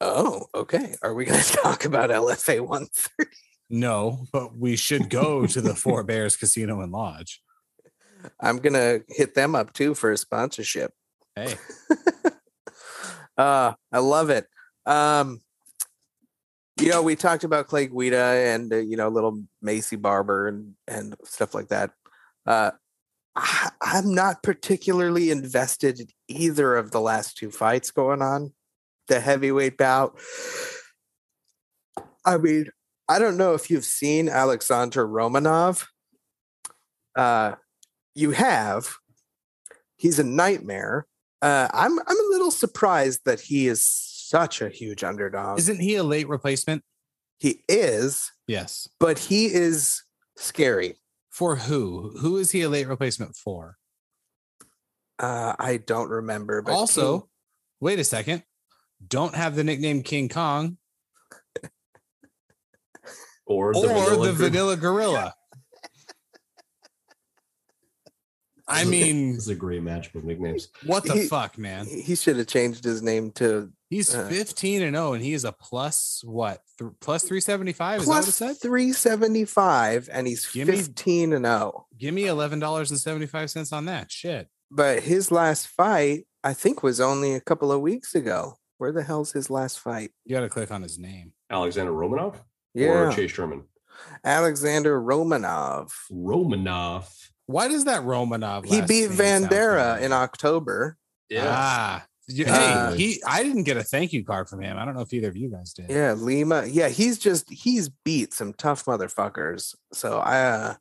[SPEAKER 2] Oh, okay. Are we going to talk about LFA 130?
[SPEAKER 1] No, but we should go to the Four Bears Casino and Lodge.
[SPEAKER 2] I'm going to hit them up too for a sponsorship.
[SPEAKER 1] Hey,
[SPEAKER 2] Uh, I love it. Um, you know, we talked about Clay Guida and uh, you know, little Macy Barber and and stuff like that. Uh, I, I'm not particularly invested in either of the last two fights going on. The heavyweight bout. I mean, I don't know if you've seen Alexander Romanov. Uh, you have. He's a nightmare. Uh, I'm I'm a little surprised that he is such a huge underdog.
[SPEAKER 1] isn't he a late replacement?
[SPEAKER 2] he is,
[SPEAKER 1] Yes.
[SPEAKER 2] but he is scary.
[SPEAKER 1] For who? Who is he a late replacement for?
[SPEAKER 2] Uh, I don't remember. But
[SPEAKER 1] also, wait a second. Don't have the nickname King Kong
[SPEAKER 4] Or the
[SPEAKER 1] or
[SPEAKER 4] vanilla.
[SPEAKER 1] the
[SPEAKER 4] group.
[SPEAKER 1] Vanilla Gorilla. I mean,
[SPEAKER 4] This is a great match with nicknames.
[SPEAKER 1] what the
[SPEAKER 2] He-
[SPEAKER 1] fuck,
[SPEAKER 2] he-
[SPEAKER 1] man?
[SPEAKER 2] he, should have changed his name to
[SPEAKER 1] He's
[SPEAKER 2] uh,
[SPEAKER 1] 15 and 0, and he is a plus what? Th- plus 375? Is that what it
[SPEAKER 2] plus
[SPEAKER 1] said?
[SPEAKER 2] three seventy five, and he's
[SPEAKER 1] Gimme-
[SPEAKER 2] fifteen and oh. zero.
[SPEAKER 1] Give me $11.75 on that. Shit.
[SPEAKER 2] But his last fight, I think, was only a couple of weeks ago. Where the hell's his last fight?
[SPEAKER 1] You got to click on his name.
[SPEAKER 4] Alexander Romanov or
[SPEAKER 2] Yeah,
[SPEAKER 4] Chase Sherman.
[SPEAKER 2] Alexander Romanov.
[SPEAKER 4] Romanov.
[SPEAKER 1] Why does that Romanov?
[SPEAKER 2] He
[SPEAKER 1] last
[SPEAKER 2] beat
[SPEAKER 1] name sound
[SPEAKER 2] Vandera
[SPEAKER 1] familiar?
[SPEAKER 2] in October.
[SPEAKER 1] Ah, You-
[SPEAKER 2] Uh,
[SPEAKER 1] hey, he. I didn't get a thank you card from him. I don't know if either of you guys did.
[SPEAKER 2] Yeah, Lima. Yeah, he's just he's beat some tough motherfuckers. So I uh,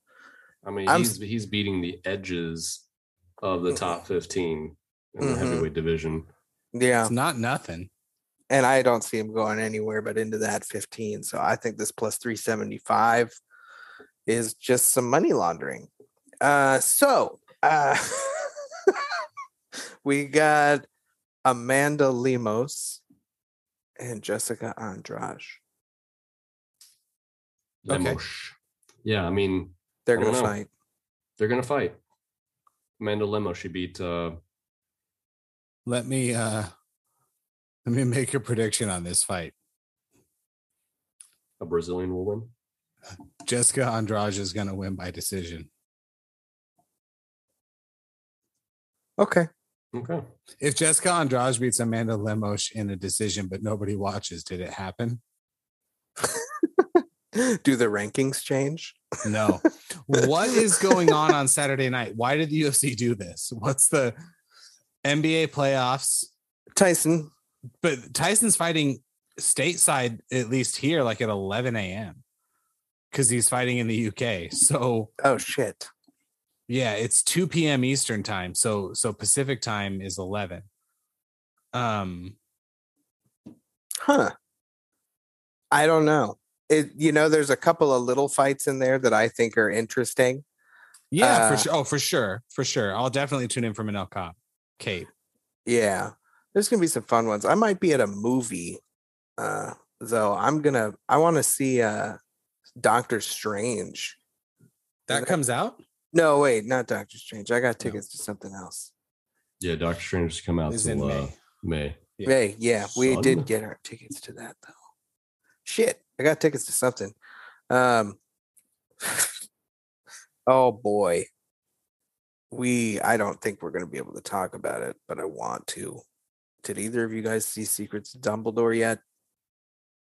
[SPEAKER 4] I mean,
[SPEAKER 2] I'm-
[SPEAKER 4] he's he's beating the edges of the top 15 in the
[SPEAKER 2] Mhm.
[SPEAKER 4] heavyweight division.
[SPEAKER 2] yeah,
[SPEAKER 1] It's not nothing.
[SPEAKER 2] and I don't see him going anywhere but into that 15. So I think this plus 375 is just some money laundering. Uh so uh we got Amanda Lemos and Jessica Andrade.
[SPEAKER 1] Okay.
[SPEAKER 4] Lemos. Yeah, I mean,
[SPEAKER 2] They're
[SPEAKER 4] I don't
[SPEAKER 2] gonna
[SPEAKER 4] know.
[SPEAKER 2] fight.
[SPEAKER 4] They're gonna fight. Amanda Lemo, she beat uh
[SPEAKER 1] Let me uh let me make a prediction on this fight.
[SPEAKER 4] a Brazilian woman.
[SPEAKER 1] Jessica Andrade is going to win by decision.
[SPEAKER 2] Okay.
[SPEAKER 4] Okay.
[SPEAKER 1] If Jessica Andrade beats Amanda Lemos in a decision, but nobody watches, did it happen?
[SPEAKER 2] Do the rankings change?
[SPEAKER 1] No. what is going on on Saturday night? Why did the UFC do this? What's the NBA playoffs?
[SPEAKER 2] Tyson,
[SPEAKER 1] But Tyson's fighting stateside, at least here, like at 11 a.m. because he's fighting in the UK. So
[SPEAKER 2] oh shit.
[SPEAKER 1] yeah, it's 2 p.m. Eastern time. So so Pacific time is 11. Um,
[SPEAKER 2] Huh. I don't know. It you know, there's a couple of little fights in there that I think are interesting.
[SPEAKER 1] Yeah,
[SPEAKER 2] Uh,
[SPEAKER 1] for sure. Oh, for sure, for sure. I'll definitely tune in for Manel Cop. Kate,
[SPEAKER 2] Yeah. There's gonna be some fun ones. I might be at a movie. Uh though I'm gonna I wanna see uh Doctor Strange.
[SPEAKER 1] that comes out.
[SPEAKER 2] No, wait, not Doctor Strange. I got tickets to something else.
[SPEAKER 4] Yeah, Doctor Strange has come out
[SPEAKER 1] Is
[SPEAKER 4] till,
[SPEAKER 1] in
[SPEAKER 4] uh,
[SPEAKER 1] May.
[SPEAKER 4] May.
[SPEAKER 1] Yeah.
[SPEAKER 2] Hey, yeah, we
[SPEAKER 4] Son.
[SPEAKER 2] did get our tickets to that though. Shit, I got tickets to something. Um Oh boy. We I don't think we're going to be able to talk about it, but I want to. Did either of you guys see Secrets of Dumbledore yet?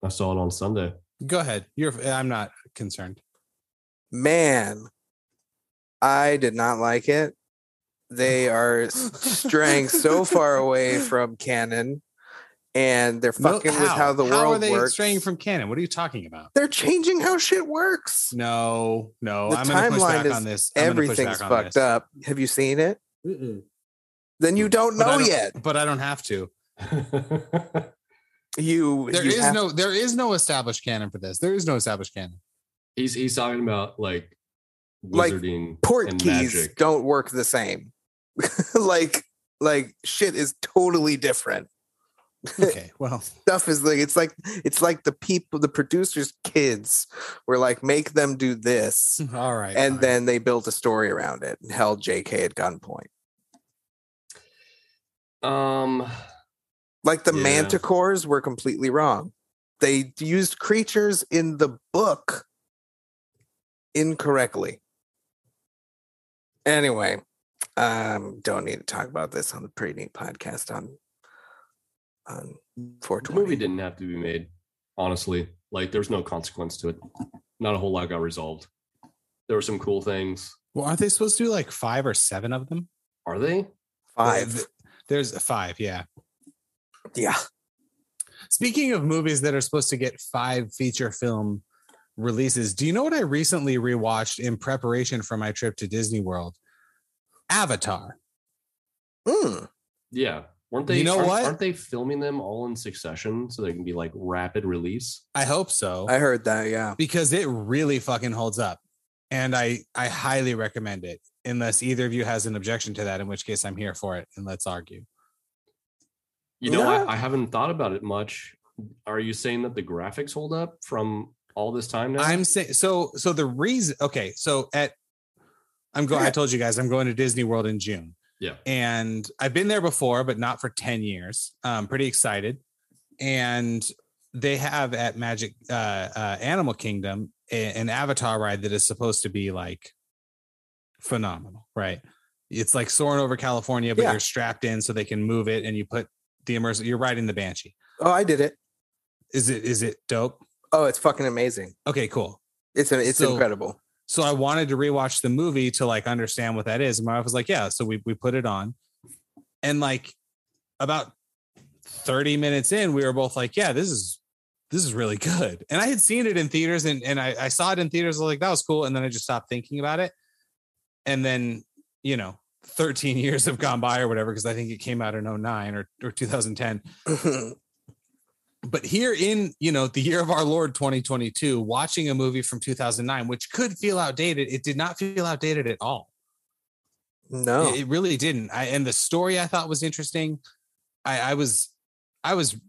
[SPEAKER 4] I saw it on Sunday.
[SPEAKER 1] Go ahead. You're. I'm not concerned.
[SPEAKER 2] Man, I did not like it. They are s- straying so far away from canon and they're
[SPEAKER 1] No,
[SPEAKER 2] fucking with how the
[SPEAKER 1] are
[SPEAKER 2] world
[SPEAKER 1] they
[SPEAKER 2] works.
[SPEAKER 1] straying from canon? What are you talking about?
[SPEAKER 2] they're changing how shit works.
[SPEAKER 1] No, no.
[SPEAKER 2] The
[SPEAKER 1] I'm going to push
[SPEAKER 2] timeline
[SPEAKER 1] back
[SPEAKER 2] is
[SPEAKER 1] on this. I'm gonna push
[SPEAKER 2] Everything's
[SPEAKER 1] back on
[SPEAKER 2] fucked
[SPEAKER 1] this. Mm.
[SPEAKER 2] up. Have you seen it?
[SPEAKER 4] Mm-mm.
[SPEAKER 2] Then you don't
[SPEAKER 1] But I
[SPEAKER 2] know
[SPEAKER 1] don't-
[SPEAKER 2] yet.
[SPEAKER 1] But I don't have to.
[SPEAKER 2] You
[SPEAKER 1] There
[SPEAKER 2] you
[SPEAKER 1] is
[SPEAKER 2] have-
[SPEAKER 1] no. There is no established canon for this. There is no established canon.
[SPEAKER 4] he's he's talking about like
[SPEAKER 2] Like,
[SPEAKER 4] wizarding
[SPEAKER 2] port
[SPEAKER 4] and
[SPEAKER 2] keys
[SPEAKER 4] magic.
[SPEAKER 2] don't work the same. like like shit is totally different.
[SPEAKER 1] Okay. Well,
[SPEAKER 2] Stuff is like it's like it's like the people the producers kids were like make them do this
[SPEAKER 4] Mm.
[SPEAKER 1] all right.
[SPEAKER 2] and
[SPEAKER 1] fine.
[SPEAKER 2] then they built a story around it and held JK at gunpoint.
[SPEAKER 4] Um
[SPEAKER 2] Like the
[SPEAKER 4] Yeah.
[SPEAKER 2] manticores were completely wrong. They used creatures in the book incorrectly. Anyway, um, don't need to talk about this on the pretty neat podcast on on
[SPEAKER 4] the movie
[SPEAKER 2] 420.
[SPEAKER 4] didn't have to be made, honestly. Like there's no consequence to it. Not a whole lot got resolved. There were some cool things.
[SPEAKER 1] well, aren't they supposed to do like five or seven of them?
[SPEAKER 4] Are they?
[SPEAKER 2] Five.
[SPEAKER 1] There's five. Yeah.
[SPEAKER 2] Yeah.
[SPEAKER 1] Speaking of movies that are supposed to get five feature film releases, do you know what I recently rewatched in preparation for my trip to Disney World? Avatar.
[SPEAKER 2] Mm.
[SPEAKER 4] Yeah. Weren't they
[SPEAKER 1] You know
[SPEAKER 4] aren't,
[SPEAKER 1] what?
[SPEAKER 4] aren't they filming them all in succession so they can be like rapid release?
[SPEAKER 1] I hope so
[SPEAKER 2] I heard that. Yeah.
[SPEAKER 1] because it really fucking holds up, and I I highly recommend it. Unless either of you has an objection to that, in which case I'm here for it and let's argue.
[SPEAKER 4] You know,
[SPEAKER 2] Yeah.
[SPEAKER 4] I, I haven't thought about it much. Are you saying that the graphics hold up from all this time now?
[SPEAKER 1] I'm saying so. So the reason, okay. So at, I'm going. I told you guys I'm going to Disney World in June.
[SPEAKER 4] Yeah.
[SPEAKER 1] And I've been there before, but not for ten years. I'm pretty excited. And they have at Magic uh, uh, Animal Kingdom a- an Avatar ride that is supposed to be like phenomenal, right? It's like soaring over California, but
[SPEAKER 2] Yeah.
[SPEAKER 1] you're strapped in so they can move it, and you put the immersive. You're riding the Banshee.
[SPEAKER 2] Oh, I did it.
[SPEAKER 1] Is it is it dope?
[SPEAKER 2] Oh, it's fucking amazing.
[SPEAKER 1] Okay, cool.
[SPEAKER 2] It's a, it's
[SPEAKER 1] So-
[SPEAKER 2] incredible.
[SPEAKER 1] so I wanted to rewatch the movie to like understand what that is. And my wife was like, yeah. So we we put it on. And like about 30 minutes in, we were both like, yeah, this is this is really good. And I had seen it in theaters and, and I, I saw it in theaters. I was like, that was cool. And then I just stopped thinking about it. And then, you know, 13 years have gone by or whatever, because I think it came out in 09 or, or 2010 but here in you know the year of our lord 2022 watching a movie from 2009 which could feel outdated it did not feel outdated at all
[SPEAKER 2] no.
[SPEAKER 1] it, it really didn't I, and the story i thought was interesting i, I was i was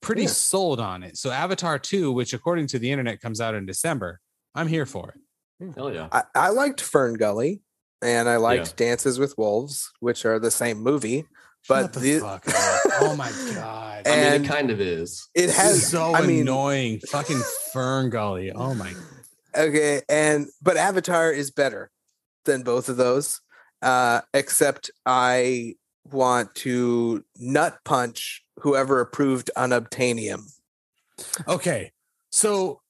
[SPEAKER 1] pretty
[SPEAKER 2] Yeah.
[SPEAKER 1] sold on it so avatar 2 which according to the internet comes out in december i'm here for it
[SPEAKER 4] Hell yeah.
[SPEAKER 2] I, I liked Fern Gully and I liked Dances with Wolves, which are the same movie, but
[SPEAKER 1] Shut the
[SPEAKER 2] the-
[SPEAKER 1] fuck up. Oh my god.
[SPEAKER 4] I mean,
[SPEAKER 2] and-
[SPEAKER 4] it kind of is.
[SPEAKER 2] it has
[SPEAKER 1] so
[SPEAKER 2] I mean-
[SPEAKER 1] annoying. Fucking Fern Gully. Oh my
[SPEAKER 2] Okay, and but Avatar is better than both of those. Uh, except I want to nut punch whoever approved unobtainium
[SPEAKER 1] Okay. So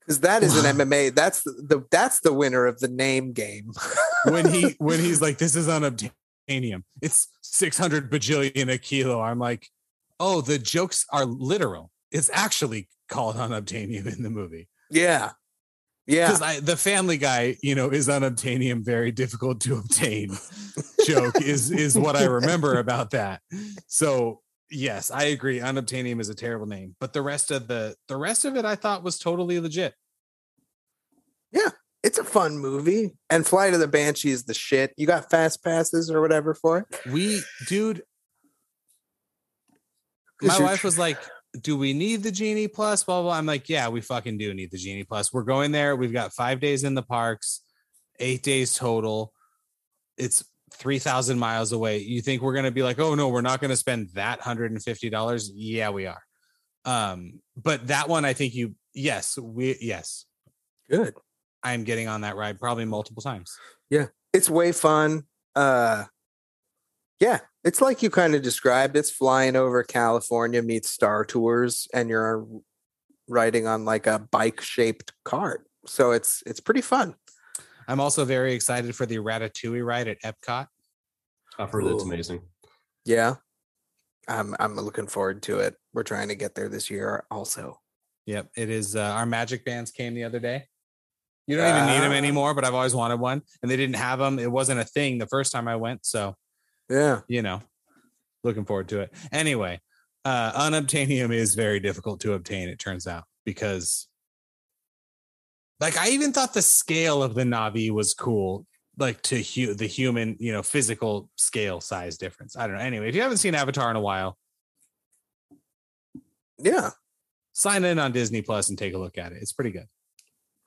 [SPEAKER 2] because that is an MMA. That's the, the that's the winner of the name game.
[SPEAKER 1] when he when he's like, this is unobtainium. It's six hundred bajillion a kilo. I'm like, oh, the jokes are literal. It's actually called unobtainium in the movie
[SPEAKER 2] Yeah, yeah.
[SPEAKER 1] because the Family Guy, you know, is unobtainium very difficult to obtain. joke is is what I remember about that. So yes, I agree. Unobtainium is a terrible name, but the rest of the the rest of it I thought was totally legit.
[SPEAKER 2] It's a fun movie, and Flight of the Banshee is the shit. You got fast passes or whatever for it.
[SPEAKER 1] We, dude,
[SPEAKER 2] Is
[SPEAKER 1] my
[SPEAKER 2] your-
[SPEAKER 1] wife was like, "Do we need the genie plus?" Blah blah. I'm like, "Yeah, we fucking do need the genie plus. We're going there. We've got five days in the parks, eight days total. It's three thousand miles away. You think we're gonna be like, oh no, we're not gonna spend that hundred and fifty dollars? Yeah, we are. Um, but that one, I think you, yes, we, yes,
[SPEAKER 2] good.
[SPEAKER 1] I'm getting on that ride probably multiple times.
[SPEAKER 2] it's way fun. Uh yeah, it's like you kind of described. It's flying over California meets Star Tours, and you're riding on like a bike shaped cart. So it's it's pretty fun.
[SPEAKER 1] I'm also very excited for the Ratatouille ride at Epcot.
[SPEAKER 4] I've heard it's
[SPEAKER 2] Ooh.
[SPEAKER 4] amazing.
[SPEAKER 2] Yeah. I'm I'm looking forward to it. We're trying to get there this year also.
[SPEAKER 1] Yep, it is. Uh, our magic bands came the other day. You don't even need them
[SPEAKER 2] Ah.
[SPEAKER 1] anymore, but I've always wanted one, and they didn't have them. It wasn't a thing the first time I went, so
[SPEAKER 2] Yeah.
[SPEAKER 1] you know, looking forward to it. Anyway, uh, unobtainium is very difficult to obtain. It turns out because, like, I even thought the scale of the Navi was cool, like to hu- the human, you know, physical scale size difference. I don't know. Anyway, if you haven't seen Avatar in a while,
[SPEAKER 2] Yeah.
[SPEAKER 1] sign in on Disney Plus and take a look at it. It's pretty good.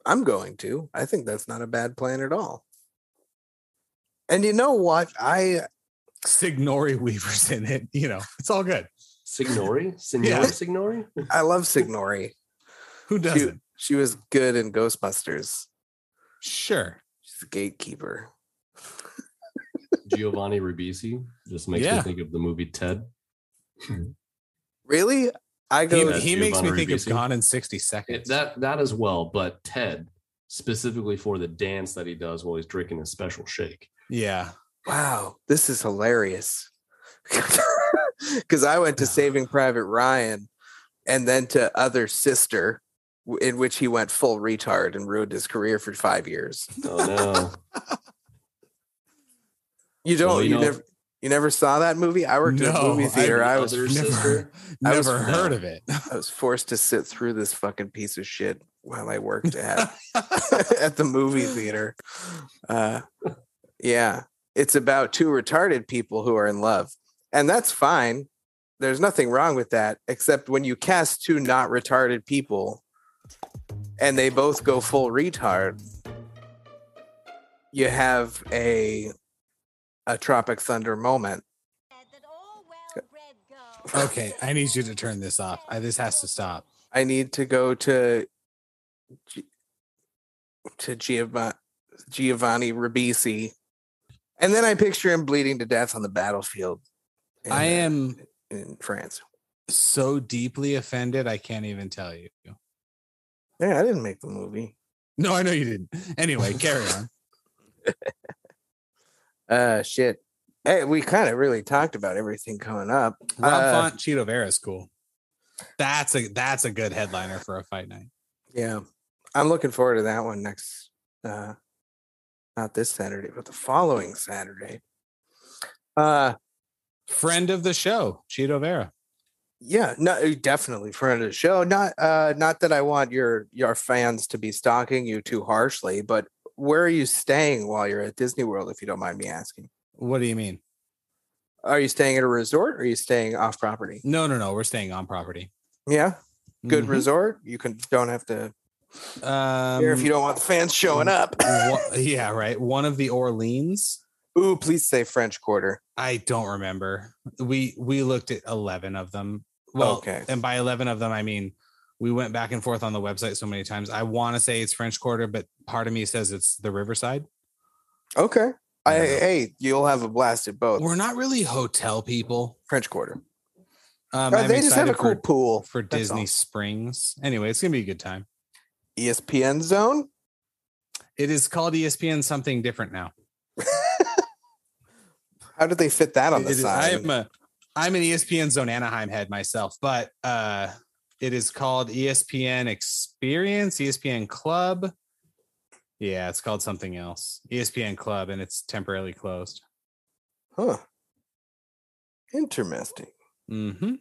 [SPEAKER 2] I'm going to. I think that's not a bad plan at all. And you know what? I
[SPEAKER 1] Signori Weaver's in it. You know, it's all good.
[SPEAKER 4] Signori? Signori?
[SPEAKER 1] Yeah.
[SPEAKER 4] Signori?
[SPEAKER 2] I love Signori.
[SPEAKER 1] Who
[SPEAKER 2] She,
[SPEAKER 1] doesn't?
[SPEAKER 2] she was good in Ghostbusters.
[SPEAKER 1] Sure.
[SPEAKER 2] She's the gatekeeper.
[SPEAKER 4] Giovanni Ribisi just makes
[SPEAKER 1] Yeah.
[SPEAKER 4] me think of the movie Ted.
[SPEAKER 2] Really? I
[SPEAKER 1] He,
[SPEAKER 2] go.
[SPEAKER 4] that's
[SPEAKER 1] he makes me
[SPEAKER 4] Giovanni
[SPEAKER 1] think of
[SPEAKER 4] Ribisi.
[SPEAKER 1] Gone in 60 Seconds.
[SPEAKER 4] It- that that as well, but Ted specifically for the dance that he does while he's drinking his special shake.
[SPEAKER 1] yeah.
[SPEAKER 2] wow, this is hilarious. Because I went to
[SPEAKER 1] Yeah.
[SPEAKER 2] Saving Private Ryan, and then to Other Sister, w- in which he went full retard and ruined his career for five years.
[SPEAKER 4] Oh no.
[SPEAKER 2] You don't.
[SPEAKER 4] Well,
[SPEAKER 2] you
[SPEAKER 4] you know-
[SPEAKER 2] never. You never saw that movie? I worked in a
[SPEAKER 1] No,
[SPEAKER 2] movie
[SPEAKER 1] I-
[SPEAKER 2] theater. I, was.
[SPEAKER 4] Other
[SPEAKER 1] never-
[SPEAKER 4] Sister?
[SPEAKER 2] I was
[SPEAKER 1] Never
[SPEAKER 4] from-
[SPEAKER 1] heard of it.
[SPEAKER 2] I was forced to sit through this fucking piece of shit while I worked at at the movie theater. Uh, yeah, it's about two retarded people who are in love, and that's fine. There's nothing wrong with that, except when you cast two not retarded people, and they both go full retard. You have a a Tropic Thunder moment.
[SPEAKER 1] okay. I need you to turn this off. I, this has to stop.
[SPEAKER 2] I need to go to G- to Giovanni, Giovanni Ribisi, and then I picture him bleeding to death on the battlefield. in,
[SPEAKER 1] I
[SPEAKER 2] uh,
[SPEAKER 1] am
[SPEAKER 2] in France.
[SPEAKER 1] so deeply offended. I can't even tell you.
[SPEAKER 2] Yeah, I didn't make the movie.
[SPEAKER 1] No, I know you didn't. Anyway, carry on.
[SPEAKER 2] Uh, shit. Hey, we kind of really talked about everything coming up.
[SPEAKER 1] Rob
[SPEAKER 2] Uh,
[SPEAKER 1] Font, Cheeto Vera is cool. That's a that's a good headliner for a fight night.
[SPEAKER 2] Yeah, I'm looking forward to that one next. Uh, not this Saturday, but the following Saturday. Uh,
[SPEAKER 1] Friend of the show, Cheeto Vera.
[SPEAKER 2] yeah no uh, definitely friend of the show not uh not that i want your your fans to be stalking you too harshly but where are you staying while you're at disney world if you don't mind me asking
[SPEAKER 1] What do you mean?
[SPEAKER 2] are you staying at a resort or are you staying off property
[SPEAKER 1] No, no, no. We're staying on property.
[SPEAKER 2] yeah good
[SPEAKER 1] Mhm.
[SPEAKER 2] resort you can don't have to
[SPEAKER 1] Um,
[SPEAKER 2] Here, if you don't want fans showing up.
[SPEAKER 1] wha- yeah, right. One of the Orleans.
[SPEAKER 2] Ooh, please say French Quarter.
[SPEAKER 1] I don't remember. We we looked at eleven of them. Well,
[SPEAKER 2] Okay.
[SPEAKER 1] and by eleven of them, I mean we went back and forth on the website so many times. I want to say it's French Quarter, but part of me says it's the Riverside.
[SPEAKER 2] Okay. I,
[SPEAKER 1] Yeah.
[SPEAKER 2] hey, you'll have a blast at both.
[SPEAKER 1] We're not really hotel people.
[SPEAKER 2] French Quarter.
[SPEAKER 1] Um,
[SPEAKER 2] Oh,
[SPEAKER 1] I'm
[SPEAKER 2] they just have
[SPEAKER 1] excited
[SPEAKER 2] a cool
[SPEAKER 1] for,
[SPEAKER 2] pool.
[SPEAKER 1] for
[SPEAKER 2] That's
[SPEAKER 1] Disney
[SPEAKER 2] all. E
[SPEAKER 1] Springs. Anyway, it's gonna be a good time.
[SPEAKER 2] ESPN Zone.
[SPEAKER 1] It is called E ESPN something different now.
[SPEAKER 2] How did they fit that on the
[SPEAKER 1] It is- I
[SPEAKER 2] side?
[SPEAKER 1] am a I'm an E ESPN Zone Anaheim head myself, but uh it is called E ESPN Experience, E ESPN Club. Yeah, it's called something else. E ESPN Club and it's temporarily closed.
[SPEAKER 2] Huh. Interesting.
[SPEAKER 1] Mhm.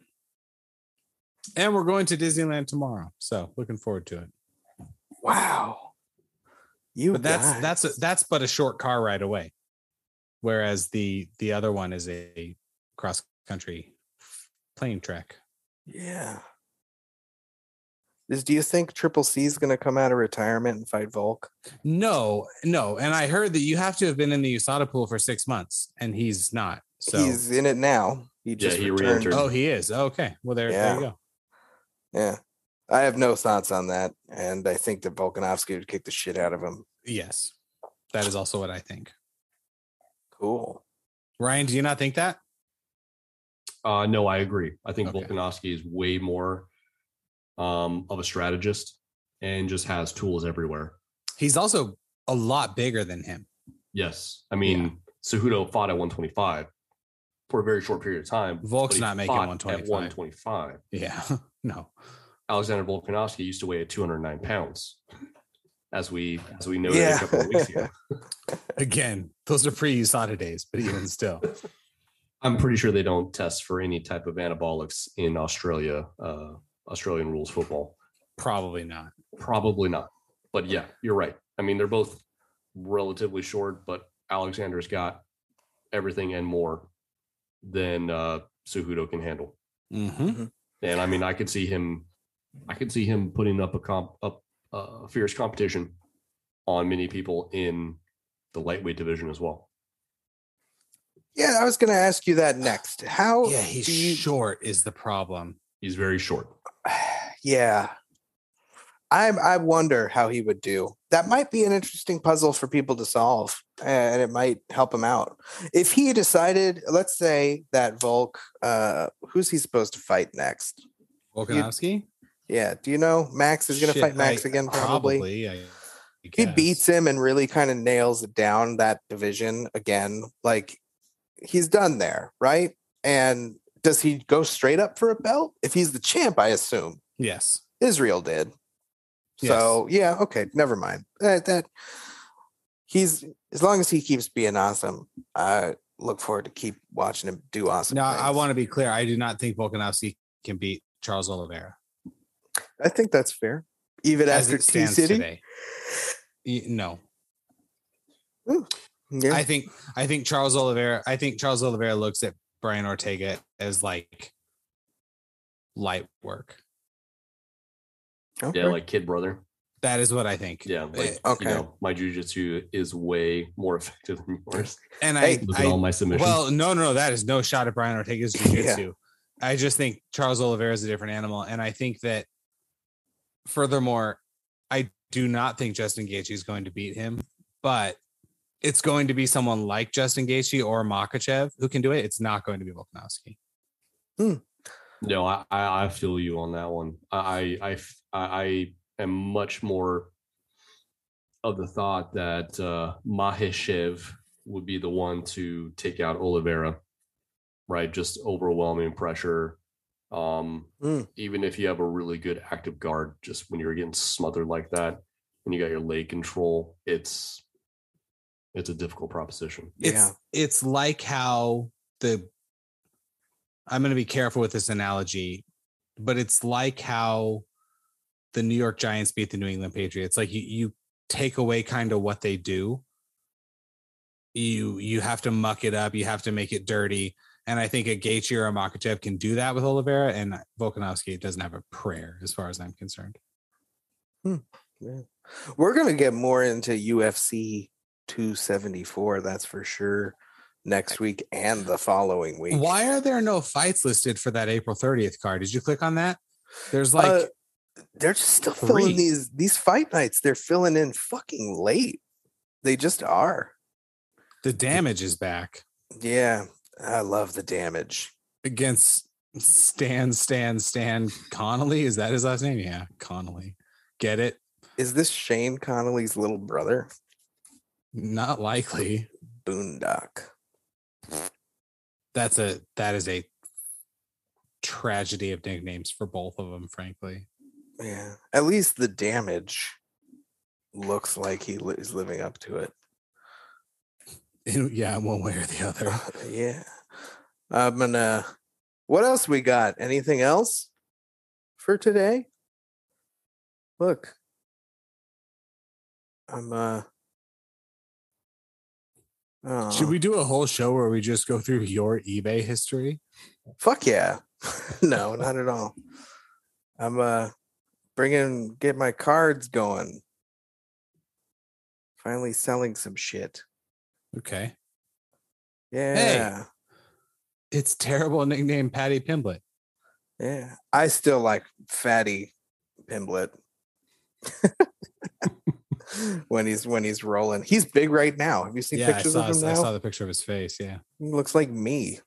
[SPEAKER 1] And we're going to Disneyland tomorrow. So, looking forward to it.
[SPEAKER 2] Wow. You
[SPEAKER 1] But that's
[SPEAKER 2] guys.
[SPEAKER 1] that's a, that's but a short car ride away. Whereas the the other one is a cross country plane track.
[SPEAKER 2] yeah. Is, do you think Triple C is going to come out of retirement and fight Volk?
[SPEAKER 1] No, no. And I heard that you have to have been in the USADA pool for six months, and he's not. So,
[SPEAKER 2] He's in it now. He just
[SPEAKER 4] he
[SPEAKER 2] returned.
[SPEAKER 4] re-entered.
[SPEAKER 1] oh, he is. Okay. Well, there, there you go.
[SPEAKER 2] Yeah. I have no thoughts on that. And I think that Volkanovski would kick the shit out of him.
[SPEAKER 1] Yes. That is also what I think.
[SPEAKER 2] Cool.
[SPEAKER 1] Ryan, do you not think that?
[SPEAKER 4] Uh, no, I agree. I think
[SPEAKER 1] Okay.
[SPEAKER 4] Volkanovski is way more um, of a strategist and just has tools everywhere.
[SPEAKER 1] He's also a lot bigger than him.
[SPEAKER 4] Yes. I mean,
[SPEAKER 1] Yeah.
[SPEAKER 4] Cejudo fought at 125 for a very short period of time.
[SPEAKER 1] Volk's
[SPEAKER 4] but he
[SPEAKER 1] not making
[SPEAKER 4] fought
[SPEAKER 1] 125.
[SPEAKER 4] At 125.
[SPEAKER 1] Yeah. no.
[SPEAKER 4] Alexander Volkanovski used to weigh at 209 pounds, as we as we noted
[SPEAKER 2] Yeah.
[SPEAKER 4] a couple of weeks ago.
[SPEAKER 1] Again, those are pre USADA days, but even still.
[SPEAKER 4] I'm pretty sure they don't test for any type of anabolics in Australia, uh, Australian rules football.
[SPEAKER 1] Probably not.
[SPEAKER 4] Probably not. But yeah, you're right. I mean, they're both relatively short, but Alexander's got everything and more than uh Suhudo can handle.
[SPEAKER 1] hmm
[SPEAKER 2] Mm-hmm.
[SPEAKER 4] And I mean, I could see him I could see him putting up a comp up uh, fierce competition on many people in the lightweight division as well.
[SPEAKER 2] Yeah, I was going to ask you that next. How?
[SPEAKER 1] Yeah, he's
[SPEAKER 2] do you-
[SPEAKER 1] short is the problem.
[SPEAKER 4] He's very short.
[SPEAKER 2] yeah. I I wonder how he would do. That might be an interesting puzzle for people to solve, and it might help him out. If he decided, let's say that Volk, uh, who's he supposed to fight next?
[SPEAKER 1] Volkanovski?
[SPEAKER 2] Yeah, do you know Max is going to
[SPEAKER 1] Shit,
[SPEAKER 2] fight Max
[SPEAKER 1] I-
[SPEAKER 2] again? probably.
[SPEAKER 1] Probably. I
[SPEAKER 2] he
[SPEAKER 1] guess.
[SPEAKER 2] beats him and really kind of nails it down that division again like he's done there right and does he go straight up for a belt if he's the champ i assume
[SPEAKER 1] Yes.
[SPEAKER 2] israel did
[SPEAKER 1] Yes.
[SPEAKER 2] so yeah okay never mind that, that he's as long as he keeps being awesome i look forward to keep watching him do awesome
[SPEAKER 1] No, I
[SPEAKER 2] things.
[SPEAKER 1] want to be clear. I do not think Volkanovski can beat Charles Oliveira
[SPEAKER 2] i think that's fair even
[SPEAKER 1] as
[SPEAKER 2] after
[SPEAKER 1] it
[SPEAKER 2] T
[SPEAKER 1] stands
[SPEAKER 2] City,
[SPEAKER 1] today. Y- No,
[SPEAKER 2] yeah.
[SPEAKER 1] I think I think Charles Oliveira. I think Charles Oliveira looks at Brian Ortega as like light work.
[SPEAKER 2] okay.
[SPEAKER 4] Yeah, like kid brother.
[SPEAKER 1] That is what I think. Eh,
[SPEAKER 4] Yeah, like
[SPEAKER 2] okay.
[SPEAKER 4] you know, my jujitsu is way more effective than yours.
[SPEAKER 1] And
[SPEAKER 2] Hey,
[SPEAKER 1] I,
[SPEAKER 4] Look at all
[SPEAKER 1] I
[SPEAKER 4] my submissions.
[SPEAKER 1] well, no, no, no, that is no shot at Brian Ortega's jiu-jitsu. I just think Charles Oliveira is a different animal, and I think that furthermore, I do not think Justin Gaethje is going to beat him, but it's going to be someone like Justin Gaethje or Makachev who can do it. It's not going to be Volkanovski.
[SPEAKER 4] no, I, I I feel you on that one. I I I f- I- I am much more of the thought that uh, Maheshev would be the one to take out Oliveira, right? Just overwhelming pressure. Um,
[SPEAKER 2] Mm.
[SPEAKER 4] Even if you have a really good active guard, just when you're getting smothered like that, when you got your leg control, it's it's a difficult proposition.
[SPEAKER 2] yeah
[SPEAKER 1] It's it's like how the I'm going to be careful with this analogy, but it's like how the New York Giants beat the New England Patriots. Like you you take away kind of what they do. You you have to muck it up, you have to make it dirty. And I think a Gaethje or a Makachev can do that with Oliveira, and Volkanovski doesn't have a prayer as far as I'm concerned.
[SPEAKER 2] yeah. We're gonna get more into UFC 274. That's for sure. Next week and the following week.
[SPEAKER 1] Why are there no fights listed for that April 30th card? Did you click on that? There's like
[SPEAKER 2] Uh, they're just still filling
[SPEAKER 1] three.
[SPEAKER 2] these these fight nights. They're filling in fucking late. They just are.
[SPEAKER 1] the damage is back
[SPEAKER 2] Yeah, I love the damage.
[SPEAKER 1] against Stan, Stan, Stan Connolly. Is that his last name? Yeah, Connolly. Get it?
[SPEAKER 2] Is this Shane Connolly's little brother?
[SPEAKER 1] Not likely.
[SPEAKER 2] Boondock.
[SPEAKER 1] That's a that is a tragedy of nicknames for both of them, frankly.
[SPEAKER 2] Yeah. At least the damage looks like he li- is living up to it.
[SPEAKER 1] In, yeah, one way or the other.
[SPEAKER 2] yeah. I'm gonna. What else we got? Anything else for today? Look, I'm uh. Oh,
[SPEAKER 1] Should we do a whole show where we just go through your eBay history?
[SPEAKER 2] Fuck yeah! no, not at all. I'm uh bringing get my cards going. Finally selling some shit.
[SPEAKER 1] Okay.
[SPEAKER 2] Yeah,
[SPEAKER 1] It's terrible nickname Patty Pimblett.
[SPEAKER 2] yeah. I still like fatty Pimblett. when he's when he's rolling, he's big right now. Have you seen
[SPEAKER 1] Yeah, I
[SPEAKER 2] pictures
[SPEAKER 1] saw,
[SPEAKER 2] of him
[SPEAKER 1] I
[SPEAKER 2] now?
[SPEAKER 1] saw the picture of his face. Yeah.
[SPEAKER 2] He looks like me.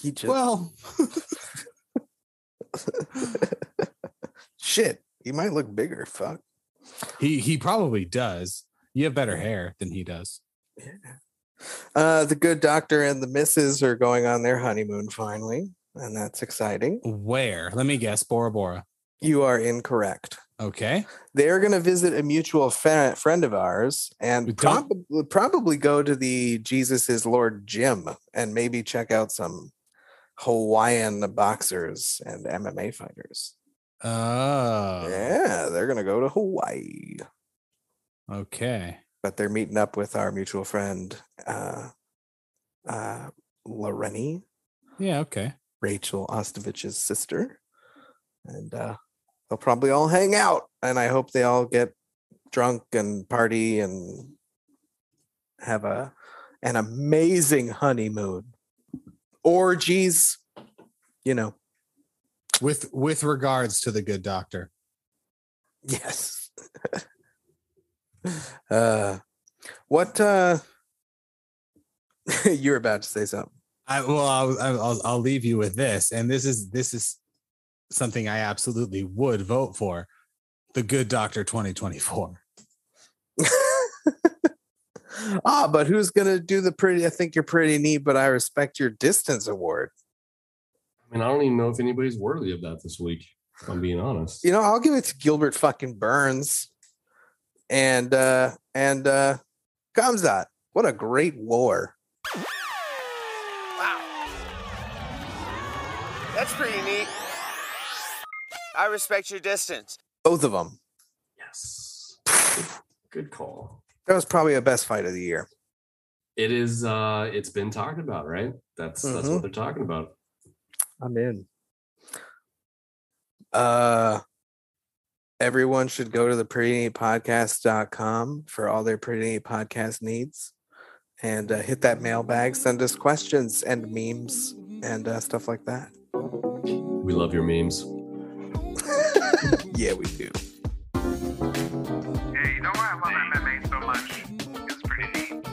[SPEAKER 2] He just
[SPEAKER 1] Well,
[SPEAKER 2] shit. He might look bigger. Fuck.
[SPEAKER 1] he he probably does. You have better hair than he does.
[SPEAKER 2] Uh, the good doctor and the missus are going on their honeymoon finally, and that's exciting.
[SPEAKER 1] Where? Let me guess. Bora Bora.
[SPEAKER 2] You are incorrect.
[SPEAKER 1] Okay.
[SPEAKER 2] They're going to visit a mutual fa- friend of ours
[SPEAKER 1] We
[SPEAKER 2] and
[SPEAKER 1] don't-
[SPEAKER 2] probably probably go to the Jesus is Lord gym and maybe check out some Hawaiian boxers and MMA fighters.
[SPEAKER 1] Oh.
[SPEAKER 2] Yeah, they're going to go to Hawaii,
[SPEAKER 1] Okay.
[SPEAKER 2] but they're meeting up with our mutual friend uh uh Loreni.
[SPEAKER 1] Yeah. Okay.
[SPEAKER 2] Rachel Ostovich's sister. And uh, they'll probably all hang out. And I hope they all get drunk and party and have a an amazing honeymoon. Orgies, you know.
[SPEAKER 1] With with regards to the good doctor.
[SPEAKER 2] Yes. uh what uh you were about to say something.
[SPEAKER 1] I well, I'll, I'll I'll leave you with this, and this is this is something I absolutely would vote for. The good doctor 2024.
[SPEAKER 2] ah, but who's gonna do the pretty? I think you're pretty neat, but I respect your distance award.
[SPEAKER 4] I mean, I don't even know if anybody's worthy of that this week. If I'm being honest.
[SPEAKER 2] You know, I'll give it to Gilbert fucking Burns, and uh and uh Kamzat. What a great war!
[SPEAKER 6] Wow. That's pretty neat. I respect your distance.
[SPEAKER 2] Both of them.
[SPEAKER 4] Yes. Good call.
[SPEAKER 2] That was probably the best fight of the year.
[SPEAKER 4] It is. uh It's been talked about, right? That's that's
[SPEAKER 2] Mhm.
[SPEAKER 4] what they're talking about.
[SPEAKER 2] I'm in. Uh everyone should go to the pretty neat podcast.com for all their pretty neat podcast needs and uh, hit that mailbag, send us questions and memes and uh, stuff like that.
[SPEAKER 4] We love your memes.
[SPEAKER 2] Yeah, we do.
[SPEAKER 3] Yeah, you know why I love MMA so much? It's pretty neat.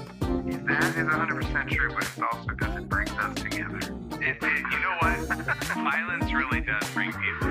[SPEAKER 3] That is 100% true, but it's also because it brings us together. It, it, you know what? Violence really does bring people